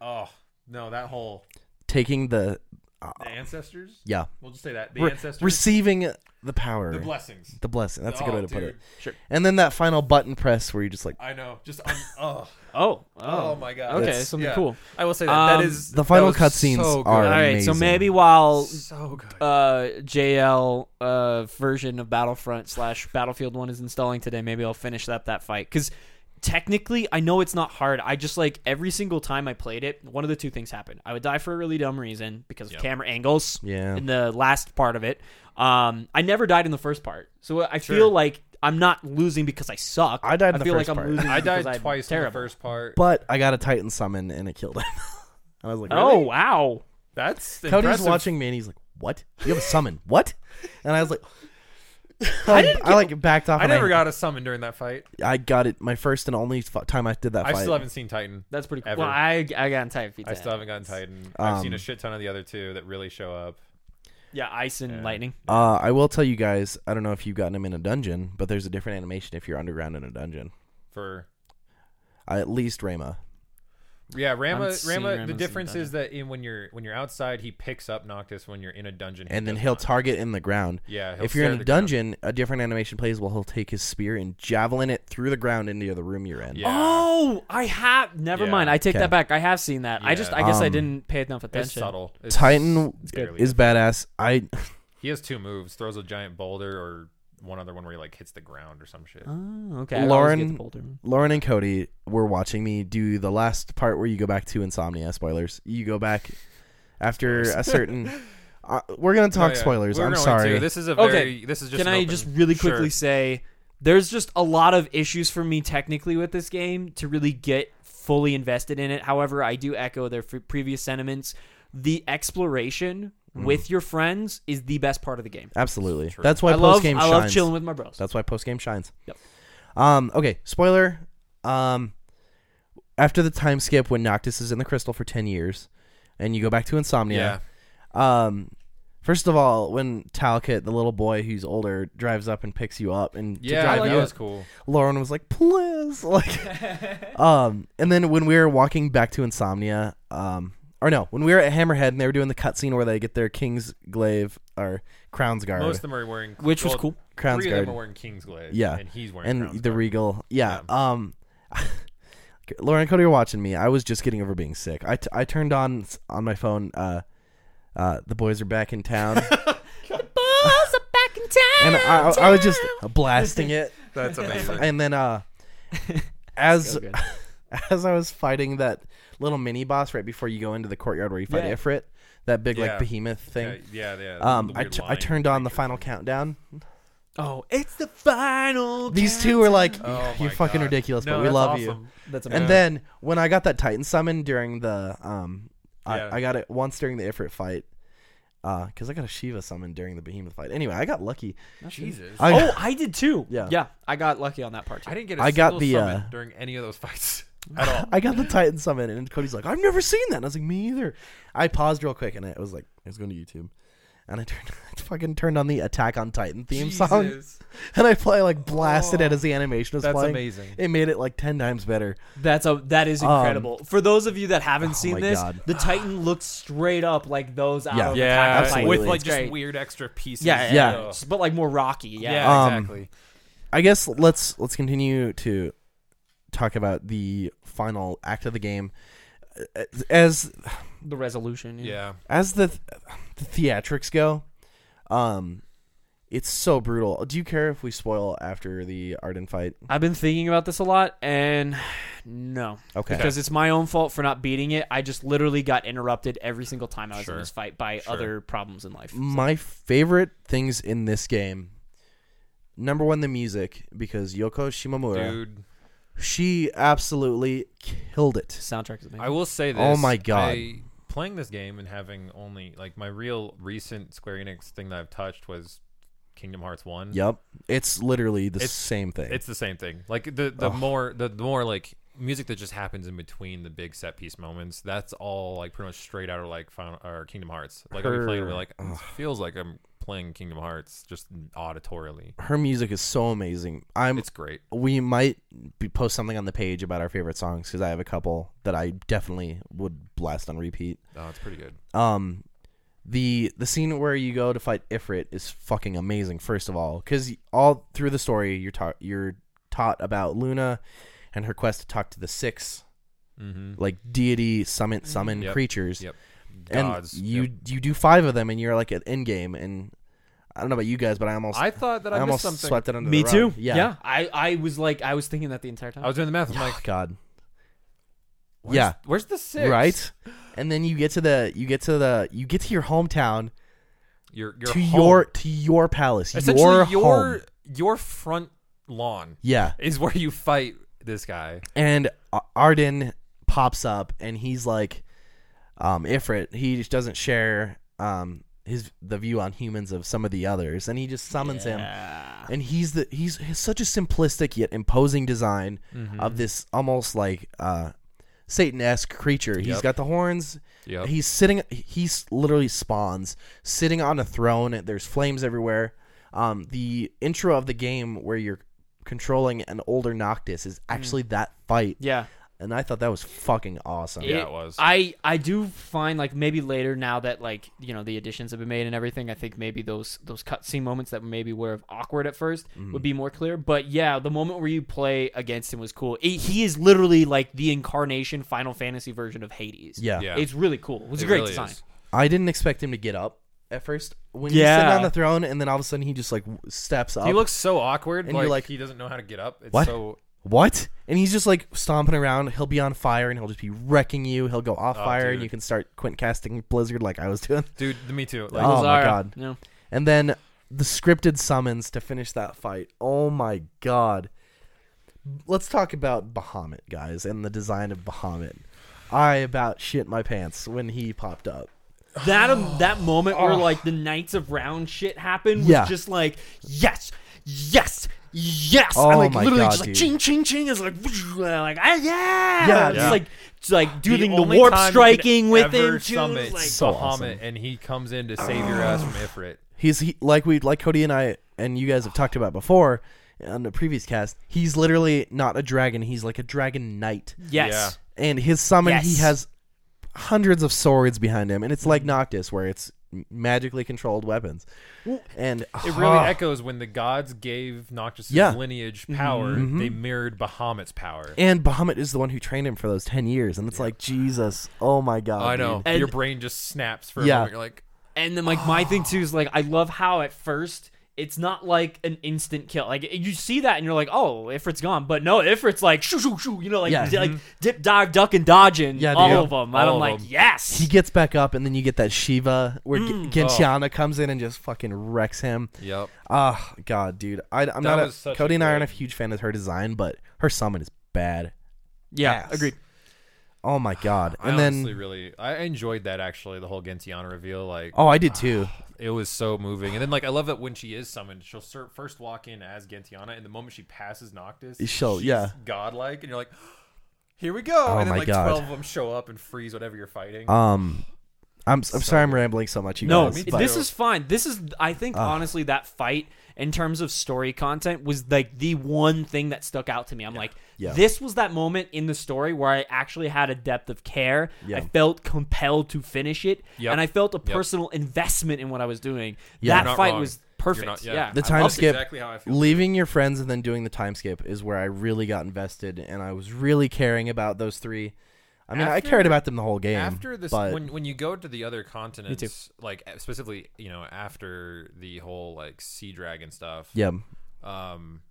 Speaker 2: oh no, that whole
Speaker 1: Taking the, uh,
Speaker 2: the ancestors.
Speaker 1: yeah,
Speaker 2: We'll just say that the
Speaker 1: Re-
Speaker 2: ancestors,
Speaker 1: receiving the power,
Speaker 2: the blessings.
Speaker 1: The blessing. That's a good
Speaker 2: Oh,
Speaker 1: way to put it.
Speaker 2: dude.
Speaker 3: Sure.
Speaker 1: And then that final button press where you just like
Speaker 2: I know. Just um, oh,
Speaker 3: Oh, oh,
Speaker 2: oh my god.
Speaker 3: Okay,
Speaker 2: That's-
Speaker 3: something
Speaker 2: yeah.
Speaker 3: cool.
Speaker 2: I will say that
Speaker 3: Um,
Speaker 2: that is
Speaker 1: the final
Speaker 2: that was
Speaker 1: cutscenes
Speaker 2: so good.
Speaker 1: are
Speaker 3: All right, so
Speaker 1: amazing.
Speaker 3: maybe while
Speaker 2: so good.
Speaker 3: uh, JL uh, version of Battlefront slash Battlefield One is installing today. Maybe I'll finish up that fight because technically I know it's not hard. I just like every single time I played it, one of the two things happened. I would die for a really dumb reason because of
Speaker 2: Yep.
Speaker 3: camera angles.
Speaker 1: Yeah.
Speaker 3: In the last part of it, um, I never died in the first part, so uh, I feel
Speaker 2: Sure.
Speaker 3: like I'm not losing because I suck.
Speaker 1: I died in
Speaker 3: I
Speaker 1: the
Speaker 3: feel
Speaker 1: first
Speaker 3: like
Speaker 1: part.
Speaker 3: I'm losing.
Speaker 2: I
Speaker 3: because
Speaker 2: died
Speaker 3: I'm
Speaker 2: twice in
Speaker 3: terrible.
Speaker 2: the first part.
Speaker 1: But I got a Titan summon and it killed him. and I was like,
Speaker 3: Oh wow.
Speaker 2: that's
Speaker 1: Cody's
Speaker 2: impressive.
Speaker 1: watching me and he's like, "What? You have a summon? what?" And I was like, I,
Speaker 2: didn't get-
Speaker 1: like backed off.
Speaker 2: I
Speaker 1: and
Speaker 2: never got a summon during that fight.
Speaker 1: I got it my first and only f- time I did that
Speaker 2: I
Speaker 1: fight.
Speaker 2: still haven't seen Titan.
Speaker 3: That's pretty cool.
Speaker 2: Ever.
Speaker 3: Well, I I got in time.
Speaker 2: I still haven't gotten Titan. I've seen a
Speaker 1: Um,
Speaker 2: shit ton of the other two that really show up.
Speaker 3: Yeah, ice and
Speaker 2: Yeah.
Speaker 3: lightning.
Speaker 1: Uh, I will tell you guys. I don't know if you've gotten him in a dungeon, but there's a different animation if you're underground in a dungeon.
Speaker 2: For
Speaker 1: I, at least Rama.
Speaker 2: yeah, Rama,
Speaker 3: seen
Speaker 2: Rama.
Speaker 3: Rama's
Speaker 2: The
Speaker 3: in
Speaker 2: difference is that in when you're when you're outside, he picks up Noctis. When you're in a dungeon, he
Speaker 1: and then
Speaker 2: does
Speaker 1: he'll
Speaker 2: not.
Speaker 1: target in the ground.
Speaker 2: yeah. he'll
Speaker 1: if you're
Speaker 2: stare
Speaker 1: in
Speaker 2: at
Speaker 1: a
Speaker 2: the ground.
Speaker 1: dungeon, a different animation plays while he'll take his spear and javelin it through the ground into the room you're in.
Speaker 2: Yeah.
Speaker 3: Oh, I have. Never
Speaker 2: Yeah.
Speaker 3: mind. I take
Speaker 1: Okay.
Speaker 3: that back. I have seen that. I just. I guess I
Speaker 1: Um,
Speaker 3: didn't pay enough
Speaker 2: it's
Speaker 3: attention.
Speaker 2: subtle. It's
Speaker 1: Titan
Speaker 2: barely
Speaker 1: is badass. I
Speaker 2: He has two moves: throws a giant boulder, or one other one where he like hits the ground or some shit.
Speaker 3: Oh, okay. I always
Speaker 1: Lauren-
Speaker 3: get the boulder one.
Speaker 1: Lauren and Cody were watching me do the last part where you go back to insomnia. Spoilers. You go back after a certain. Uh, we're gonna
Speaker 2: Oh,
Speaker 1: talk
Speaker 2: yeah.
Speaker 1: spoilers.
Speaker 2: We're
Speaker 1: I'm
Speaker 2: going
Speaker 1: sorry.
Speaker 2: To. This is a
Speaker 3: Okay,
Speaker 2: very. This is just.
Speaker 3: Can
Speaker 2: an
Speaker 3: I
Speaker 2: open-
Speaker 3: just really quickly
Speaker 2: Sure.
Speaker 3: say, there's just a lot of issues for me technically with this game to really get fully invested in it. However, I do echo their f- previous sentiments. The exploration with your friends is the best part of the game.
Speaker 1: Absolutely.
Speaker 2: True.
Speaker 1: Mm. That's why
Speaker 3: I love.
Speaker 1: post game
Speaker 3: I
Speaker 1: shines.
Speaker 3: love chilling with my bros.
Speaker 1: That's why post game shines.
Speaker 3: Yep.
Speaker 1: Um. Okay. Spoiler. Um. After the time skip when Noctis is in the crystal for ten years, and you go back to insomnia.
Speaker 2: Yeah.
Speaker 1: Um, first of all, when Talcott, the little boy who's older, drives up and picks you up, and to
Speaker 2: Yeah,
Speaker 1: drive
Speaker 2: that
Speaker 1: you
Speaker 2: was
Speaker 1: up,
Speaker 2: cool.
Speaker 1: Lauren was like, "Please," like, um, and then when we were walking back to Insomnia, um, or no, when we were at Hammerhead and they were doing the cutscene where they get their King's Glaive or Crown's Guard,
Speaker 2: Most of them are wearing,
Speaker 3: Which was
Speaker 2: well,
Speaker 3: cool.
Speaker 1: Crown's
Speaker 2: three of
Speaker 1: Guard,
Speaker 2: them are wearing Kingsglaive.
Speaker 1: Yeah.
Speaker 2: and he's wearing
Speaker 1: and
Speaker 2: Crown's
Speaker 1: the
Speaker 2: Guard.
Speaker 1: Regal, yeah, um. Lauren and Cody were watching me. I was just getting over being sick. I, t- I turned on on my phone. Uh, uh, the boys are back in town. and I, I, I was just blasting it.
Speaker 2: That's amazing.
Speaker 1: And then uh as
Speaker 3: So good.
Speaker 1: as I was fighting that little mini boss right before you go into the courtyard where you fight
Speaker 3: Yeah.
Speaker 1: Ifrit, that big
Speaker 2: Yeah.
Speaker 1: like behemoth thing.
Speaker 2: Okay, yeah, yeah. the-
Speaker 1: Um,
Speaker 2: the
Speaker 1: I,
Speaker 2: weird
Speaker 1: t- I
Speaker 2: line
Speaker 1: turned on the
Speaker 2: creature
Speaker 1: final
Speaker 2: thing.
Speaker 1: countdown.
Speaker 3: Oh, it's the final.
Speaker 1: These two were like,
Speaker 2: Oh
Speaker 1: "You're
Speaker 2: my
Speaker 1: fucking
Speaker 2: God.
Speaker 1: ridiculous,
Speaker 2: No,
Speaker 1: but we
Speaker 2: that's
Speaker 1: love you."
Speaker 2: awesome.
Speaker 3: That's
Speaker 1: And then when I got that Titan summon during the um,
Speaker 2: Yeah.
Speaker 1: I, I got it once during the Ifrit fight, because I got a Shiva summon during the Behemoth fight. Anyway, I got lucky.
Speaker 2: Jesus.
Speaker 1: I,
Speaker 3: oh, I did too.
Speaker 1: Yeah.
Speaker 3: yeah. I got lucky on that part too.
Speaker 2: I didn't get. A
Speaker 1: I got
Speaker 2: single
Speaker 1: the,
Speaker 2: summon
Speaker 1: uh,
Speaker 2: during any of those fights at all.
Speaker 1: I got the Titan summon, and Cody's like, "I've never seen that." And I was like, "Me either." I paused real quick, and it was like, "I was going to YouTube," and I turned, I fucking turned on the Attack on Titan theme song,
Speaker 2: Jesus.
Speaker 1: and I play like blasted it
Speaker 2: Oh,
Speaker 1: as the animation was
Speaker 2: That's
Speaker 1: playing.
Speaker 2: amazing.
Speaker 1: It made it like ten times better.
Speaker 3: That's a that is
Speaker 1: Um,
Speaker 3: incredible. For those of you that haven't
Speaker 1: oh
Speaker 3: seen
Speaker 1: my
Speaker 3: this,
Speaker 1: God.
Speaker 3: the Titan looks straight up like those out
Speaker 1: Yeah.
Speaker 3: of
Speaker 2: yeah,
Speaker 3: Attack on Titan.
Speaker 1: absolutely.
Speaker 2: with like
Speaker 3: It's
Speaker 2: just
Speaker 3: great.
Speaker 2: weird extra pieces.
Speaker 1: Yeah.
Speaker 3: Yeah, yeah, just- but like more rocky. Yeah.
Speaker 2: Yeah,
Speaker 1: Um,
Speaker 2: exactly.
Speaker 1: I guess let's let's continue to talk about the final act of the game. Uh, As
Speaker 3: the resolution.
Speaker 2: Yeah,
Speaker 1: as the, th- the theatrics go, um, it's so brutal. Do you care if we spoil after the Arden fight?
Speaker 3: I've been thinking about this a lot, and no,
Speaker 1: Okay.
Speaker 3: because it's my own fault for not beating it. I just literally got interrupted every single time I was
Speaker 2: Sure.
Speaker 3: in this fight by
Speaker 2: Sure.
Speaker 3: other problems in life.
Speaker 1: My favorite things in this game. Number one, the music because Yoko Shimomura,
Speaker 2: dude.
Speaker 1: she absolutely killed it.
Speaker 3: Soundtrack is amazing.
Speaker 2: I will say this.
Speaker 1: Oh my God.
Speaker 2: I- playing this game and having only like my real recent Square Enix thing that I've touched was Kingdom Hearts One.
Speaker 1: Yep, it's literally the
Speaker 2: It's-
Speaker 1: same thing.
Speaker 2: It's the same thing. Like the the
Speaker 1: Ugh.
Speaker 2: more the, the more like music that just happens in between the big set piece moments. That's all like pretty much straight out of like Final or Kingdom Hearts. Like I'll be playing, we're
Speaker 1: Her-
Speaker 2: like it
Speaker 1: ugh.
Speaker 2: feels like I'm playing Kingdom Hearts just auditorily.
Speaker 1: Her music is so amazing. I'm
Speaker 2: It's great.
Speaker 1: we might be, post something on the page about our favorite songs because I have a couple that I definitely would blast on repeat.
Speaker 2: Oh, it's pretty good.
Speaker 1: Um, the the scene where you go to fight Ifrit is fucking amazing. First of all, because all through the story you're taught you're taught about Luna and her quest to talk to the six
Speaker 2: Mm-hmm.
Speaker 1: like deity summon
Speaker 3: Mm-hmm.
Speaker 1: summon
Speaker 2: Yep.
Speaker 1: creatures.
Speaker 2: Yep.
Speaker 1: And
Speaker 2: Gods.
Speaker 1: you
Speaker 2: Yep.
Speaker 1: you do five of them and you're like at end game and I don't know about you guys but I almost I,
Speaker 2: I thought that I, missed
Speaker 1: almost
Speaker 2: something.
Speaker 1: swept it under
Speaker 3: Me
Speaker 1: the
Speaker 3: too.
Speaker 1: rug.
Speaker 3: Yeah. I, I was like I was thinking that the entire time.
Speaker 2: I was doing the math. I'm like,
Speaker 1: Oh, God.
Speaker 2: where's,
Speaker 1: yeah.
Speaker 2: where's the six?
Speaker 1: Right? And then you get to the you get to the you get to your hometown
Speaker 2: Your your
Speaker 1: to
Speaker 2: home.
Speaker 1: your to your palace.
Speaker 2: essentially
Speaker 1: Your,
Speaker 2: your
Speaker 1: home.
Speaker 2: your front lawn
Speaker 1: Yeah.
Speaker 2: is where you fight this guy.
Speaker 1: And uh, Arden pops up and he's like um Ifrit, he just doesn't share um his the view on humans of some of the others and he just summons him
Speaker 3: Yeah.
Speaker 1: and he's the he's, he's such a simplistic yet imposing design
Speaker 2: Mm-hmm.
Speaker 1: of this almost like uh Satan-esque creature. He's
Speaker 2: Yep.
Speaker 1: got the horns,
Speaker 2: Yep.
Speaker 1: He's sitting. He's literally spawns sitting on a throne. There's flames everywhere. Um, the intro of the game where you're controlling an older Noctis is actually that fight,
Speaker 3: Yeah.
Speaker 1: and I thought that was fucking awesome.
Speaker 2: Yeah, it was.
Speaker 3: I I do find like maybe later now that like you know the additions have been made and everything. I think maybe those those cutscene moments that maybe were awkward at 1st
Speaker 2: Mm-hmm.
Speaker 3: would be more clear. But yeah, the moment where you play against him was cool. It, he is literally like the incarnation Final Fantasy version of Hades.
Speaker 1: Yeah.
Speaker 2: Yeah.
Speaker 3: it's really cool. It was a great
Speaker 2: really
Speaker 3: design.
Speaker 2: is.
Speaker 1: I didn't expect him to get up at first when he's
Speaker 3: Yeah.
Speaker 1: sitting on the throne, and then all of a sudden he just like w- steps up.
Speaker 2: He looks so awkward.
Speaker 1: And
Speaker 2: like,
Speaker 1: you're like,
Speaker 2: he doesn't know how to get up. It's
Speaker 1: "What?"
Speaker 2: so
Speaker 1: what? And he's just like stomping around. He'll be on fire, and he'll just be wrecking you. He'll go off
Speaker 2: Oh,
Speaker 1: fire,
Speaker 2: dude.
Speaker 1: and you can start quint casting Blizzard like I was doing.
Speaker 2: dude. Me too. Like,
Speaker 1: Oh my
Speaker 3: Zara,
Speaker 1: God.
Speaker 3: Yeah.
Speaker 1: And then the scripted summons to finish that fight. Oh my god. Let's talk about Bahamut, guys, and the design of Bahamut. I about shit my pants when he popped up.
Speaker 3: That um, that moment where like the Knights of Round shit happened was
Speaker 1: Yeah.
Speaker 3: just like yes, yes, yes.
Speaker 1: Oh
Speaker 3: and, like
Speaker 1: my
Speaker 3: literally
Speaker 1: God,
Speaker 3: just like
Speaker 1: dude.
Speaker 3: ching ching ching is like and, like ah, yeah,
Speaker 1: Yeah,
Speaker 3: Just
Speaker 1: yeah.
Speaker 3: like just, like doing the,
Speaker 2: only
Speaker 3: warp
Speaker 2: time you
Speaker 3: striking
Speaker 2: can
Speaker 3: with
Speaker 2: ever
Speaker 3: him too.
Speaker 2: Summit
Speaker 3: Like,
Speaker 1: So
Speaker 2: Bahamut,
Speaker 1: awesome.
Speaker 2: and he comes in to save your ass from Ifrit.
Speaker 1: He's he, like we like Cody and I and you guys have talked about before on the previous cast. He's literally not a dragon, he's like a dragon knight.
Speaker 3: yes,
Speaker 1: And his summon he
Speaker 3: Yes.
Speaker 1: has hundreds of swords behind him and it's like Noctis where it's magically controlled weapons. And
Speaker 2: It really echoes when the gods gave Noctis'
Speaker 1: Yeah. Mm-hmm,
Speaker 2: lineage power. They mirrored Bahamut's power.
Speaker 1: And Bahamut is the one who trained him for those 10 years. And it's like, Jesus, oh my God.
Speaker 2: I know.
Speaker 1: dude.
Speaker 3: And-
Speaker 2: your brain just snaps for a
Speaker 1: Yeah.
Speaker 2: moment. You're like,
Speaker 3: and then like my thing too is like I love how at first it's not like an instant kill. Like you see that and you're like, oh, Ifrit's gone. But no, Ifrit's like shoo shoo shoo. You know, like
Speaker 1: Yeah. Mm-hmm.
Speaker 3: di- like dip, dive, duck, and dodging.
Speaker 1: Yeah,
Speaker 3: all
Speaker 1: dude.
Speaker 3: of them. And
Speaker 2: All
Speaker 3: I'm
Speaker 2: of
Speaker 3: like,
Speaker 2: 'em.
Speaker 3: yes.
Speaker 1: He gets back up, and then you get that Shiva where G-
Speaker 3: Mm.
Speaker 2: Oh.
Speaker 1: Gentiana comes in and just fucking wrecks him.
Speaker 2: Yep.
Speaker 1: Ah, God, dude, I, am
Speaker 2: That
Speaker 1: not.
Speaker 2: was
Speaker 1: A,
Speaker 2: such a
Speaker 1: Cody and I aren't a
Speaker 2: great-
Speaker 1: huge fan of her design, but her summon is bad.
Speaker 3: yeah,
Speaker 1: ass.
Speaker 3: agreed.
Speaker 1: Oh my God!
Speaker 2: I
Speaker 1: And
Speaker 2: honestly
Speaker 1: then,
Speaker 2: really I enjoyed that actually the whole Gentiana reveal like
Speaker 1: oh, I did too.
Speaker 2: it was so moving and then like I love that when she is summoned she'll ser- first walk in as Gentiana and the moment she passes Noctis
Speaker 1: She'll-
Speaker 2: she's
Speaker 1: yeah.
Speaker 2: godlike and you're like here we go
Speaker 1: Oh
Speaker 2: and then
Speaker 1: my
Speaker 2: like
Speaker 1: God.
Speaker 2: 12 of them show up and freeze whatever you're fighting
Speaker 1: Um, I'm I'm sorry I'm rambling so much. You
Speaker 3: No,
Speaker 1: guys, Ah.
Speaker 2: me
Speaker 1: but-
Speaker 2: too.
Speaker 3: this is fine. This is, I think, honestly, that fight in terms of story content was like the one thing that stuck out to me. I'm like,
Speaker 1: Yeah.
Speaker 3: this was that moment in the story where I actually had a depth of care.
Speaker 1: Yeah.
Speaker 3: I felt compelled to finish it,
Speaker 2: Yep.
Speaker 3: and I felt a
Speaker 2: Yep.
Speaker 3: personal investment in what I was doing.
Speaker 1: Yeah. You're
Speaker 3: That
Speaker 2: not
Speaker 3: fight
Speaker 2: wrong.
Speaker 3: was
Speaker 2: You're
Speaker 3: perfect.
Speaker 2: not-
Speaker 3: yeah.
Speaker 2: yeah.
Speaker 1: the
Speaker 2: I-
Speaker 1: time
Speaker 2: that's
Speaker 1: skip,
Speaker 2: exactly how I feel.
Speaker 1: leaving your friends and then doing the time skip is where I really got invested, and I was really caring about those three. I mean, I
Speaker 2: After-
Speaker 1: cared about them the whole game.
Speaker 2: after this
Speaker 1: but
Speaker 2: when when you go to the other continents like specifically you know after the whole like sea dragon stuff
Speaker 1: yeah,
Speaker 2: um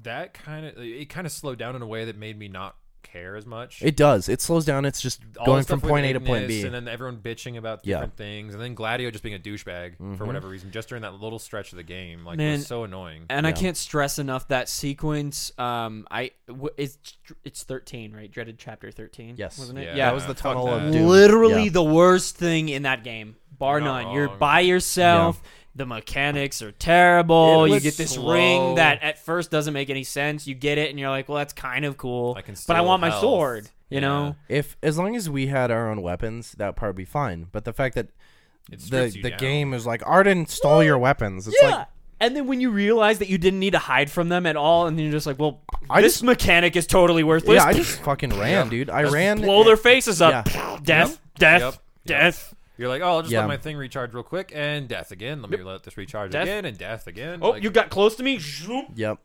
Speaker 2: that kind of it kind of slowed down in a way that made me not care as much
Speaker 1: it does. It slows down. It's just
Speaker 2: All the
Speaker 1: going
Speaker 2: stuff
Speaker 1: from
Speaker 2: with
Speaker 1: point A to point
Speaker 2: Ignis
Speaker 1: B.
Speaker 2: and then everyone bitching about
Speaker 1: Yeah. Mm-hmm.
Speaker 2: different things, and then Gladio just being a douchebag for whatever reason, just during that little stretch of the game, like
Speaker 3: Man,
Speaker 2: was so annoying.
Speaker 3: And I
Speaker 1: Yeah.
Speaker 3: can't stress enough that sequence. Um, I w- it's it's thirteen, right? Dreaded chapter thirteen.
Speaker 1: Yes.
Speaker 3: wasn't it?
Speaker 2: Yeah.
Speaker 1: that was the
Speaker 2: fuck
Speaker 1: tunnel
Speaker 2: that.
Speaker 1: of doom.
Speaker 3: literally
Speaker 1: Yeah.
Speaker 3: the worst thing in that game, bar
Speaker 2: You're not
Speaker 3: none. You're
Speaker 2: wrong.
Speaker 3: by yourself. The mechanics are terrible.
Speaker 2: It
Speaker 3: You
Speaker 2: was
Speaker 3: get this
Speaker 2: slow.
Speaker 3: ring that at first doesn't make any sense. You get it, and you're like, "Well, that's kind of cool,"
Speaker 2: I can
Speaker 3: but I
Speaker 2: steal
Speaker 3: want my
Speaker 2: health.
Speaker 3: sword. You
Speaker 2: Yeah.
Speaker 3: know,
Speaker 1: If as long as we had our own weapons, that part would be fine. But the fact that
Speaker 2: It
Speaker 1: the
Speaker 2: strips you
Speaker 1: the
Speaker 2: down.
Speaker 1: game is like Arden, stall your weapons. It's
Speaker 3: yeah.
Speaker 1: like
Speaker 3: and then when you realize that you didn't need to hide from them at all, and then you're just like, "Well,
Speaker 1: I
Speaker 3: this
Speaker 1: just-
Speaker 3: mechanic is totally worthless."
Speaker 1: yeah, I just fucking ran, dude. I ran.
Speaker 3: blow their faces up. Death, death,
Speaker 2: Yep.
Speaker 3: death.
Speaker 2: You're like, oh, I'll just
Speaker 1: Yeah.
Speaker 2: let my thing recharge real quick, and death again. Let me let this recharge
Speaker 3: Death.
Speaker 2: again, and death again.
Speaker 3: Oh,
Speaker 2: Like,
Speaker 3: you got close to me. Zoom.
Speaker 1: Yep.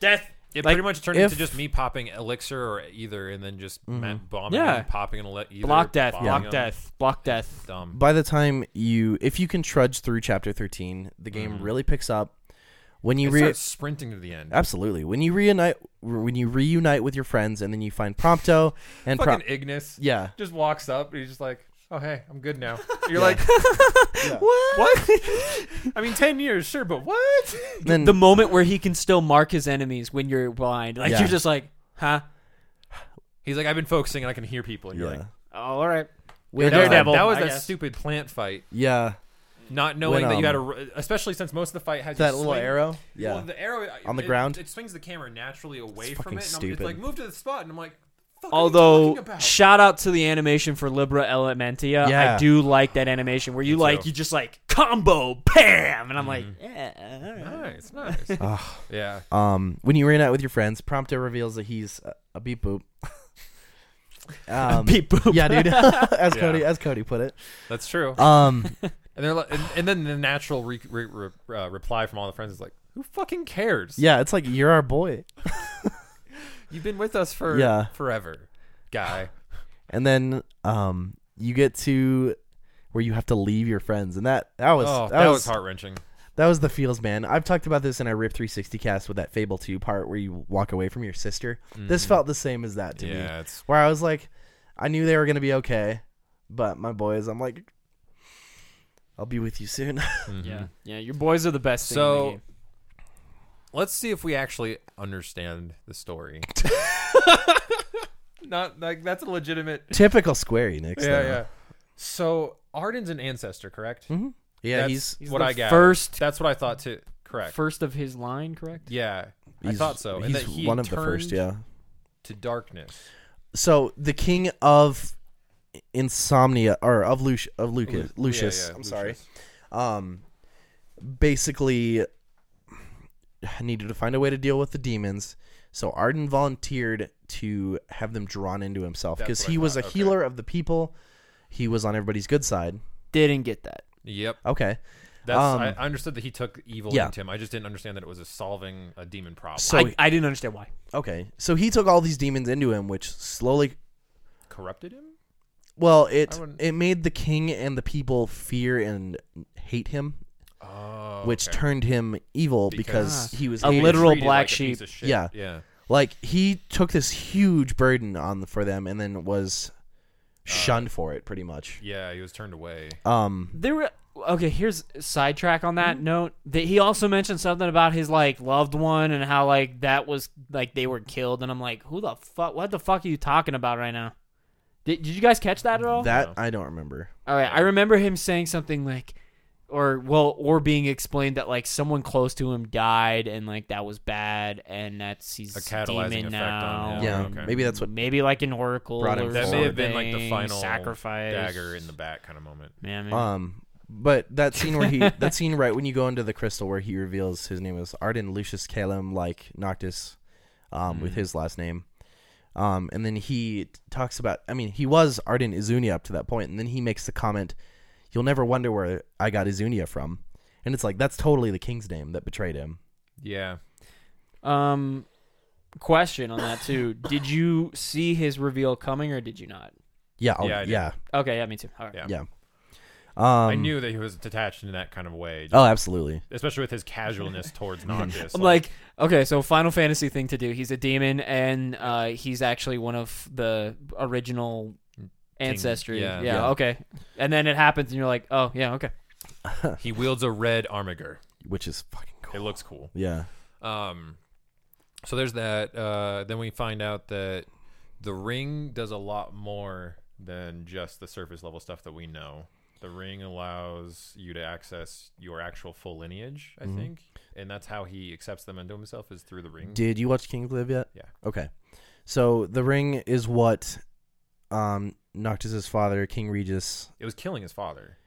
Speaker 3: Death.
Speaker 2: It
Speaker 3: like,
Speaker 2: pretty much turned
Speaker 1: if-
Speaker 2: into just me popping elixir or either, and then just
Speaker 1: Mm-hmm.
Speaker 2: man- bombing,
Speaker 3: Yeah.
Speaker 2: and popping an ele- either,
Speaker 3: Block death.
Speaker 2: bombing
Speaker 3: Block
Speaker 2: them.
Speaker 3: death. Block death.
Speaker 2: Dumb.
Speaker 1: by the time you if you can trudge through chapter 13 the game really picks up when you
Speaker 2: It
Speaker 1: re-
Speaker 2: starts sprinting to the end.
Speaker 1: absolutely when you reunite when you reunite with your friends and then you find prompto and
Speaker 2: Fucking
Speaker 1: Prom-
Speaker 2: Ignis.
Speaker 1: yeah
Speaker 2: Just walks up. And he's just like, oh hey, I'm good now. You're like,
Speaker 3: What?
Speaker 2: I mean, ten years, sure, but what?
Speaker 1: then
Speaker 3: the moment where he can still mark his enemies when you're blind. Like
Speaker 1: Yeah.
Speaker 3: you're just like, huh?
Speaker 2: He's like, I've been focusing and I can hear people. And
Speaker 1: yeah
Speaker 2: you're like,
Speaker 3: Oh, all right.
Speaker 1: When,
Speaker 2: that was, that,
Speaker 3: Daredevil,
Speaker 2: that was
Speaker 3: I
Speaker 2: that
Speaker 3: guess.
Speaker 2: stupid plant fight.
Speaker 1: yeah
Speaker 2: Not knowing
Speaker 1: When,
Speaker 2: that you had a,
Speaker 1: um,
Speaker 2: r- especially since most of the fight has you
Speaker 1: that little
Speaker 2: swing-
Speaker 1: arrow
Speaker 2: Well,
Speaker 1: yeah
Speaker 2: the arrow uh,
Speaker 1: On the
Speaker 2: it-
Speaker 1: ground?
Speaker 2: It swings the camera naturally away
Speaker 1: fucking
Speaker 2: from it. And I'm-
Speaker 1: stupid.
Speaker 2: It's like move to the spot, and I'm like, "Fuck are you talking
Speaker 3: Although,
Speaker 2: about?"
Speaker 3: shout out to the animation for Libra Elementia.
Speaker 1: Yeah.
Speaker 3: I do like that animation where you like
Speaker 2: too.
Speaker 3: you just like combo, bam, and I'm like, yeah, all
Speaker 2: nice,
Speaker 3: right.
Speaker 2: nice. yeah,
Speaker 1: um when you reunite with your friends prompto reveals that he's a, a beep boop um,
Speaker 3: Beep boop.
Speaker 1: yeah dude as
Speaker 2: Yeah.
Speaker 1: cody as cody put it
Speaker 2: that's true.
Speaker 1: um
Speaker 2: and they're like, and, and then the natural re- re- re- uh, reply from all the friends is like, "Who fucking cares?
Speaker 1: yeah it's like you're our boy
Speaker 2: You've been with us for
Speaker 1: Yeah.
Speaker 2: forever, guy."
Speaker 1: and then um you get to where you have to leave your friends and that that was
Speaker 2: oh,
Speaker 1: that, was,
Speaker 2: heart wrenching.
Speaker 1: that was the feels man i've talked about this in our rip 360 cast with that fable 2 part where you walk away from your sister this felt the same as that to me
Speaker 2: Mm-hmm. Yeah, it's
Speaker 1: where i was like i knew they were going to be okay but my boys i'm like i'll be with you soon
Speaker 3: yeah, yeah. Your boys are the best. Thing in the
Speaker 2: So
Speaker 3: game.
Speaker 2: let's see if we actually understand the story. Not like that's a legitimate.
Speaker 1: typical squarey next
Speaker 2: Yeah, yeah. So Arden's an ancestor, correct?
Speaker 1: yeah Mm-hmm. yeah
Speaker 2: That's
Speaker 1: he's
Speaker 3: He's
Speaker 2: what
Speaker 3: the
Speaker 2: I got.
Speaker 3: first-
Speaker 2: That's what I thought too. Correct.
Speaker 3: first of his line, correct?
Speaker 2: yeah, I
Speaker 1: he's-
Speaker 2: thought so. And
Speaker 1: he's
Speaker 2: that he
Speaker 1: one of the first
Speaker 2: turned
Speaker 1: yeah
Speaker 2: To darkness.
Speaker 1: so the king of insomnia or of, Luci- of lucas
Speaker 2: Lu-
Speaker 1: lucius
Speaker 2: yeah, yeah,
Speaker 1: i'm
Speaker 2: Lucius.
Speaker 1: sorry um basically needed to find a way to deal with the demons so arden volunteered to have them drawn into himself
Speaker 2: That's
Speaker 1: because
Speaker 2: what I
Speaker 1: he was a
Speaker 2: thought, okay.
Speaker 1: healer of the people he was on everybody's good side
Speaker 3: Didn't get that.
Speaker 2: Yep.
Speaker 1: okay
Speaker 2: That's.
Speaker 1: Um,
Speaker 2: I, I understood that he took evil
Speaker 1: yeah.
Speaker 2: into him. I just didn't understand that it was a solving a demon problem.
Speaker 1: so
Speaker 3: I, I didn't understand why.
Speaker 1: okay so he took all these demons into him which slowly
Speaker 2: Corrupted him.
Speaker 1: well it
Speaker 2: I wouldn't-
Speaker 1: it made the king and the people fear and hate him
Speaker 2: Oh,
Speaker 1: which
Speaker 2: okay.
Speaker 1: turned him evil because,
Speaker 2: Because-
Speaker 1: he was
Speaker 3: A
Speaker 1: hated.
Speaker 3: literal
Speaker 2: Treated
Speaker 3: black
Speaker 2: like a piece
Speaker 3: sheep.
Speaker 2: of shit.
Speaker 1: Yeah.
Speaker 2: yeah.
Speaker 1: like he took this huge burden on for them and then was shunned for it pretty much.
Speaker 2: Yeah, he was turned away.
Speaker 1: Um,
Speaker 3: There were okay. Here's a sidetrack on
Speaker 2: Mm-hmm.
Speaker 3: that note. That he also mentioned something about his like loved one and how like that was like they were killed. And I'm like, who the fuck? What the fuck are you talking about right now? Did, did you guys catch that at all?
Speaker 1: that I don't remember.
Speaker 3: all right, I remember him saying something like, or well, or being explained that like someone close to him died and like that was bad and that's he's
Speaker 2: A
Speaker 3: a
Speaker 2: catalyzing
Speaker 3: demon
Speaker 2: effect
Speaker 3: now.
Speaker 2: on him.
Speaker 1: yeah,
Speaker 2: okay.
Speaker 1: maybe that's what.
Speaker 3: maybe like an oracle.
Speaker 1: Brought him
Speaker 3: or
Speaker 1: forward.
Speaker 2: That may have been like the
Speaker 3: something,
Speaker 2: final
Speaker 3: sacrifice
Speaker 2: dagger in the back kind of moment.
Speaker 3: Yeah, maybe.
Speaker 1: Um, but that scene where he, that scene right when you go into the crystal where he reveals his name is Arden Lucius Calum, like Noctis, um,
Speaker 2: Mm.
Speaker 1: with his last name. Um, and then he t- talks about. I mean, he was Arden Izunia up to that point, and then he makes the comment, "You'll never wonder where I got Izunia from." And it's like that's totally the king's name that betrayed him.
Speaker 2: Yeah.
Speaker 3: Um, question on that too. did you see his reveal coming or did you not?
Speaker 1: Yeah, I'll-
Speaker 2: Yeah, I did.
Speaker 1: yeah,
Speaker 3: Okay, yeah, me too. All right.
Speaker 2: Yeah.
Speaker 1: yeah. Um,
Speaker 2: I knew that he was detached in that kind of way,
Speaker 1: Oh, absolutely.
Speaker 2: especially with his casualness towards Noctis.
Speaker 3: I'm like, okay, so Final Fantasy thing to do. He's a demon, and uh, he's actually one of the original ancestry.
Speaker 2: yeah.
Speaker 3: yeah,
Speaker 1: Yeah.
Speaker 3: okay. And then it happens, and you're like, oh yeah, okay.
Speaker 2: he wields a red armiger.
Speaker 1: Which is fucking
Speaker 2: It
Speaker 1: cool.
Speaker 2: looks cool.
Speaker 1: Yeah.
Speaker 2: Um, so there's that. Uh, then we find out that the ring does a lot more than just the surface level stuff that we know. The ring allows you to access your actual full lineage,
Speaker 1: Mm-hmm.
Speaker 2: I think, and that's how he accepts them into himself is through the ring.
Speaker 1: Did you watch King Live yet?
Speaker 2: Yeah.
Speaker 1: Okay. So the ring is what um Noctis's father, King Regis.
Speaker 2: it was killing his father.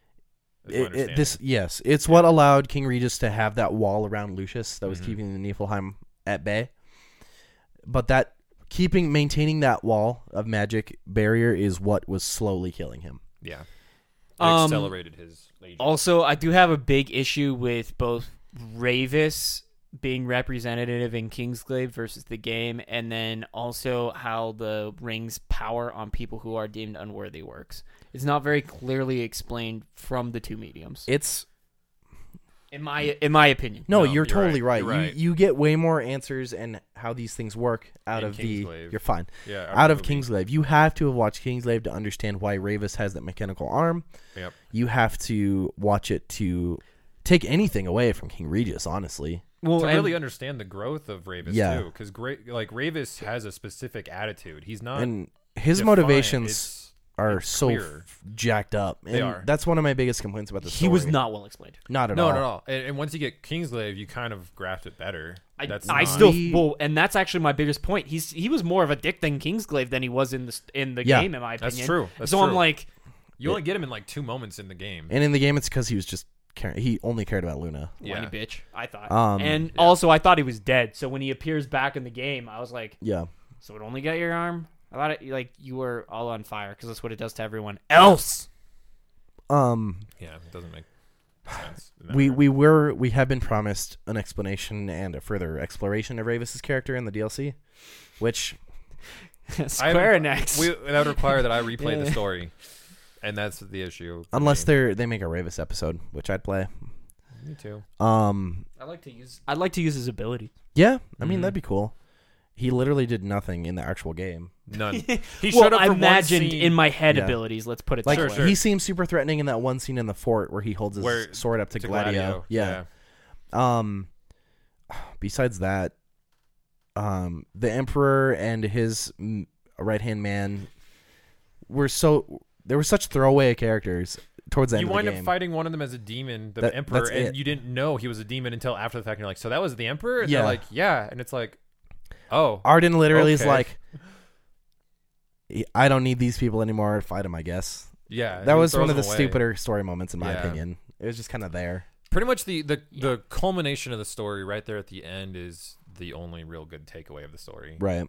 Speaker 2: is my
Speaker 1: It- it-
Speaker 2: understanding.
Speaker 1: this yes, it's what allowed King Regis to have that wall around Lucius that was
Speaker 2: Mhm.
Speaker 1: keeping the Niflheim at bay. But that keeping maintaining that wall of magic barrier is what was slowly killing him.
Speaker 2: yeah, it
Speaker 3: Um,
Speaker 2: accelerated his. Age.
Speaker 3: Also, I do have a big issue with both Ravis being representative in Kingsglaive versus the game, and then also how the ring's power on people who are deemed unworthy works. It's not very clearly explained from the two mediums,
Speaker 1: It's
Speaker 3: in my in my opinion.
Speaker 1: no,
Speaker 2: No,
Speaker 1: you're,
Speaker 2: you're
Speaker 1: totally
Speaker 2: right,
Speaker 1: right.
Speaker 2: you're right.
Speaker 1: You you get way more answers and how these things work out
Speaker 2: In
Speaker 1: of the
Speaker 2: Kingsglaive.
Speaker 1: you're fine.
Speaker 2: yeah,
Speaker 1: out of
Speaker 2: movie.
Speaker 1: Kingslave. You have to have watched Kingslave to understand why Ravis has that mechanical arm.
Speaker 2: Yep.
Speaker 1: You have to watch it to take anything away from King Regis, honestly.
Speaker 3: Well,
Speaker 2: to
Speaker 3: and-
Speaker 2: really understand the growth of Ravis
Speaker 1: Yeah.
Speaker 2: too, because Gra- like Ravis has a specific attitude. He's not
Speaker 1: And his
Speaker 2: defiant.
Speaker 1: motivations
Speaker 2: Uh, It's-
Speaker 1: are
Speaker 2: it's
Speaker 1: so
Speaker 2: clear.
Speaker 1: f- jacked up. And
Speaker 2: They are.
Speaker 1: That's one of my biggest complaints about the
Speaker 3: he was
Speaker 1: story.
Speaker 3: not well explained.
Speaker 1: Not at
Speaker 2: no,
Speaker 1: all.
Speaker 2: not at all. And, and once you get Kingsglaive, you kind of graft it better.
Speaker 3: I,
Speaker 2: That's
Speaker 3: I
Speaker 2: not-
Speaker 3: still
Speaker 1: He-
Speaker 3: well, and that's actually my biggest point. He's he was more of a dick than Kingsglaive than he was in the s- in the
Speaker 1: Yeah.
Speaker 3: game, in my opinion.
Speaker 2: That's true. That's
Speaker 3: so I'm
Speaker 2: true.
Speaker 3: like,
Speaker 2: you only get him in like two moments in the game.
Speaker 1: And in the game, it's because he was just care- he only cared about Luna.
Speaker 2: Yeah.
Speaker 3: whiny bitch. I thought,
Speaker 1: Um,
Speaker 3: and also I thought he was dead. So when he appears back in the game, I was like,
Speaker 1: Yeah.
Speaker 3: so it only got your arm. I thought it like you were all on fire because that's what it does to everyone else.
Speaker 1: Um.
Speaker 2: Yeah, it doesn't make sense. in that
Speaker 1: We
Speaker 2: regard.
Speaker 1: we were we have been promised an explanation and a further exploration of Ravis's character in the DLC, which
Speaker 2: I haven't-
Speaker 3: Square Enix.
Speaker 2: We, that would require that I replay the story, and that's the issue. for
Speaker 1: unless
Speaker 2: me.
Speaker 1: they're they make a Ravis episode, which I'd play.
Speaker 2: me too.
Speaker 1: Um.
Speaker 3: I like to use. I'd like to use his ability.
Speaker 1: Yeah, I mean
Speaker 2: Mhm.
Speaker 1: that'd be cool. He literally did nothing in the actual game.
Speaker 2: None. He
Speaker 3: well,
Speaker 2: showed up
Speaker 3: I
Speaker 2: for
Speaker 3: imagined
Speaker 2: one scene
Speaker 3: in my head
Speaker 1: Yeah.
Speaker 3: abilities. Let's put it
Speaker 1: Like
Speaker 3: that
Speaker 2: Sure,
Speaker 3: way.
Speaker 2: sure.
Speaker 1: he seems super threatening in that one scene in the fort where he holds his
Speaker 2: Where-
Speaker 1: sword up to,
Speaker 2: to
Speaker 1: Gladio. Yeah. Um besides that um the emperor and his right-hand man were so there were such throwaway characters towards the end
Speaker 2: you
Speaker 1: of
Speaker 2: wind
Speaker 1: the
Speaker 2: up
Speaker 1: game.
Speaker 2: fighting one of them as a demon, the
Speaker 1: That-
Speaker 2: emperor,
Speaker 1: that's
Speaker 2: and
Speaker 1: it.
Speaker 2: you didn't know he was a demon until after the fact. And you're like, so that was the emperor? And
Speaker 1: Yeah.
Speaker 2: They're like, yeah. And it's like, oh,
Speaker 1: Arden literally is
Speaker 2: Okay.
Speaker 1: like I don't need these people anymore. Fight them, I guess.
Speaker 2: yeah.
Speaker 1: That
Speaker 2: he
Speaker 1: was
Speaker 2: throws
Speaker 1: one of the
Speaker 2: them away.
Speaker 1: stupider story moments, in my
Speaker 2: Yeah.
Speaker 1: opinion. It was just kind of there.
Speaker 2: Pretty much the the, the culmination of the story right there at the end is the only real good takeaway of the story.
Speaker 1: Right.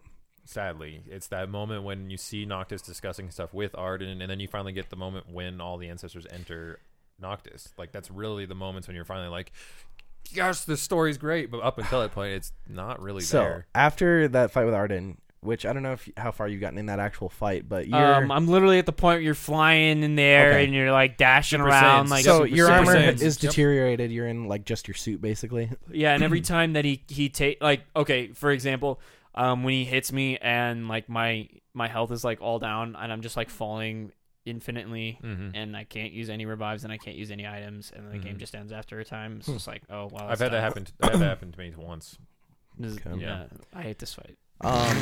Speaker 2: Sadly, it's that moment when you see Noctis discussing stuff with Arden, and then you finally get the moment when all the ancestors enter Noctis. Like that's really the moments when you're finally like, yes, this story's great. But up until that point, it's not really
Speaker 1: So
Speaker 2: there.
Speaker 1: after that fight with Arden, which I don't know if how far you've gotten in that actual fight, but you're
Speaker 3: Um, I'm literally at the point where you're flying in the air
Speaker 1: Okay.
Speaker 3: and you're like dashing
Speaker 2: Super
Speaker 3: around.
Speaker 2: Saiyans.
Speaker 3: Like,
Speaker 1: so
Speaker 2: Super
Speaker 1: your
Speaker 2: Saiyan.
Speaker 1: armor
Speaker 2: Saiyans.
Speaker 1: is
Speaker 2: Yep.
Speaker 1: deteriorated. You're in like just your suit, basically.
Speaker 3: yeah, and every time that he he take like okay, for example, um, when he hits me and like my my health is like all down and I'm just like falling infinitely
Speaker 2: Mm-hmm.
Speaker 3: and I can't use any revives and I can't use any items and then the game
Speaker 2: Mhm.
Speaker 3: just ends after a time. It's just like oh wow,
Speaker 2: Hmm. I've had that happen. I've had that happen to me once.
Speaker 1: Okay.
Speaker 3: Yeah,
Speaker 2: Yeah.
Speaker 3: I hate this fight.
Speaker 1: Um,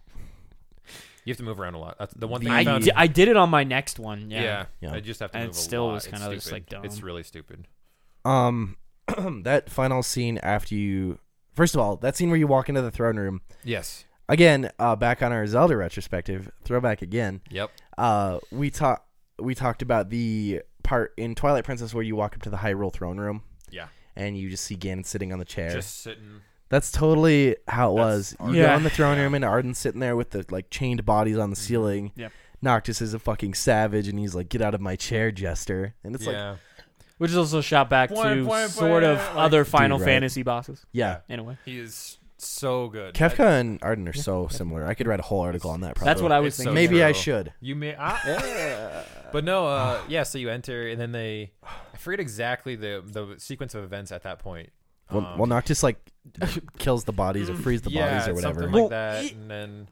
Speaker 2: You have to move around a lot. That's the one thing I,
Speaker 3: I
Speaker 2: found.
Speaker 3: di- I did it on my next one.
Speaker 2: yeah.
Speaker 3: Yeah,
Speaker 1: Yeah.
Speaker 2: I just have to.
Speaker 3: And it
Speaker 2: move a
Speaker 3: still
Speaker 2: lot.
Speaker 3: was
Speaker 2: It's
Speaker 3: kinda just,
Speaker 2: stupid.
Speaker 3: like,
Speaker 2: It's
Speaker 3: dumb.
Speaker 2: really stupid.
Speaker 1: um, that final scene after you. First of all, that scene where you walk into the throne room
Speaker 2: Yes.
Speaker 1: again. Uh, back on our Zelda retrospective, throwback again.
Speaker 2: Yep.
Speaker 1: Uh, we talked. We talked about the part in Twilight Princess where you walk up to the Hyrule throne room
Speaker 2: Yeah.
Speaker 1: and you just see Ganon sitting on the chair.
Speaker 2: Just sitting.
Speaker 1: That's totally how it
Speaker 2: That's
Speaker 1: was. You
Speaker 3: Arden.
Speaker 1: go in the throne room and Arden's sitting there with the like chained bodies
Speaker 2: Mm-hmm.
Speaker 1: on the ceiling.
Speaker 3: Yep.
Speaker 1: Noctis is a fucking savage and he's like, Get out of my chair, Jester. And it's like
Speaker 2: yeah.
Speaker 3: which is also shot back
Speaker 2: Point,
Speaker 3: to
Speaker 2: point,
Speaker 3: sort of
Speaker 2: point, like-
Speaker 3: other Final
Speaker 1: right.
Speaker 3: Fantasy bosses.
Speaker 1: Yeah.
Speaker 3: Anyway,
Speaker 2: he is so good. I-
Speaker 1: Kefka and Arden are so similar. I could write a whole article on that probably.
Speaker 3: that's what I was
Speaker 2: It's so
Speaker 3: thinking.
Speaker 1: Maybe I
Speaker 2: true.
Speaker 1: should.
Speaker 2: You may. Ah, yeah. But no. Uh, yeah. So you enter, and then they. I forget exactly the the sequence of events at that point.
Speaker 1: Well,
Speaker 2: Um,
Speaker 1: well Noctis like kills the bodies or frees the
Speaker 2: yeah,
Speaker 1: bodies or whatever.
Speaker 2: Something
Speaker 3: Well,
Speaker 2: like that,
Speaker 3: it-
Speaker 2: and then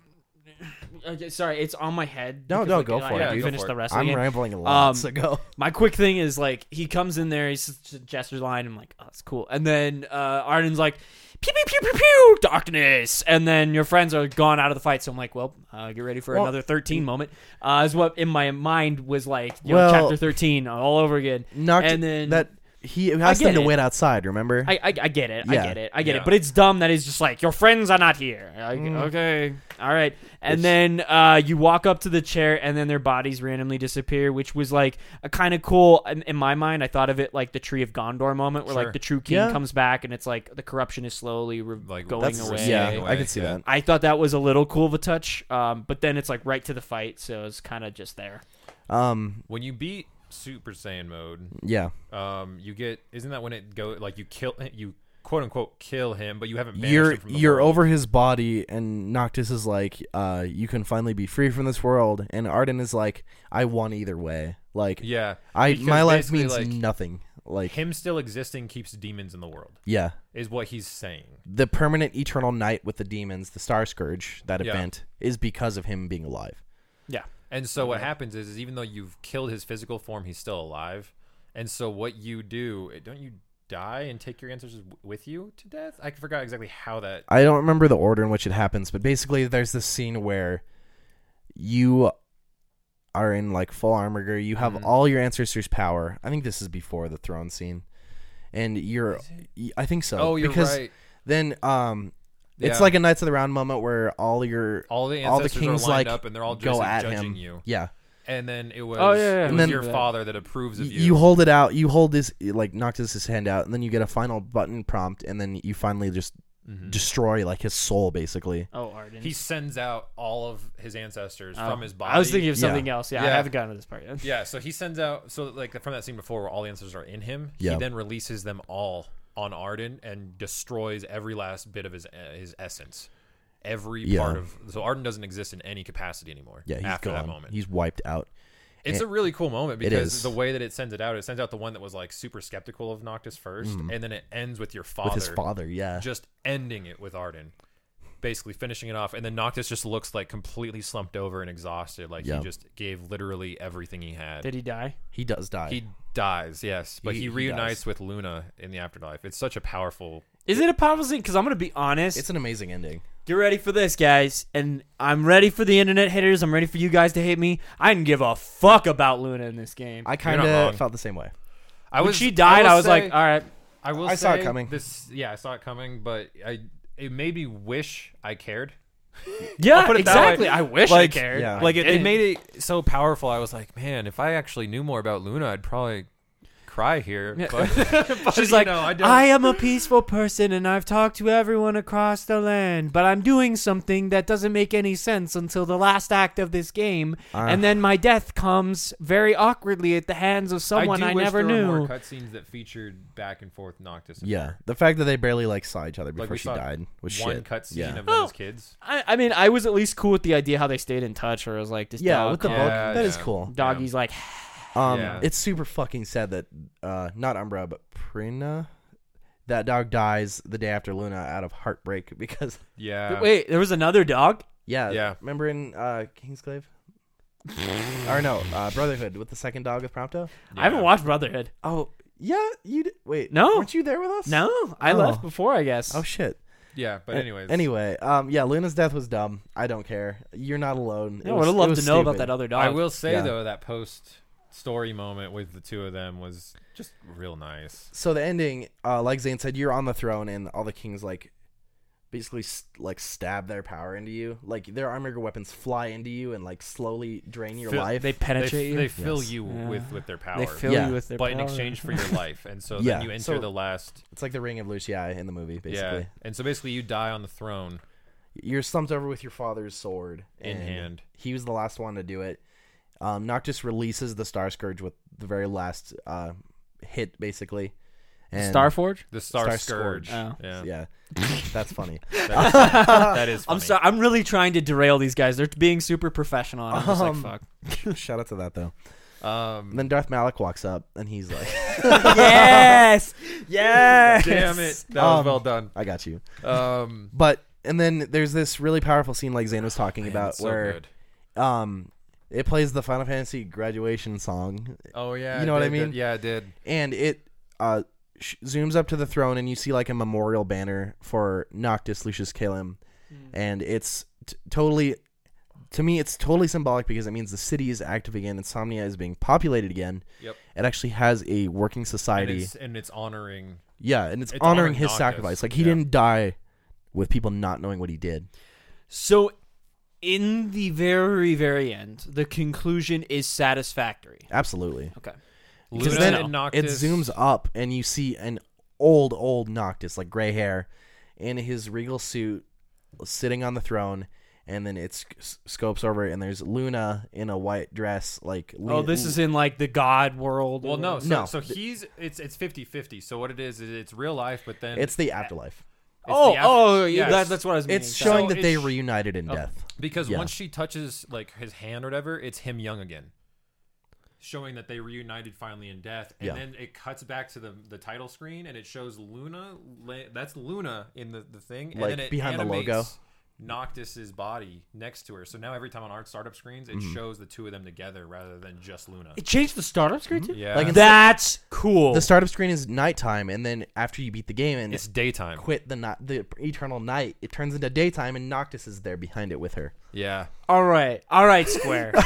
Speaker 3: Okay, sorry, it's on my head.
Speaker 1: No,
Speaker 3: because,
Speaker 1: no,
Speaker 3: like,
Speaker 1: go
Speaker 3: I
Speaker 1: for it,
Speaker 3: haven't
Speaker 2: dude. Go
Speaker 3: Finished
Speaker 2: for
Speaker 3: the
Speaker 2: it.
Speaker 3: rest of
Speaker 1: I'm
Speaker 3: the game.
Speaker 1: rambling a lot,
Speaker 3: Um,
Speaker 1: so go.
Speaker 3: My quick thing is like he comes in there, he s- gestures line. I'm like, oh, that's cool. And then uh, Arden's like, pew pew pew pew pew, darkness. And then your friends are gone out of the fight. So I'm like, well, uh, get ready for
Speaker 1: Well-
Speaker 3: another 13 moment. Uh, is what in my mind was like, you know,
Speaker 1: Well-
Speaker 3: chapter 13 all over again.
Speaker 1: Noctis
Speaker 3: and then-
Speaker 1: that he asked them
Speaker 3: get
Speaker 1: to
Speaker 3: it.
Speaker 1: wait outside, remember?
Speaker 3: I, I, I get it. I
Speaker 1: Yeah.
Speaker 3: get it. I get
Speaker 2: Yeah. Mm.
Speaker 3: it. But it's dumb that it's just like your friends are not here. Like, Okay, all right. And then uh, you walk up to the chair, and then their bodies randomly disappear, which was like a kind of cool. In, in my mind, I thought of it like the Tree of Gondor moment, where
Speaker 2: Sure.
Speaker 3: like the true king
Speaker 1: Yeah.
Speaker 3: comes back, and it's like the corruption is slowly re-
Speaker 2: Like,
Speaker 3: going
Speaker 1: that's
Speaker 3: away.
Speaker 1: yeah,
Speaker 2: Going
Speaker 1: I
Speaker 2: away,
Speaker 1: can see
Speaker 2: yeah.
Speaker 1: that.
Speaker 3: I thought that was a little cool of a touch, um, but then it's like right to the fight, so it's kind of just there.
Speaker 1: Um
Speaker 2: when you beat Super Saiyan mode,
Speaker 1: yeah.
Speaker 2: um, you get isn't that when it go like you kill you quote unquote kill him, but you haven't banished
Speaker 1: you're
Speaker 2: him from the
Speaker 1: you're
Speaker 2: world.
Speaker 1: over his body and Noctis is like uh you can finally be free from this world and Arden is like I won either way like
Speaker 2: Yeah,
Speaker 1: I
Speaker 2: because
Speaker 1: my life
Speaker 2: basically,
Speaker 1: means
Speaker 2: like,
Speaker 1: nothing like
Speaker 2: Him still existing keeps demons in the world
Speaker 1: yeah
Speaker 2: is what he's saying.
Speaker 1: the permanent eternal night with the demons the star scourge that
Speaker 2: Yeah.
Speaker 1: event is because of him being alive
Speaker 3: Yeah.
Speaker 2: And so
Speaker 1: Mm-hmm.
Speaker 2: what happens is, is even though you've killed his physical form, he's still alive. And so what you do, eh, don't you die and take your ancestors w- with you to death? I forgot exactly how that.
Speaker 1: I don't remember the order in which it happens but basically there's this scene where you are in like full armor gear you have
Speaker 2: Mm-hmm.
Speaker 1: all your ancestors power I think this is before the throne scene and you're y- I think so
Speaker 2: Oh, you're
Speaker 1: because
Speaker 2: right.
Speaker 1: then um it's
Speaker 2: Yeah.
Speaker 1: like a Knights of the Round moment where all your
Speaker 2: All the
Speaker 1: all the
Speaker 2: ancestors are
Speaker 1: kings
Speaker 2: lined
Speaker 1: like
Speaker 2: up and they're all
Speaker 1: go
Speaker 2: just
Speaker 1: at
Speaker 2: judging
Speaker 1: him.
Speaker 2: you.
Speaker 1: Yeah,
Speaker 2: And then it was,
Speaker 3: Oh, yeah, yeah,
Speaker 2: it
Speaker 3: I
Speaker 2: was
Speaker 1: remember
Speaker 2: your
Speaker 3: that.
Speaker 2: father that approves of
Speaker 1: Y-
Speaker 2: you.
Speaker 1: you hold it out. You hold this like Noctis's hand out, and then you get a final button prompt, and then you finally just
Speaker 2: Mm-hmm.
Speaker 1: destroy like his soul, basically.
Speaker 3: Oh, Arden.
Speaker 2: he sends out all of his ancestors
Speaker 3: Oh.
Speaker 2: from his body.
Speaker 3: I was thinking of
Speaker 1: Yeah.
Speaker 3: something else. Yeah, I
Speaker 2: Yeah.
Speaker 3: haven't gotten to this part yet.
Speaker 2: Yeah, so he sends out so like from that scene before where all the answers are in him.
Speaker 1: Yeah.
Speaker 2: He then releases them all on Arden and destroys every last bit of his uh, his essence, every
Speaker 1: Yeah.
Speaker 2: part of. So Arden doesn't exist in any capacity anymore.
Speaker 1: Yeah, he's
Speaker 2: after
Speaker 1: gone.
Speaker 2: that moment,
Speaker 1: He's wiped out.
Speaker 2: it's a really cool moment
Speaker 1: It
Speaker 2: because
Speaker 1: is.
Speaker 2: the way that it sends it out, it sends out the one that was like super skeptical of Noctis 1st and then it ends with your father,
Speaker 1: Mm. With his father, yeah.
Speaker 2: just ending it with Arden. Basically finishing it off, and then Noctis just looks like completely slumped over and exhausted, like
Speaker 1: Yeah.
Speaker 2: he just gave literally everything he had.
Speaker 3: Did he die?
Speaker 1: He does die.
Speaker 2: He dies, yes, but
Speaker 1: He-
Speaker 2: he,
Speaker 1: he
Speaker 2: reunites
Speaker 1: dies.
Speaker 2: with Luna in the afterlife. It's such a powerful.
Speaker 3: Is it a powerful scene? Because I'm gonna be honest.
Speaker 1: it's an amazing ending.
Speaker 3: Get ready for this, guys. And I'm ready for the internet haters. I'm ready for you guys to hate me. I didn't give a fuck about Luna in this game.
Speaker 1: I
Speaker 2: not
Speaker 1: kind
Speaker 2: wrong.
Speaker 1: of felt the same way.
Speaker 2: I
Speaker 3: when she died, I, was like, all right.
Speaker 2: I will.
Speaker 1: I saw it
Speaker 2: say
Speaker 1: coming.
Speaker 2: This, yeah, I saw it coming, but I it made me wish I cared.
Speaker 3: Yeah,
Speaker 2: put it that way.
Speaker 3: exactly. I wish
Speaker 2: Like,
Speaker 3: I cared.
Speaker 1: yeah.
Speaker 3: I
Speaker 2: Like it, it
Speaker 3: didn't.
Speaker 2: made it so powerful. I was like, man, if I actually knew more about Luna, I'd probably cry here.
Speaker 3: Yeah.
Speaker 2: But, but,
Speaker 3: She's
Speaker 2: you
Speaker 3: like,
Speaker 2: know, I,
Speaker 3: I,
Speaker 2: don't,
Speaker 3: am a peaceful person and I've talked to everyone across the land, but I'm doing something that doesn't make any sense until the last act of this game,
Speaker 1: Ah.
Speaker 3: and then my death comes very awkwardly at the hands of someone
Speaker 2: do
Speaker 3: I,
Speaker 2: wish
Speaker 3: never
Speaker 2: there
Speaker 3: knew.
Speaker 2: Were more cutscenes that featured back and forth Noctis. and
Speaker 1: Yeah,
Speaker 2: her.
Speaker 1: the fact that they barely like saw each other
Speaker 2: Like,
Speaker 1: before
Speaker 2: we
Speaker 1: she
Speaker 2: saw
Speaker 1: died was
Speaker 2: one
Speaker 1: shit.
Speaker 2: cutscene
Speaker 1: yeah.
Speaker 2: of them
Speaker 3: Oh.
Speaker 2: as kids.
Speaker 3: I, I mean, I was at least cool with the idea how they stayed in touch. Where I was like, this
Speaker 1: yeah,
Speaker 3: dog
Speaker 1: with the book,
Speaker 3: called-
Speaker 2: call. Yeah,
Speaker 1: that is
Speaker 2: yeah.
Speaker 1: cool.
Speaker 3: doggy's like,
Speaker 1: Um,
Speaker 2: Yeah.
Speaker 1: it's super fucking sad that uh, not Umbra but Prina, that dog dies the day after Luna out of heartbreak because
Speaker 2: Yeah.
Speaker 3: wait, there was another dog.
Speaker 1: yeah,
Speaker 2: Yeah.
Speaker 1: Remember in uh, Kingsglaive, or no, uh, Brotherhood with the second dog with Prompto.
Speaker 2: yeah.
Speaker 3: I haven't watched Brotherhood.
Speaker 1: Oh yeah, you d- wait.
Speaker 3: No.
Speaker 1: weren't you there with us?
Speaker 3: No, I
Speaker 1: Oh.
Speaker 3: left before, I guess.
Speaker 1: Oh shit.
Speaker 2: Yeah, but
Speaker 1: A-
Speaker 2: anyways.
Speaker 1: Anyway, um, yeah, Luna's death was dumb. I don't care. You're not alone. It
Speaker 3: I
Speaker 1: was-
Speaker 3: would have
Speaker 1: it
Speaker 3: loved
Speaker 1: was
Speaker 3: to know about
Speaker 1: stupid.
Speaker 3: that other dog.
Speaker 2: I will say
Speaker 1: uh, Yeah.
Speaker 2: though that post story moment with the two of them was just real nice.
Speaker 1: so the ending, uh, like Zane said, you're on the throne, and all the kings like basically s like stab their power into you. Like their armor weapons fly into you and like slowly drain your
Speaker 2: Fill-
Speaker 1: life.
Speaker 3: They
Speaker 2: They,
Speaker 3: penetrate you.
Speaker 2: they fill
Speaker 1: Yes.
Speaker 2: you
Speaker 3: Yeah.
Speaker 2: with with their power.
Speaker 3: They fill
Speaker 1: Yeah.
Speaker 3: you with their
Speaker 2: but in
Speaker 3: power.
Speaker 2: exchange for your life, and so
Speaker 1: Yeah.
Speaker 2: then you enter
Speaker 1: So-
Speaker 2: the last.
Speaker 1: it's like the ring of Lucia in the movie. Basically,
Speaker 2: Yeah, and so basically you die on the throne.
Speaker 1: you're slumped over with your father's sword
Speaker 2: In
Speaker 1: and
Speaker 2: hand.
Speaker 1: He was the last one to do it. Um, Noctis releases the Star Scourge with the very last uh, hit, basically. And
Speaker 3: Starforge.
Speaker 2: The Star,
Speaker 1: Star
Speaker 2: Scourge.
Speaker 3: Scourge.
Speaker 2: Yeah,
Speaker 1: Yeah, that's funny.
Speaker 2: That, is, that is funny.
Speaker 3: I'm sorry. I'm really trying to derail these guys. They're being super professional. And I'm just
Speaker 1: Um,
Speaker 3: like,
Speaker 1: Shout out to that though. And
Speaker 2: Um,
Speaker 1: then Darth Malik walks up and he's like,
Speaker 3: fuck. yes, yes.
Speaker 2: damn it, that
Speaker 1: Um,
Speaker 2: was well done.
Speaker 1: "I got you."
Speaker 2: Um,
Speaker 1: But and then there's this really powerful scene like Zane was talking
Speaker 2: man,
Speaker 1: about
Speaker 2: it's so
Speaker 1: where
Speaker 2: good.
Speaker 1: um it plays the Final Fantasy graduation song
Speaker 2: oh yeah,
Speaker 1: you
Speaker 2: it
Speaker 1: know what I
Speaker 2: did, did-
Speaker 1: mean?
Speaker 2: Yeah, I did.
Speaker 1: and it uh sh- zooms up to the throne and you see like a memorial banner for Noctis Lucius Calum
Speaker 2: Mm.
Speaker 1: and it's t- totally to me it's totally symbolic because it means the city is active again insomnia is being populated again
Speaker 2: Yep.
Speaker 1: it actually has a working
Speaker 2: And
Speaker 1: society
Speaker 2: it's, and it's honoring.
Speaker 1: yeah and it's,
Speaker 2: it's
Speaker 1: honoring,
Speaker 2: honoring
Speaker 1: his
Speaker 2: Noctis,
Speaker 1: sacrifice like he
Speaker 2: yeah.
Speaker 1: didn't die with people not knowing what he did
Speaker 3: So, in the very, very end, the conclusion is satisfactory.
Speaker 1: absolutely
Speaker 3: Okay.
Speaker 1: Because
Speaker 2: Luna
Speaker 1: then
Speaker 2: and
Speaker 1: it
Speaker 2: Noctis.
Speaker 1: zooms up and you see an old old Noctis like gray hair in his regal suit sitting on the throne and then it sc- scopes over and there's Luna in a white dress like
Speaker 3: Oh,
Speaker 1: lean-
Speaker 3: this is in like the god world.
Speaker 2: Well, no, so,
Speaker 1: No.
Speaker 2: so he's it's it's 50-50. So what it is is it's real life, but then
Speaker 1: it's the afterlife.
Speaker 2: it's
Speaker 3: Oh,
Speaker 2: the after-
Speaker 3: oh, yeah.
Speaker 2: Yes.
Speaker 3: That, that's what I was. Meaning.
Speaker 1: It's
Speaker 3: Sorry.
Speaker 1: showing
Speaker 2: So
Speaker 1: that they
Speaker 2: it's-
Speaker 1: reunited in
Speaker 2: Oh.
Speaker 1: death.
Speaker 2: Because
Speaker 1: Yeah.
Speaker 2: once she touches like his hand or whatever, it's him young again. Showing that they reunited finally in death, and
Speaker 1: Yeah.
Speaker 2: then it cuts back to the the title screen, and it shows Luna. la- That's Luna in the the thing, and
Speaker 1: Like,
Speaker 2: then it
Speaker 1: behind the
Speaker 2: animates
Speaker 1: logo.
Speaker 2: Noctis's body next to her. So now every time on our startup screens, it
Speaker 1: Mm-hmm.
Speaker 2: shows the two of them together rather than just Luna.
Speaker 3: It changed the startup screen too.
Speaker 2: Yeah,
Speaker 1: Like, in-
Speaker 3: That's cool.
Speaker 1: The startup screen is nighttime and then after you beat the game and
Speaker 2: it's daytime.
Speaker 1: quit the ni- the eternal night, it turns into daytime and Noctis is there behind it with her.
Speaker 2: Yeah,
Speaker 3: all right, all right, Square. all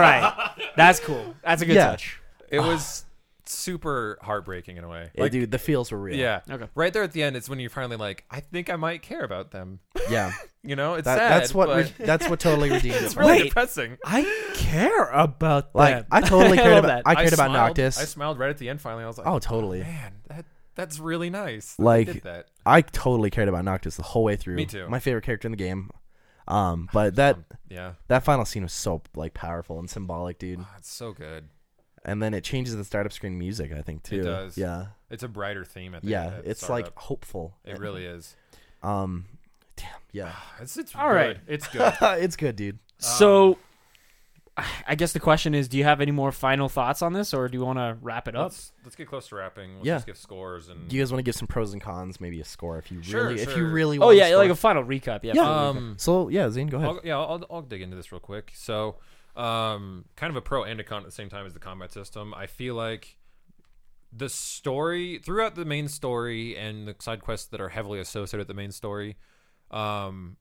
Speaker 3: right, that's cool. That's a good
Speaker 1: Yeah.
Speaker 3: touch.
Speaker 2: it was super heartbreaking in a way.
Speaker 1: Hey, dude, the feels were real.
Speaker 2: yeah,
Speaker 3: Okay.
Speaker 2: Right there at the end, it's when you're finally like, I think I might care about them.
Speaker 1: Yeah.
Speaker 2: You know, it's
Speaker 1: That,
Speaker 2: sad.
Speaker 1: that's what
Speaker 2: but-
Speaker 1: re- that's what totally redeemed it.
Speaker 2: it's
Speaker 1: for
Speaker 2: really
Speaker 3: Wait.
Speaker 2: depressing.
Speaker 3: I care about
Speaker 1: Like
Speaker 3: them.
Speaker 1: I totally cared
Speaker 3: love
Speaker 1: about
Speaker 3: that.
Speaker 1: I cared about
Speaker 2: smiled-
Speaker 1: Noctis.
Speaker 2: I smiled right at the end. Finally, I was like,
Speaker 1: oh, totally.
Speaker 2: man, that that's really nice." that they
Speaker 1: Like-
Speaker 2: did that.
Speaker 1: I totally cared about Noctis the whole way through.
Speaker 2: Me too.
Speaker 1: My favorite character in the game. Um, but that
Speaker 2: Yeah,
Speaker 1: that final scene was so like powerful and symbolic, dude.
Speaker 2: that's so good.
Speaker 1: And then it changes the startup screen music, I think too.
Speaker 2: does.
Speaker 1: Yeah,
Speaker 2: It's a brighter theme. At the
Speaker 1: yeah.
Speaker 2: at the
Speaker 1: it's
Speaker 2: startup.
Speaker 1: like hopeful.
Speaker 2: it really is.
Speaker 1: Um, damn. Yeah.
Speaker 2: It's it's
Speaker 3: All
Speaker 2: good.
Speaker 3: right.
Speaker 2: It's good.
Speaker 1: it's good, dude.
Speaker 3: So, I guess the question is: Do you have any more final thoughts on this, or do you want to wrap it up?
Speaker 2: let's let's get close to wrapping. Let's
Speaker 1: Yeah.
Speaker 2: just give scores and
Speaker 1: Do you guys want to give some pros and cons? Maybe a score if you
Speaker 2: Sure,
Speaker 1: really if you
Speaker 2: sure.
Speaker 1: really.
Speaker 3: Oh
Speaker 1: want
Speaker 3: yeah,
Speaker 1: score.
Speaker 3: like a final recap. Yeah.
Speaker 1: Yeah.
Speaker 3: final recap.
Speaker 2: um.
Speaker 1: so yeah, Zane, go ahead.
Speaker 2: I'll, yeah, I'll, I'll dig into this real quick. So, um, kind of a pro and a con at the same time as the combat system. I feel like the story throughout the main story and the side quests that are heavily associated with the main story, um,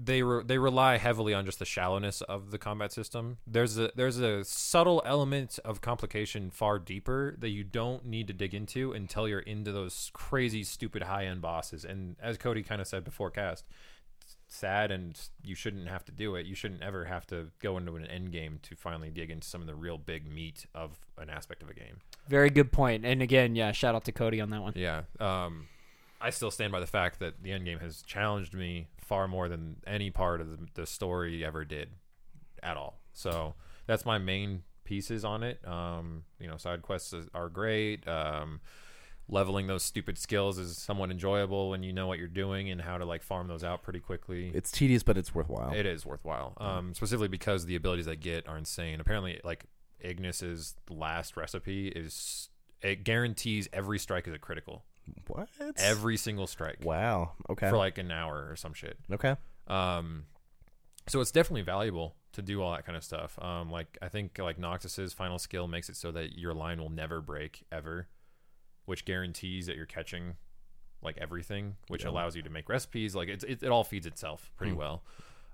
Speaker 2: they re- they rely heavily on just the shallowness of the combat system. There's a there's a subtle element of complication far deeper that you don't need to dig into until you're into those crazy stupid high end bosses. And as Cody kind of said before cast, sad, and you shouldn't have to do it. You shouldn't ever have to go into an end game to finally dig into some of the real big meat of an aspect of a game.
Speaker 3: Very good point. And again, yeah, shout out to Cody on that one.
Speaker 2: Yeah. Um, I still stand by the fact that the end game has challenged me far more than any part of the, the story ever did at all. So that's my main pieces on it. Um, you know, side quests is- are great. Um, leveling those stupid skills is somewhat enjoyable when you know what you're doing and how to like farm those out pretty quickly.
Speaker 1: It's tedious, but it's worthwhile.
Speaker 2: It is worthwhile, um, specifically because the abilities I get are insane. Apparently, like Ignis's last recipe is it guarantees every strike is a critical,
Speaker 1: what?
Speaker 2: every single strike
Speaker 1: wow. Okay.
Speaker 2: for like an hour or some shit.
Speaker 1: okay.
Speaker 2: Um, so it's definitely valuable to do all that kind of stuff. Um, like I think like Noctis's final skill makes it so that your line will never break ever, which guarantees that you're catching like everything, which
Speaker 1: Yeah.
Speaker 2: allows you to make recipes. Like it, it, it all feeds itself pretty well.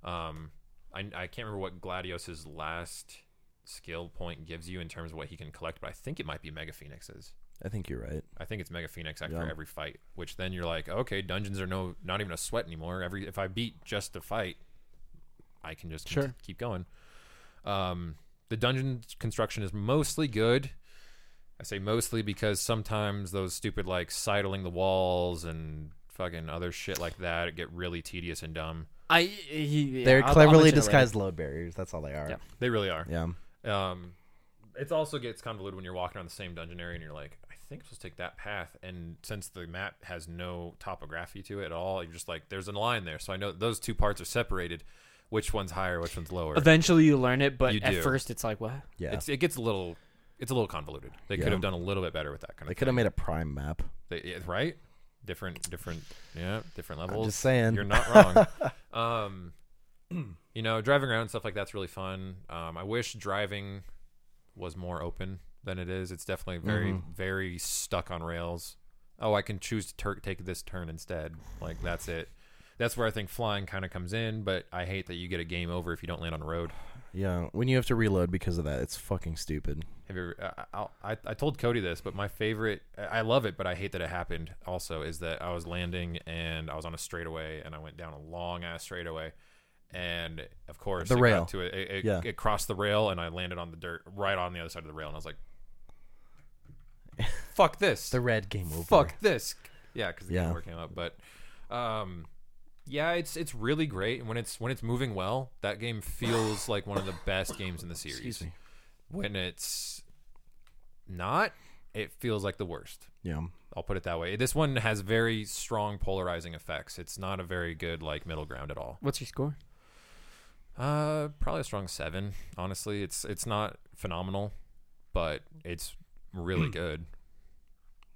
Speaker 2: Um, I, I can't remember what Gladios's last skill point gives you in terms of what he can collect, but I think it might be Mega Phoenix's.
Speaker 1: I think you're right.
Speaker 2: I think it's Mega Phoenix after
Speaker 1: Yeah.
Speaker 2: every fight, which then you're like, okay, dungeons are no not even a sweat anymore. Every if I beat just a fight, I can just
Speaker 3: Sure.
Speaker 2: keep, keep going. Um, the dungeon construction is mostly good. I say mostly because sometimes those stupid like sidling the walls and fucking other shit like that get really tedious and dumb.
Speaker 3: I he, yeah,
Speaker 1: They're
Speaker 3: I'll- I'll
Speaker 1: cleverly
Speaker 3: mention it later.
Speaker 1: disguised load barriers. That's all they are.
Speaker 3: Yep.
Speaker 2: They really are.
Speaker 1: Yeah.
Speaker 2: Um, it also gets convoluted when you're walking around the same dungeon area and you're like, I think I'm supposed to take that path. And since the map has no topography to it at all, you're just like, there's a line there. So I know those two parts are separated. Which one's higher? Which one's lower?
Speaker 3: Eventually, you learn it, but
Speaker 2: You
Speaker 3: at
Speaker 2: do.
Speaker 3: first, it's like what?
Speaker 1: Yeah.
Speaker 2: It's, it gets a little, it's a little convoluted. They
Speaker 1: Yeah.
Speaker 2: could have done a little bit better with that kind
Speaker 1: they
Speaker 2: of.
Speaker 1: could have made a prime map.
Speaker 2: They, yeah, right? Different, different, yeah, different levels.
Speaker 1: I'm just saying.
Speaker 2: You're not wrong. um, you know, driving around and stuff like that's really fun. Um, I wish driving was more open than it is. It's definitely very, very stuck on rails. Oh, I can choose to tur take this turn instead. Like that's it. That's where I think flying kind of comes in. But I hate that you get a game over if you don't land on a road.
Speaker 1: yeah. When you have to reload because of that, it's fucking stupid.
Speaker 2: Have you ever, uh, I, I, I- I told Cody this, but my favorite, I I love it, but I hate that it happened also, is that I was landing and I was on a straightaway and I went down a long ass straightaway. And of course,
Speaker 1: The
Speaker 2: it got
Speaker 1: rail.
Speaker 2: to it, it, it-
Speaker 1: Yeah.
Speaker 2: it crossed the rail and I landed on the dirt right on the other side of the rail. And I was like, fuck this.
Speaker 1: The red game over.
Speaker 2: fuck this. Yeah, because the
Speaker 1: Yeah.
Speaker 2: game over came up. But um, yeah, it's it's really great. And when it's when it's moving well, that game feels like one of the best games in the series
Speaker 1: Excuse me.
Speaker 2: when it's not, it feels like the worst.
Speaker 1: Yeah.
Speaker 2: I'll put it that way. This one has very strong polarizing effects. It's not a very good like middle ground at all.
Speaker 3: What's your score?
Speaker 2: Uh, probably a strong seven. Honestly, it's it's not phenomenal, but it's really good.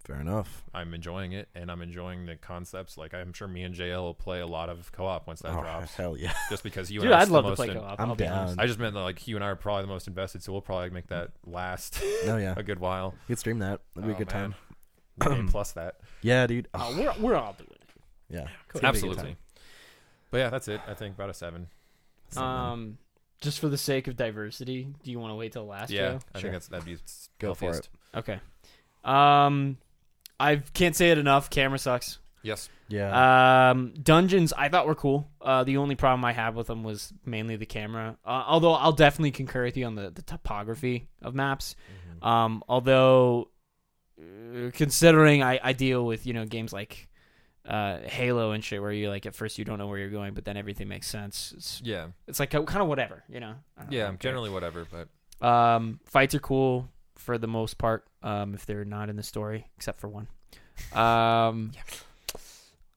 Speaker 1: Fair enough.
Speaker 2: I'm enjoying it, and I'm enjoying the concepts. Like I'm sure me and JL will play a lot of co-op once that
Speaker 1: Oh,
Speaker 2: drops,
Speaker 1: hell yeah.
Speaker 2: just because you
Speaker 3: Dude,
Speaker 2: and I
Speaker 3: I'd love
Speaker 2: the
Speaker 3: to
Speaker 2: most
Speaker 3: play
Speaker 2: in-
Speaker 3: co-op.
Speaker 1: I'm
Speaker 3: I'll be
Speaker 1: down.
Speaker 3: honest.
Speaker 2: I just meant that, like you and I are probably the most invested, so we'll probably make that last.
Speaker 1: No, yeah.
Speaker 2: a good while.
Speaker 1: You could stream that. That'd be
Speaker 2: Oh,
Speaker 1: a good
Speaker 2: man.
Speaker 1: time.
Speaker 2: Game plus that.
Speaker 1: Yeah, dude. Oh,
Speaker 3: Uh, we're we're all doing it.
Speaker 1: yeah. It's gonna be a good
Speaker 2: Absolutely.
Speaker 1: time.
Speaker 2: But yeah, that's it. I think about a seven.
Speaker 3: Um, just for the sake of diversity, do you want to wait till last?
Speaker 2: yeah,
Speaker 3: row?
Speaker 2: I
Speaker 1: Sure.
Speaker 2: think that's that'd be s-
Speaker 1: Go for
Speaker 2: healthiest.
Speaker 3: Okay. Um, I can't say it enough. Camera sucks.
Speaker 2: Yes,
Speaker 1: yeah.
Speaker 3: Um, dungeons I thought were cool. Uh, the only problem I had with them was mainly the camera. Uh, although I'll definitely concur with you on the, the topography of maps.
Speaker 2: Mm-hmm.
Speaker 3: Um, although uh, considering I, I deal with you know games like uh, Halo and shit where you like at first you don't know where you're going, but then everything makes sense. It's,
Speaker 2: yeah,
Speaker 3: it's like kind of whatever, you know. I don't- I
Speaker 2: yeah.
Speaker 3: don't care.
Speaker 2: Generally, whatever. But
Speaker 3: Um, fights are cool for the most part, um, if they're not in the story, except for one. Um,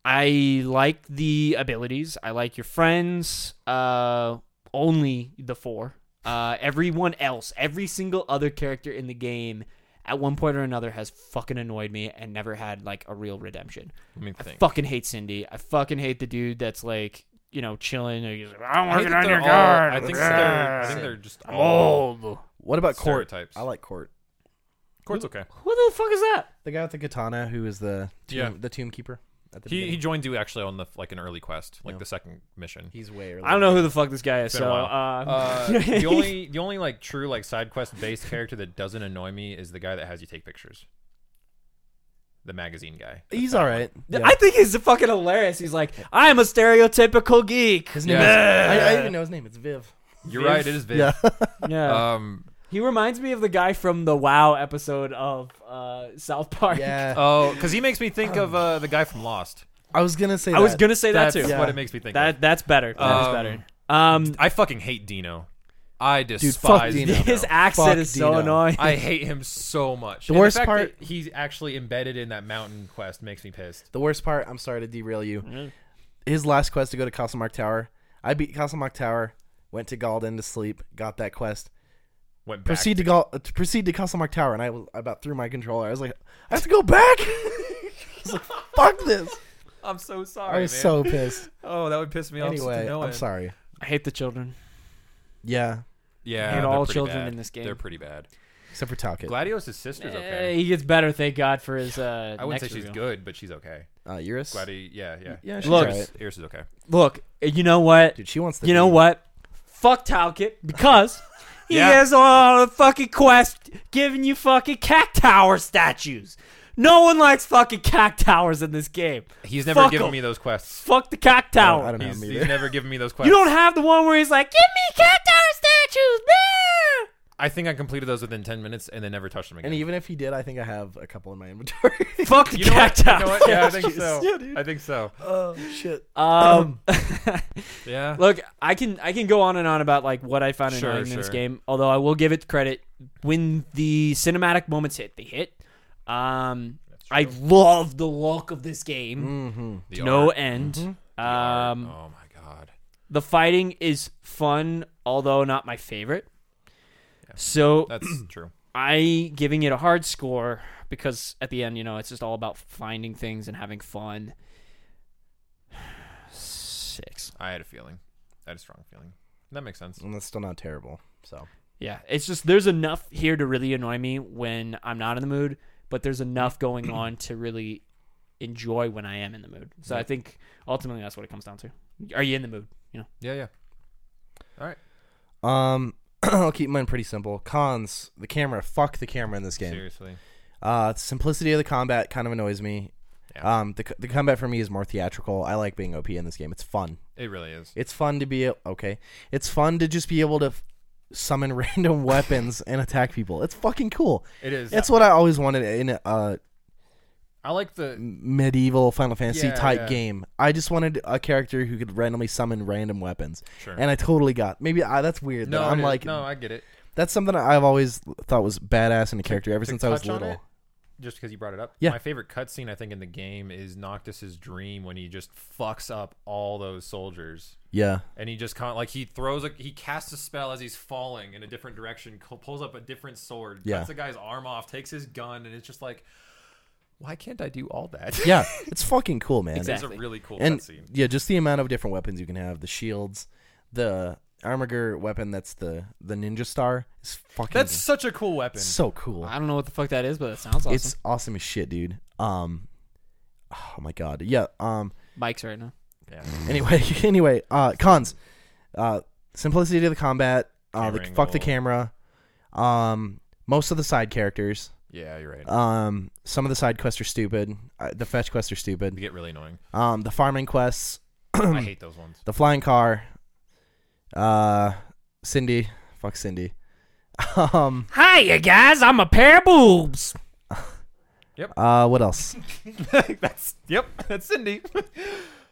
Speaker 3: I like the abilities. I like your friends. Uh, only the four. Uh, everyone else, every single other character in the game, at one point or another, has fucking annoyed me and never had like a real redemption.
Speaker 2: let me
Speaker 3: I
Speaker 2: think.
Speaker 3: fucking hate Cindy. I fucking hate the dude that's like, you know, chilling. Or he's like, I'm
Speaker 2: I, hate
Speaker 3: working
Speaker 2: that
Speaker 3: on
Speaker 2: they're
Speaker 3: your
Speaker 2: all-
Speaker 3: guard.
Speaker 2: I think they're. I think they're just
Speaker 3: I'm
Speaker 2: all
Speaker 3: old.
Speaker 1: what about court?
Speaker 2: stereotypes.
Speaker 1: I like court.
Speaker 2: Court's okay.
Speaker 3: Who the fuck is that?
Speaker 1: The guy with the katana who is the tomb,
Speaker 2: Yeah.
Speaker 1: the tomb keeper at the
Speaker 2: He he
Speaker 1: beginning.
Speaker 2: joined you actually on the like an early quest, like
Speaker 1: Yeah.
Speaker 2: the second mission.
Speaker 1: he's way early.
Speaker 3: I don't know who the fuck this guy is.
Speaker 2: It's been a
Speaker 3: So
Speaker 2: while.
Speaker 3: uh,
Speaker 2: Uh, the only the only like true like side quest based character that doesn't annoy me is the guy that has you take pictures. the magazine guy. The
Speaker 1: He's
Speaker 2: fat
Speaker 1: all
Speaker 2: one.
Speaker 1: right. Yeah.
Speaker 3: I think he's fucking hilarious. He's like, I'm a stereotypical geek.
Speaker 1: his name
Speaker 2: Yeah.
Speaker 1: is. I, I even know his name. It's Viv.
Speaker 2: You're
Speaker 3: Viv.
Speaker 2: right. It is Viv.
Speaker 1: Yeah.
Speaker 3: Yeah.
Speaker 2: Um.
Speaker 3: he reminds me of the guy from the Wow episode of uh, South Park.
Speaker 1: yeah.
Speaker 2: Oh, because he makes me think of uh, the guy from Lost.
Speaker 1: I was gonna say.
Speaker 3: I was
Speaker 1: that.
Speaker 3: gonna say that
Speaker 2: That's
Speaker 3: too.
Speaker 1: Yeah.
Speaker 2: what it makes me think. of.
Speaker 3: That that's better. That is
Speaker 2: Um,
Speaker 3: better. Um,
Speaker 2: I fucking hate Dino. I
Speaker 1: fuck
Speaker 2: despise
Speaker 1: Dino.
Speaker 3: his accent
Speaker 1: Fuck
Speaker 3: is
Speaker 1: Dino.
Speaker 3: so annoying.
Speaker 2: I hate him so much.
Speaker 1: The
Speaker 2: And
Speaker 1: worst
Speaker 2: fact
Speaker 1: part-
Speaker 2: that he's actually embedded in that mountain quest makes me pissed.
Speaker 1: The worst part, I'm sorry to derail you. His last quest to go to Castlemark Tower. I beat Castlemark Tower, went to Galden to sleep, got that quest.
Speaker 2: Went back.
Speaker 1: Proceed to Gal- uh, to proceed to Castlemark Tower, and I, was, I about threw my controller. I was like, I have to go back. I was like, fuck this.
Speaker 2: I'm so sorry.
Speaker 1: I was
Speaker 2: man.
Speaker 1: so pissed.
Speaker 2: Oh, that would piss me off.
Speaker 1: anyway,
Speaker 2: no
Speaker 1: I'm
Speaker 2: end.
Speaker 1: sorry.
Speaker 3: I hate the children.
Speaker 1: Yeah,
Speaker 2: Yeah,
Speaker 3: I hate
Speaker 2: they're
Speaker 3: all
Speaker 2: pretty
Speaker 3: children
Speaker 2: bad.
Speaker 3: in this game.
Speaker 2: They're pretty bad.
Speaker 1: except for Talkit.
Speaker 2: Gladios' sister's
Speaker 3: Eh,
Speaker 2: okay.
Speaker 3: he gets better, thank God, for his. Uh,
Speaker 2: I wouldn't
Speaker 3: next
Speaker 2: say she's
Speaker 3: reveal.
Speaker 2: good, but she's okay.
Speaker 1: Uh, Eurus.
Speaker 2: Gladi, yeah, yeah.
Speaker 1: Yeah, she's
Speaker 3: Look.
Speaker 1: alright.
Speaker 2: Iris is okay.
Speaker 3: Look, you know what?
Speaker 1: dude, she wants the.
Speaker 3: you know
Speaker 1: beat.
Speaker 3: what? Fuck Talkit because he
Speaker 2: Yeah.
Speaker 3: is on a fucking quest giving you fucking cack tower statues. No one likes fucking cack towers in this game.
Speaker 2: He's never
Speaker 3: Fuck
Speaker 2: given
Speaker 3: him.
Speaker 2: me those quests.
Speaker 3: Fuck the cack
Speaker 1: I don't,
Speaker 3: tower.
Speaker 1: I don't know
Speaker 2: He's,
Speaker 1: him
Speaker 2: he's
Speaker 1: either.
Speaker 2: never given me those quests.
Speaker 3: you don't have the one where he's like, "Give me cack tower statues." Nah!
Speaker 2: I think I completed those within ten minutes and then never touched them again.
Speaker 1: And even if he did, I think I have a couple in my inventory.
Speaker 3: Fuck the
Speaker 2: you know
Speaker 3: cack
Speaker 2: what? You
Speaker 3: tower.
Speaker 2: know what? Yeah, I think so.
Speaker 1: Yeah, dude.
Speaker 2: I think so.
Speaker 1: oh shit.
Speaker 3: Um,
Speaker 2: Yeah.
Speaker 3: Look, I can I can go on and on about like what I found
Speaker 2: Sure,
Speaker 3: annoying in this
Speaker 2: sure.
Speaker 3: game. Although I will give it credit when the cinematic moments hit, they hit. Um, I love the look of this
Speaker 2: Mm,
Speaker 3: game
Speaker 1: Mm-hmm.
Speaker 2: The
Speaker 3: to no
Speaker 2: art.
Speaker 3: end.
Speaker 2: The art.
Speaker 3: Um,
Speaker 2: oh my god.
Speaker 3: the fighting is fun, although not my favorite. So
Speaker 2: That's true.
Speaker 3: I giving it a hard score because at the end, you know, it's just all about finding things and having fun. Six.
Speaker 2: I had a feeling. I had a strong feeling. That makes sense.
Speaker 1: And that's still not terrible. So
Speaker 3: Yeah, it's just there's enough here to really annoy me when I'm not in the mood, but there's enough going on to really enjoy when I am in the mood. So I think ultimately that's what it comes down to. Are you in the mood? You know,
Speaker 2: Yeah, yeah.
Speaker 1: Um, I'll keep mine pretty simple. Cons: the camera. Fuck the camera in this game.
Speaker 2: Seriously.
Speaker 1: Uh, simplicity of the combat kind of annoys me.
Speaker 2: Yeah.
Speaker 1: Um, the, c- the combat for me is more theatrical. I like being OP in this game. It's fun.
Speaker 2: It really is.
Speaker 1: It's fun to be a- okay. It's fun to just be able to f- summon random weapons and attack people. It's fucking cool.
Speaker 2: It is.
Speaker 1: It's what I always wanted in a uh,
Speaker 2: I like the
Speaker 1: medieval Final Fantasy
Speaker 2: Yeah,
Speaker 1: type
Speaker 2: yeah.
Speaker 1: game. I just wanted a character who could randomly summon random weapons,
Speaker 2: sure.
Speaker 1: and I totally got. Maybe I, that's weird.
Speaker 2: no,
Speaker 1: that
Speaker 2: it
Speaker 1: I'm
Speaker 2: is.
Speaker 1: like,
Speaker 2: no, I get it.
Speaker 1: That's something I've always thought was badass in a character ever
Speaker 2: to
Speaker 1: since I was
Speaker 2: touch on
Speaker 1: little.
Speaker 2: it, just because you brought it up.
Speaker 1: Yeah.
Speaker 2: My favorite cutscene I think in the game is Noctis's dream when he just fucks up all those soldiers.
Speaker 1: Yeah.
Speaker 2: And he just kind of like he throws a he casts a spell as he's falling in a different direction, co- pulls up a different sword,
Speaker 1: Yeah.
Speaker 2: cuts the guy's arm off, takes his gun, and it's just like, why can't I do all that?
Speaker 1: Yeah. it's fucking cool, man.
Speaker 2: it's a
Speaker 3: Exactly.
Speaker 2: really cool
Speaker 1: And
Speaker 2: cutscene.
Speaker 1: yeah, just the amount of different weapons you can have, the shields, the armiger weapon that's the the ninja star is fucking
Speaker 2: That's such a cool weapon.
Speaker 1: so cool.
Speaker 3: I don't know what the fuck that is, but it sounds awesome.
Speaker 1: It's awesome as shit, dude. Um Oh my god. Yeah, um
Speaker 3: Mike's right now.
Speaker 2: Yeah.
Speaker 1: anyway, anyway, uh cons. Uh simplicity of the combat, uh
Speaker 2: Camera
Speaker 1: the, fuck the camera. Um most of the side characters
Speaker 2: Yeah, you're right.
Speaker 1: Um, some of the side quests are stupid. Uh, the fetch quests are
Speaker 2: They
Speaker 1: stupid.
Speaker 2: get really annoying.
Speaker 1: Um, the farming quests,
Speaker 2: I hate those ones.
Speaker 1: the flying car, uh, Cindy, fuck Cindy. Um,
Speaker 3: Hi, you guys. I'm a pair of boobs.
Speaker 1: uh, what else?
Speaker 2: that's yep. That's Cindy.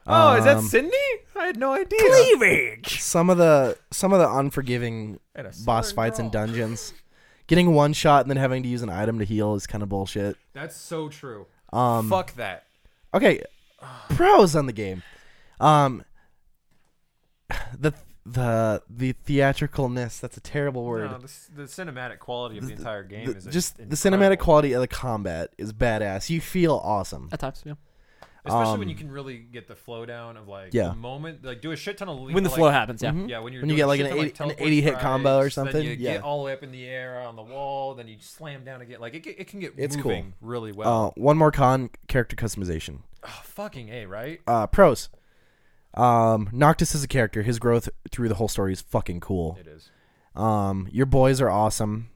Speaker 2: oh, is that
Speaker 1: Um,
Speaker 2: Cindy? I had no idea.
Speaker 3: Cleavage.
Speaker 1: Some of the some of the unforgiving
Speaker 2: And a
Speaker 1: boss
Speaker 2: southern
Speaker 1: fights in
Speaker 2: drawl.
Speaker 1: dungeons, getting one shot and then having to use an item to heal is kind of bullshit.
Speaker 2: That's so true.
Speaker 1: Um,
Speaker 2: Fuck that.
Speaker 1: Okay, pros on the game. Um, the the the theatricalness. That's a terrible word.
Speaker 2: No, the, c- the cinematic quality of the, entire game
Speaker 1: the-
Speaker 2: is
Speaker 1: just
Speaker 2: in-
Speaker 1: the cinematic
Speaker 2: incredible.
Speaker 1: quality of the combat is badass. You feel awesome.
Speaker 3: At times, yeah.
Speaker 2: especially when
Speaker 1: um,
Speaker 2: you can really get the flow down of like
Speaker 1: Yeah.
Speaker 2: the moment, like do a shit ton of leap,
Speaker 3: When the
Speaker 2: like,
Speaker 3: flow happens, yeah.
Speaker 2: Yeah, when, you're
Speaker 1: When you
Speaker 2: doing
Speaker 1: get, like, an
Speaker 2: shit ton of,
Speaker 1: 80 an
Speaker 2: teleport
Speaker 1: 80 hit combo or
Speaker 2: strikes, then
Speaker 1: something,
Speaker 2: you
Speaker 1: yeah.
Speaker 2: get all the way up in the air on the wall, then you slam down again. Like it, get- it can get
Speaker 1: It's cool.
Speaker 2: moving really well.
Speaker 1: Uh, one more con: character customization.
Speaker 2: Oh, fucking a right.
Speaker 1: Uh, pros: um, Noctis is a character. His growth through the whole story is fucking cool.
Speaker 2: It is.
Speaker 1: Um, your boys are awesome.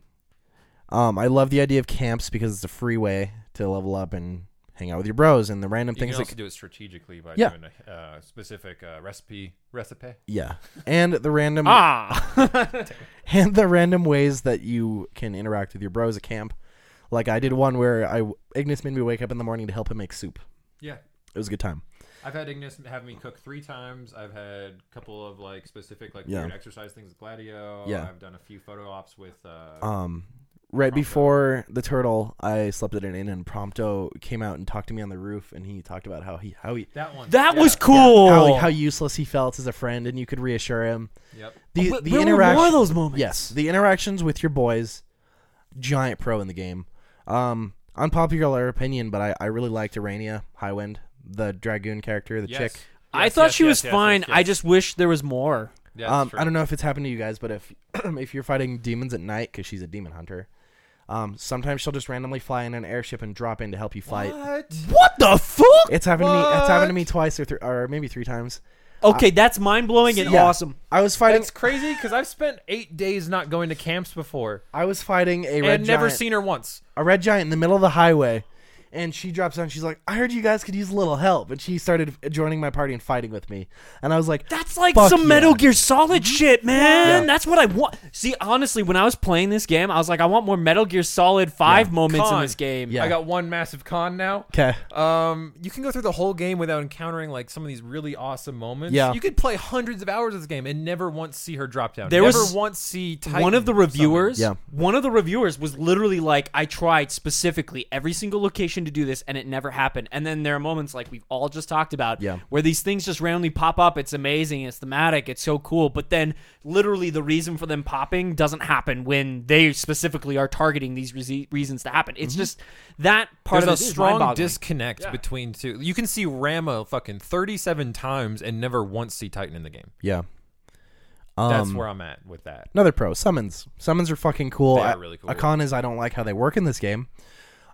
Speaker 1: Um, I love the idea of camps because it's a free way to level up and hang out with your bros and the random
Speaker 2: You
Speaker 1: things
Speaker 2: can
Speaker 1: that
Speaker 2: also do it strategically by
Speaker 1: Yeah.
Speaker 2: doing a uh, specific uh, recipe. Recipe.
Speaker 1: yeah and the random
Speaker 3: Ah.
Speaker 1: and the random ways that you can interact with your bros at camp like i did one where i ignis made me wake up in the morning to help him make soup
Speaker 2: Yeah.
Speaker 1: it was a good time
Speaker 2: I've had Ignis have me cook three times. I've had a couple of like specific like
Speaker 1: Yeah.
Speaker 2: weird exercise things with Gladio.
Speaker 1: Yeah.
Speaker 2: I've done a few photo ops with. Uh,
Speaker 1: um right
Speaker 2: Prompto.
Speaker 1: before the turtle i slept at an inn and prompto came out and talked to me on the roof and he talked about how he how he
Speaker 2: that one.
Speaker 3: that
Speaker 2: Yeah.
Speaker 3: was cool.
Speaker 1: how, how useless he felt as a friend and you could reassure him
Speaker 2: Yep.
Speaker 1: the
Speaker 3: Where-
Speaker 1: the
Speaker 3: where were
Speaker 1: interaction
Speaker 3: more of those moments.
Speaker 1: Yes, the interactions with your boys, giant pro in the game. Um, unpopular opinion, but I, I really liked Irania Highwind, the dragoon character, the
Speaker 2: Yes.
Speaker 1: chick.
Speaker 2: Yes,
Speaker 3: I thought
Speaker 2: yes,
Speaker 3: she
Speaker 2: yes,
Speaker 3: was
Speaker 2: yes,
Speaker 3: fine.
Speaker 2: yes,
Speaker 3: I
Speaker 2: yes.
Speaker 3: just wish there was more.
Speaker 2: Yeah, that's
Speaker 1: um,
Speaker 2: true.
Speaker 1: I don't know if it's happened to you guys, but if if you're fighting demons at night, because she's a demon hunter, um, sometimes she'll just randomly fly in an airship and drop in to help you fight.
Speaker 2: What?
Speaker 3: What the fuck?
Speaker 1: It's happened to me. It's happened to
Speaker 2: What?
Speaker 1: me twice or thr or maybe three times.
Speaker 3: Okay, that's mind blowing and
Speaker 1: Yeah.
Speaker 3: awesome.
Speaker 1: I was fighting.
Speaker 2: It's crazy because I've spent eight days not going to camps before
Speaker 1: I was fighting a red
Speaker 2: and never
Speaker 1: giant-
Speaker 2: seen her once.
Speaker 1: a red giant in the middle of the highway and she drops down she's like i heard you guys could use a little help and she started joining my party and fighting with me and i was like
Speaker 3: That's like
Speaker 1: Fuck
Speaker 3: some
Speaker 1: yeah. Mm-hmm.
Speaker 3: Metal Gear Solid shit, man.
Speaker 1: Yeah.
Speaker 3: That's what I want. See, honestly, when I was playing this game, I was like, I want more Metal Gear Solid Five moments in
Speaker 2: Con.
Speaker 3: this game.
Speaker 1: Yeah.
Speaker 2: I got one massive con now.
Speaker 1: okay
Speaker 2: Um, you can go through the whole game without encountering like some of these really awesome moments.
Speaker 1: Yeah.
Speaker 2: you could play hundreds of hours of this game and never once see her drop down.
Speaker 3: There
Speaker 2: never
Speaker 3: was
Speaker 2: once see Titan
Speaker 3: one of the reviewers
Speaker 1: Yeah.
Speaker 3: one of the reviewers was literally like i tried specifically every single location to do this and it never happened and then there are moments like we've all just talked about
Speaker 1: Yeah.
Speaker 3: where these things just randomly pop up it's amazing it's thematic it's so cool but then literally the reason for them popping doesn't happen when they specifically are targeting these rese- reasons to happen
Speaker 1: Mm-hmm.
Speaker 3: it's just that
Speaker 2: There's
Speaker 3: part of
Speaker 2: a
Speaker 3: it is
Speaker 2: strong
Speaker 3: mind-boggling.
Speaker 2: disconnect between two. You can see Rama fucking 37 times and never once see Titan in the game.
Speaker 1: yeah um,
Speaker 2: That's where I'm at with that.
Speaker 1: another pro summons summons are fucking cool
Speaker 2: They are
Speaker 1: I-
Speaker 2: really cool.
Speaker 1: a con is i don't like how they work in this game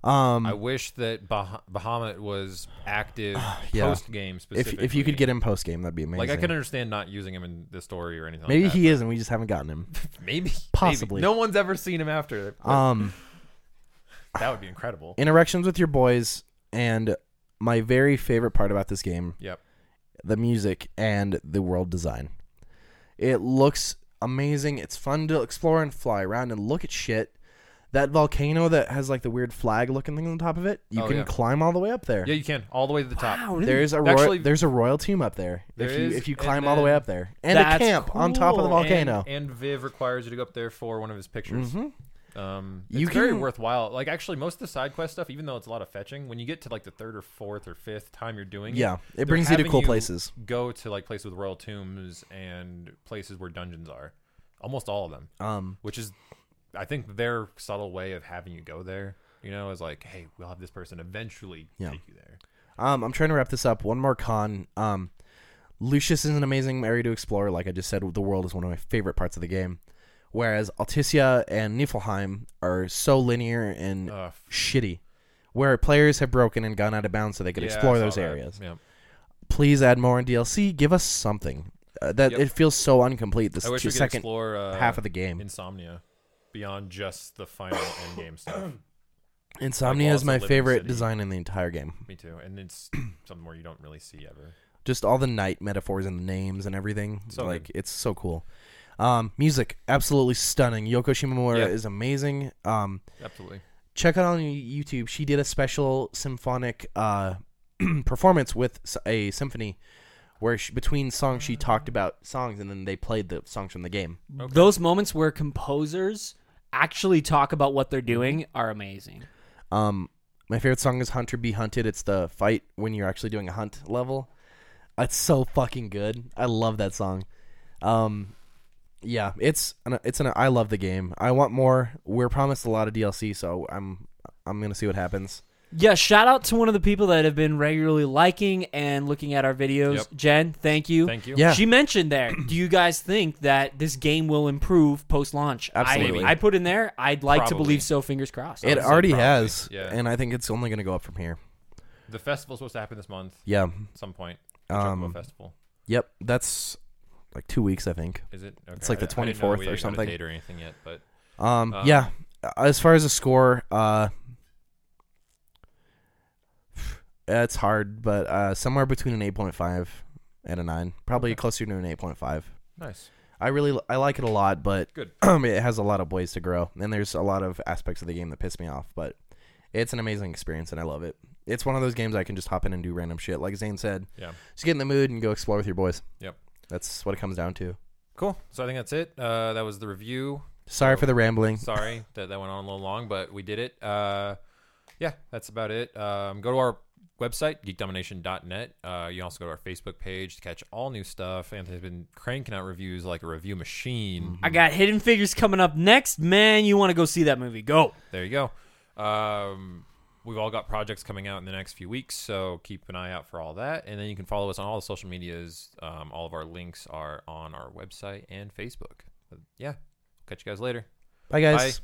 Speaker 1: um
Speaker 2: I wish that bah- Bahamut was active
Speaker 1: yeah.
Speaker 2: post game
Speaker 1: if,
Speaker 2: specifically.
Speaker 1: if you could get him post game that'd be amazing
Speaker 2: like, I can understand not using him in the story or anything.
Speaker 1: maybe
Speaker 2: like that,
Speaker 1: he is and we just haven't gotten him
Speaker 2: but maybe
Speaker 1: possibly.
Speaker 2: maybe. No one's ever seen him after.
Speaker 1: um Uh,
Speaker 2: That would be incredible.
Speaker 1: interactions with your boys and my very favorite part about this game
Speaker 2: Yep.
Speaker 1: the music and the world design. It looks amazing. It's fun to explore and fly around and look at shit. That volcano that has like the weird flag looking thing on top of it, you
Speaker 2: Oh,
Speaker 1: can
Speaker 2: yeah.
Speaker 1: climb all the way up there.
Speaker 2: Yeah, you can all the way to the top.
Speaker 3: wow, really?
Speaker 1: There's a
Speaker 2: Actually-
Speaker 1: royal, there's a royal team up there.
Speaker 2: There
Speaker 1: if you
Speaker 2: is,
Speaker 1: if you
Speaker 2: and
Speaker 1: climb all the way
Speaker 2: then-
Speaker 1: up there, and a
Speaker 3: That's
Speaker 1: camp on top of the
Speaker 3: cool. And-
Speaker 1: volcano.
Speaker 2: And, and Viv requires you to go up there for one of his pictures. Um, it's
Speaker 1: Mm-hmm. You
Speaker 2: very
Speaker 1: can-
Speaker 2: worthwhile. Like actually, most of the side quest stuff, even though it's a lot of fetching, when you get to like the third or fourth or fifth time you're doing it,
Speaker 1: yeah,
Speaker 2: they're
Speaker 1: it brings you to
Speaker 2: having
Speaker 1: cool places.
Speaker 2: Go to like places with royal tombs and places where dungeons are, almost all of them.
Speaker 1: Um,
Speaker 2: Which is, I think, their subtle way of having you go there. You know, is like, hey, we'll have this person eventually
Speaker 1: Yeah.
Speaker 2: take you there.
Speaker 1: Um, I'm trying to wrap this up. One more con. Um, Lucius is an amazing area to explore. Like I just said, the world is one of my favorite parts of the game. Whereas Altissia and Niflheim are so linear and
Speaker 2: Uh, f-
Speaker 1: shitty, where players have broken and gone out of bounds so they could
Speaker 2: yeah, I
Speaker 1: explore
Speaker 2: saw
Speaker 1: those
Speaker 2: that.
Speaker 1: areas.
Speaker 2: Yeah.
Speaker 1: Please add more in DLC. Give us something. Uh, that
Speaker 2: Yep.
Speaker 1: it feels so incomplete. This
Speaker 2: I wish
Speaker 1: two
Speaker 2: we could
Speaker 1: second
Speaker 2: explore uh,
Speaker 1: half of the game.
Speaker 2: Insomnia beyond just the final end game stuff.
Speaker 1: Insomnia
Speaker 2: Like
Speaker 1: is
Speaker 2: Lost
Speaker 1: my
Speaker 2: in Living
Speaker 1: favorite
Speaker 2: City.
Speaker 1: design in the entire game.
Speaker 2: Me too. And it's something where you don't really see ever.
Speaker 1: just all the night metaphors and the names and everything.
Speaker 2: So
Speaker 1: like it's so cool. Um, music absolutely stunning. Yoko Shimomura
Speaker 2: Yeah.
Speaker 1: is amazing. Um,
Speaker 2: Absolutely.
Speaker 1: check out on YouTube. She did a special symphonic uh, performance with s- a symphony where she, between songs
Speaker 2: Mm.
Speaker 1: she talked about songs and then they played the songs from the game.
Speaker 3: those moments where composers actually talk about what they're doing are amazing
Speaker 1: Um, my favorite song is Hunter Be Hunted. It's the fight when you're actually doing a hunt level. It's so fucking good. I love that song. Um, yeah, it's an, it's an I love the game. I want more. We're promised a lot of DLC, so I'm I'm gonna see what happens.
Speaker 3: Yeah, shout out to one of the people that have been regularly liking and looking at our videos.
Speaker 2: Yep.
Speaker 3: Jen, thank you.
Speaker 2: Thank you.
Speaker 1: Yeah.
Speaker 3: She mentioned there, do you guys think that this game will improve post launch?
Speaker 1: Absolutely.
Speaker 3: I, I put in there, I'd like to
Speaker 2: Probably.
Speaker 3: believe so, fingers crossed.
Speaker 1: it
Speaker 2: would say
Speaker 1: already
Speaker 2: probably,
Speaker 1: has,
Speaker 2: yeah.
Speaker 1: and I think it's only gonna go up from here.
Speaker 2: The festival's supposed to happen this month
Speaker 1: Yeah.
Speaker 2: at some point. The Chocobo
Speaker 1: Um.
Speaker 2: festival.
Speaker 1: Yep. That's like two weeks, I think.
Speaker 2: Is it? Okay.
Speaker 1: like the
Speaker 2: I- I didn't know
Speaker 1: 24th or
Speaker 2: we got a
Speaker 1: something.
Speaker 2: Date or anything yet, but
Speaker 1: Um,
Speaker 2: Uh,
Speaker 1: yeah. As far as the score, uh, uh, it's hard, but uh, somewhere between an eight point five and a nine, probably closer to an eight point five.
Speaker 2: Nice.
Speaker 1: I really I like it a lot, but
Speaker 2: Good.
Speaker 1: it has a lot of ways to grow, and there's a lot of aspects of the game that piss me off. But it's an amazing experience, and I love it. It's one of those games I can just hop in and do random shit. Like Zane said,
Speaker 2: Yeah.
Speaker 1: just get in the mood and go explore with your boys.
Speaker 2: Yep.
Speaker 1: That's what it comes down to.
Speaker 2: Cool. So I think that's it. Uh, that was the review.
Speaker 1: Sorry for the rambling.
Speaker 2: Sorry that that went on a little long, but we did it. Uh, yeah, that's about it. Um, go to our website, geekdomination.net. Uh, you can also go to our Facebook page to catch all new stuff. Anthony's been cranking out reviews like a review
Speaker 1: Mm-hmm.
Speaker 2: machine.
Speaker 3: I got Hidden Figures coming up next. Man, you want to go see that movie? Go.
Speaker 2: There you go. Um, we've all got projects coming out in the next few weeks, so keep an eye out for all that. And then you can follow us on all the social medias. Um, all of our links are on our website and Facebook. But yeah, catch you guys later.
Speaker 1: Bye, guys.
Speaker 2: Bye.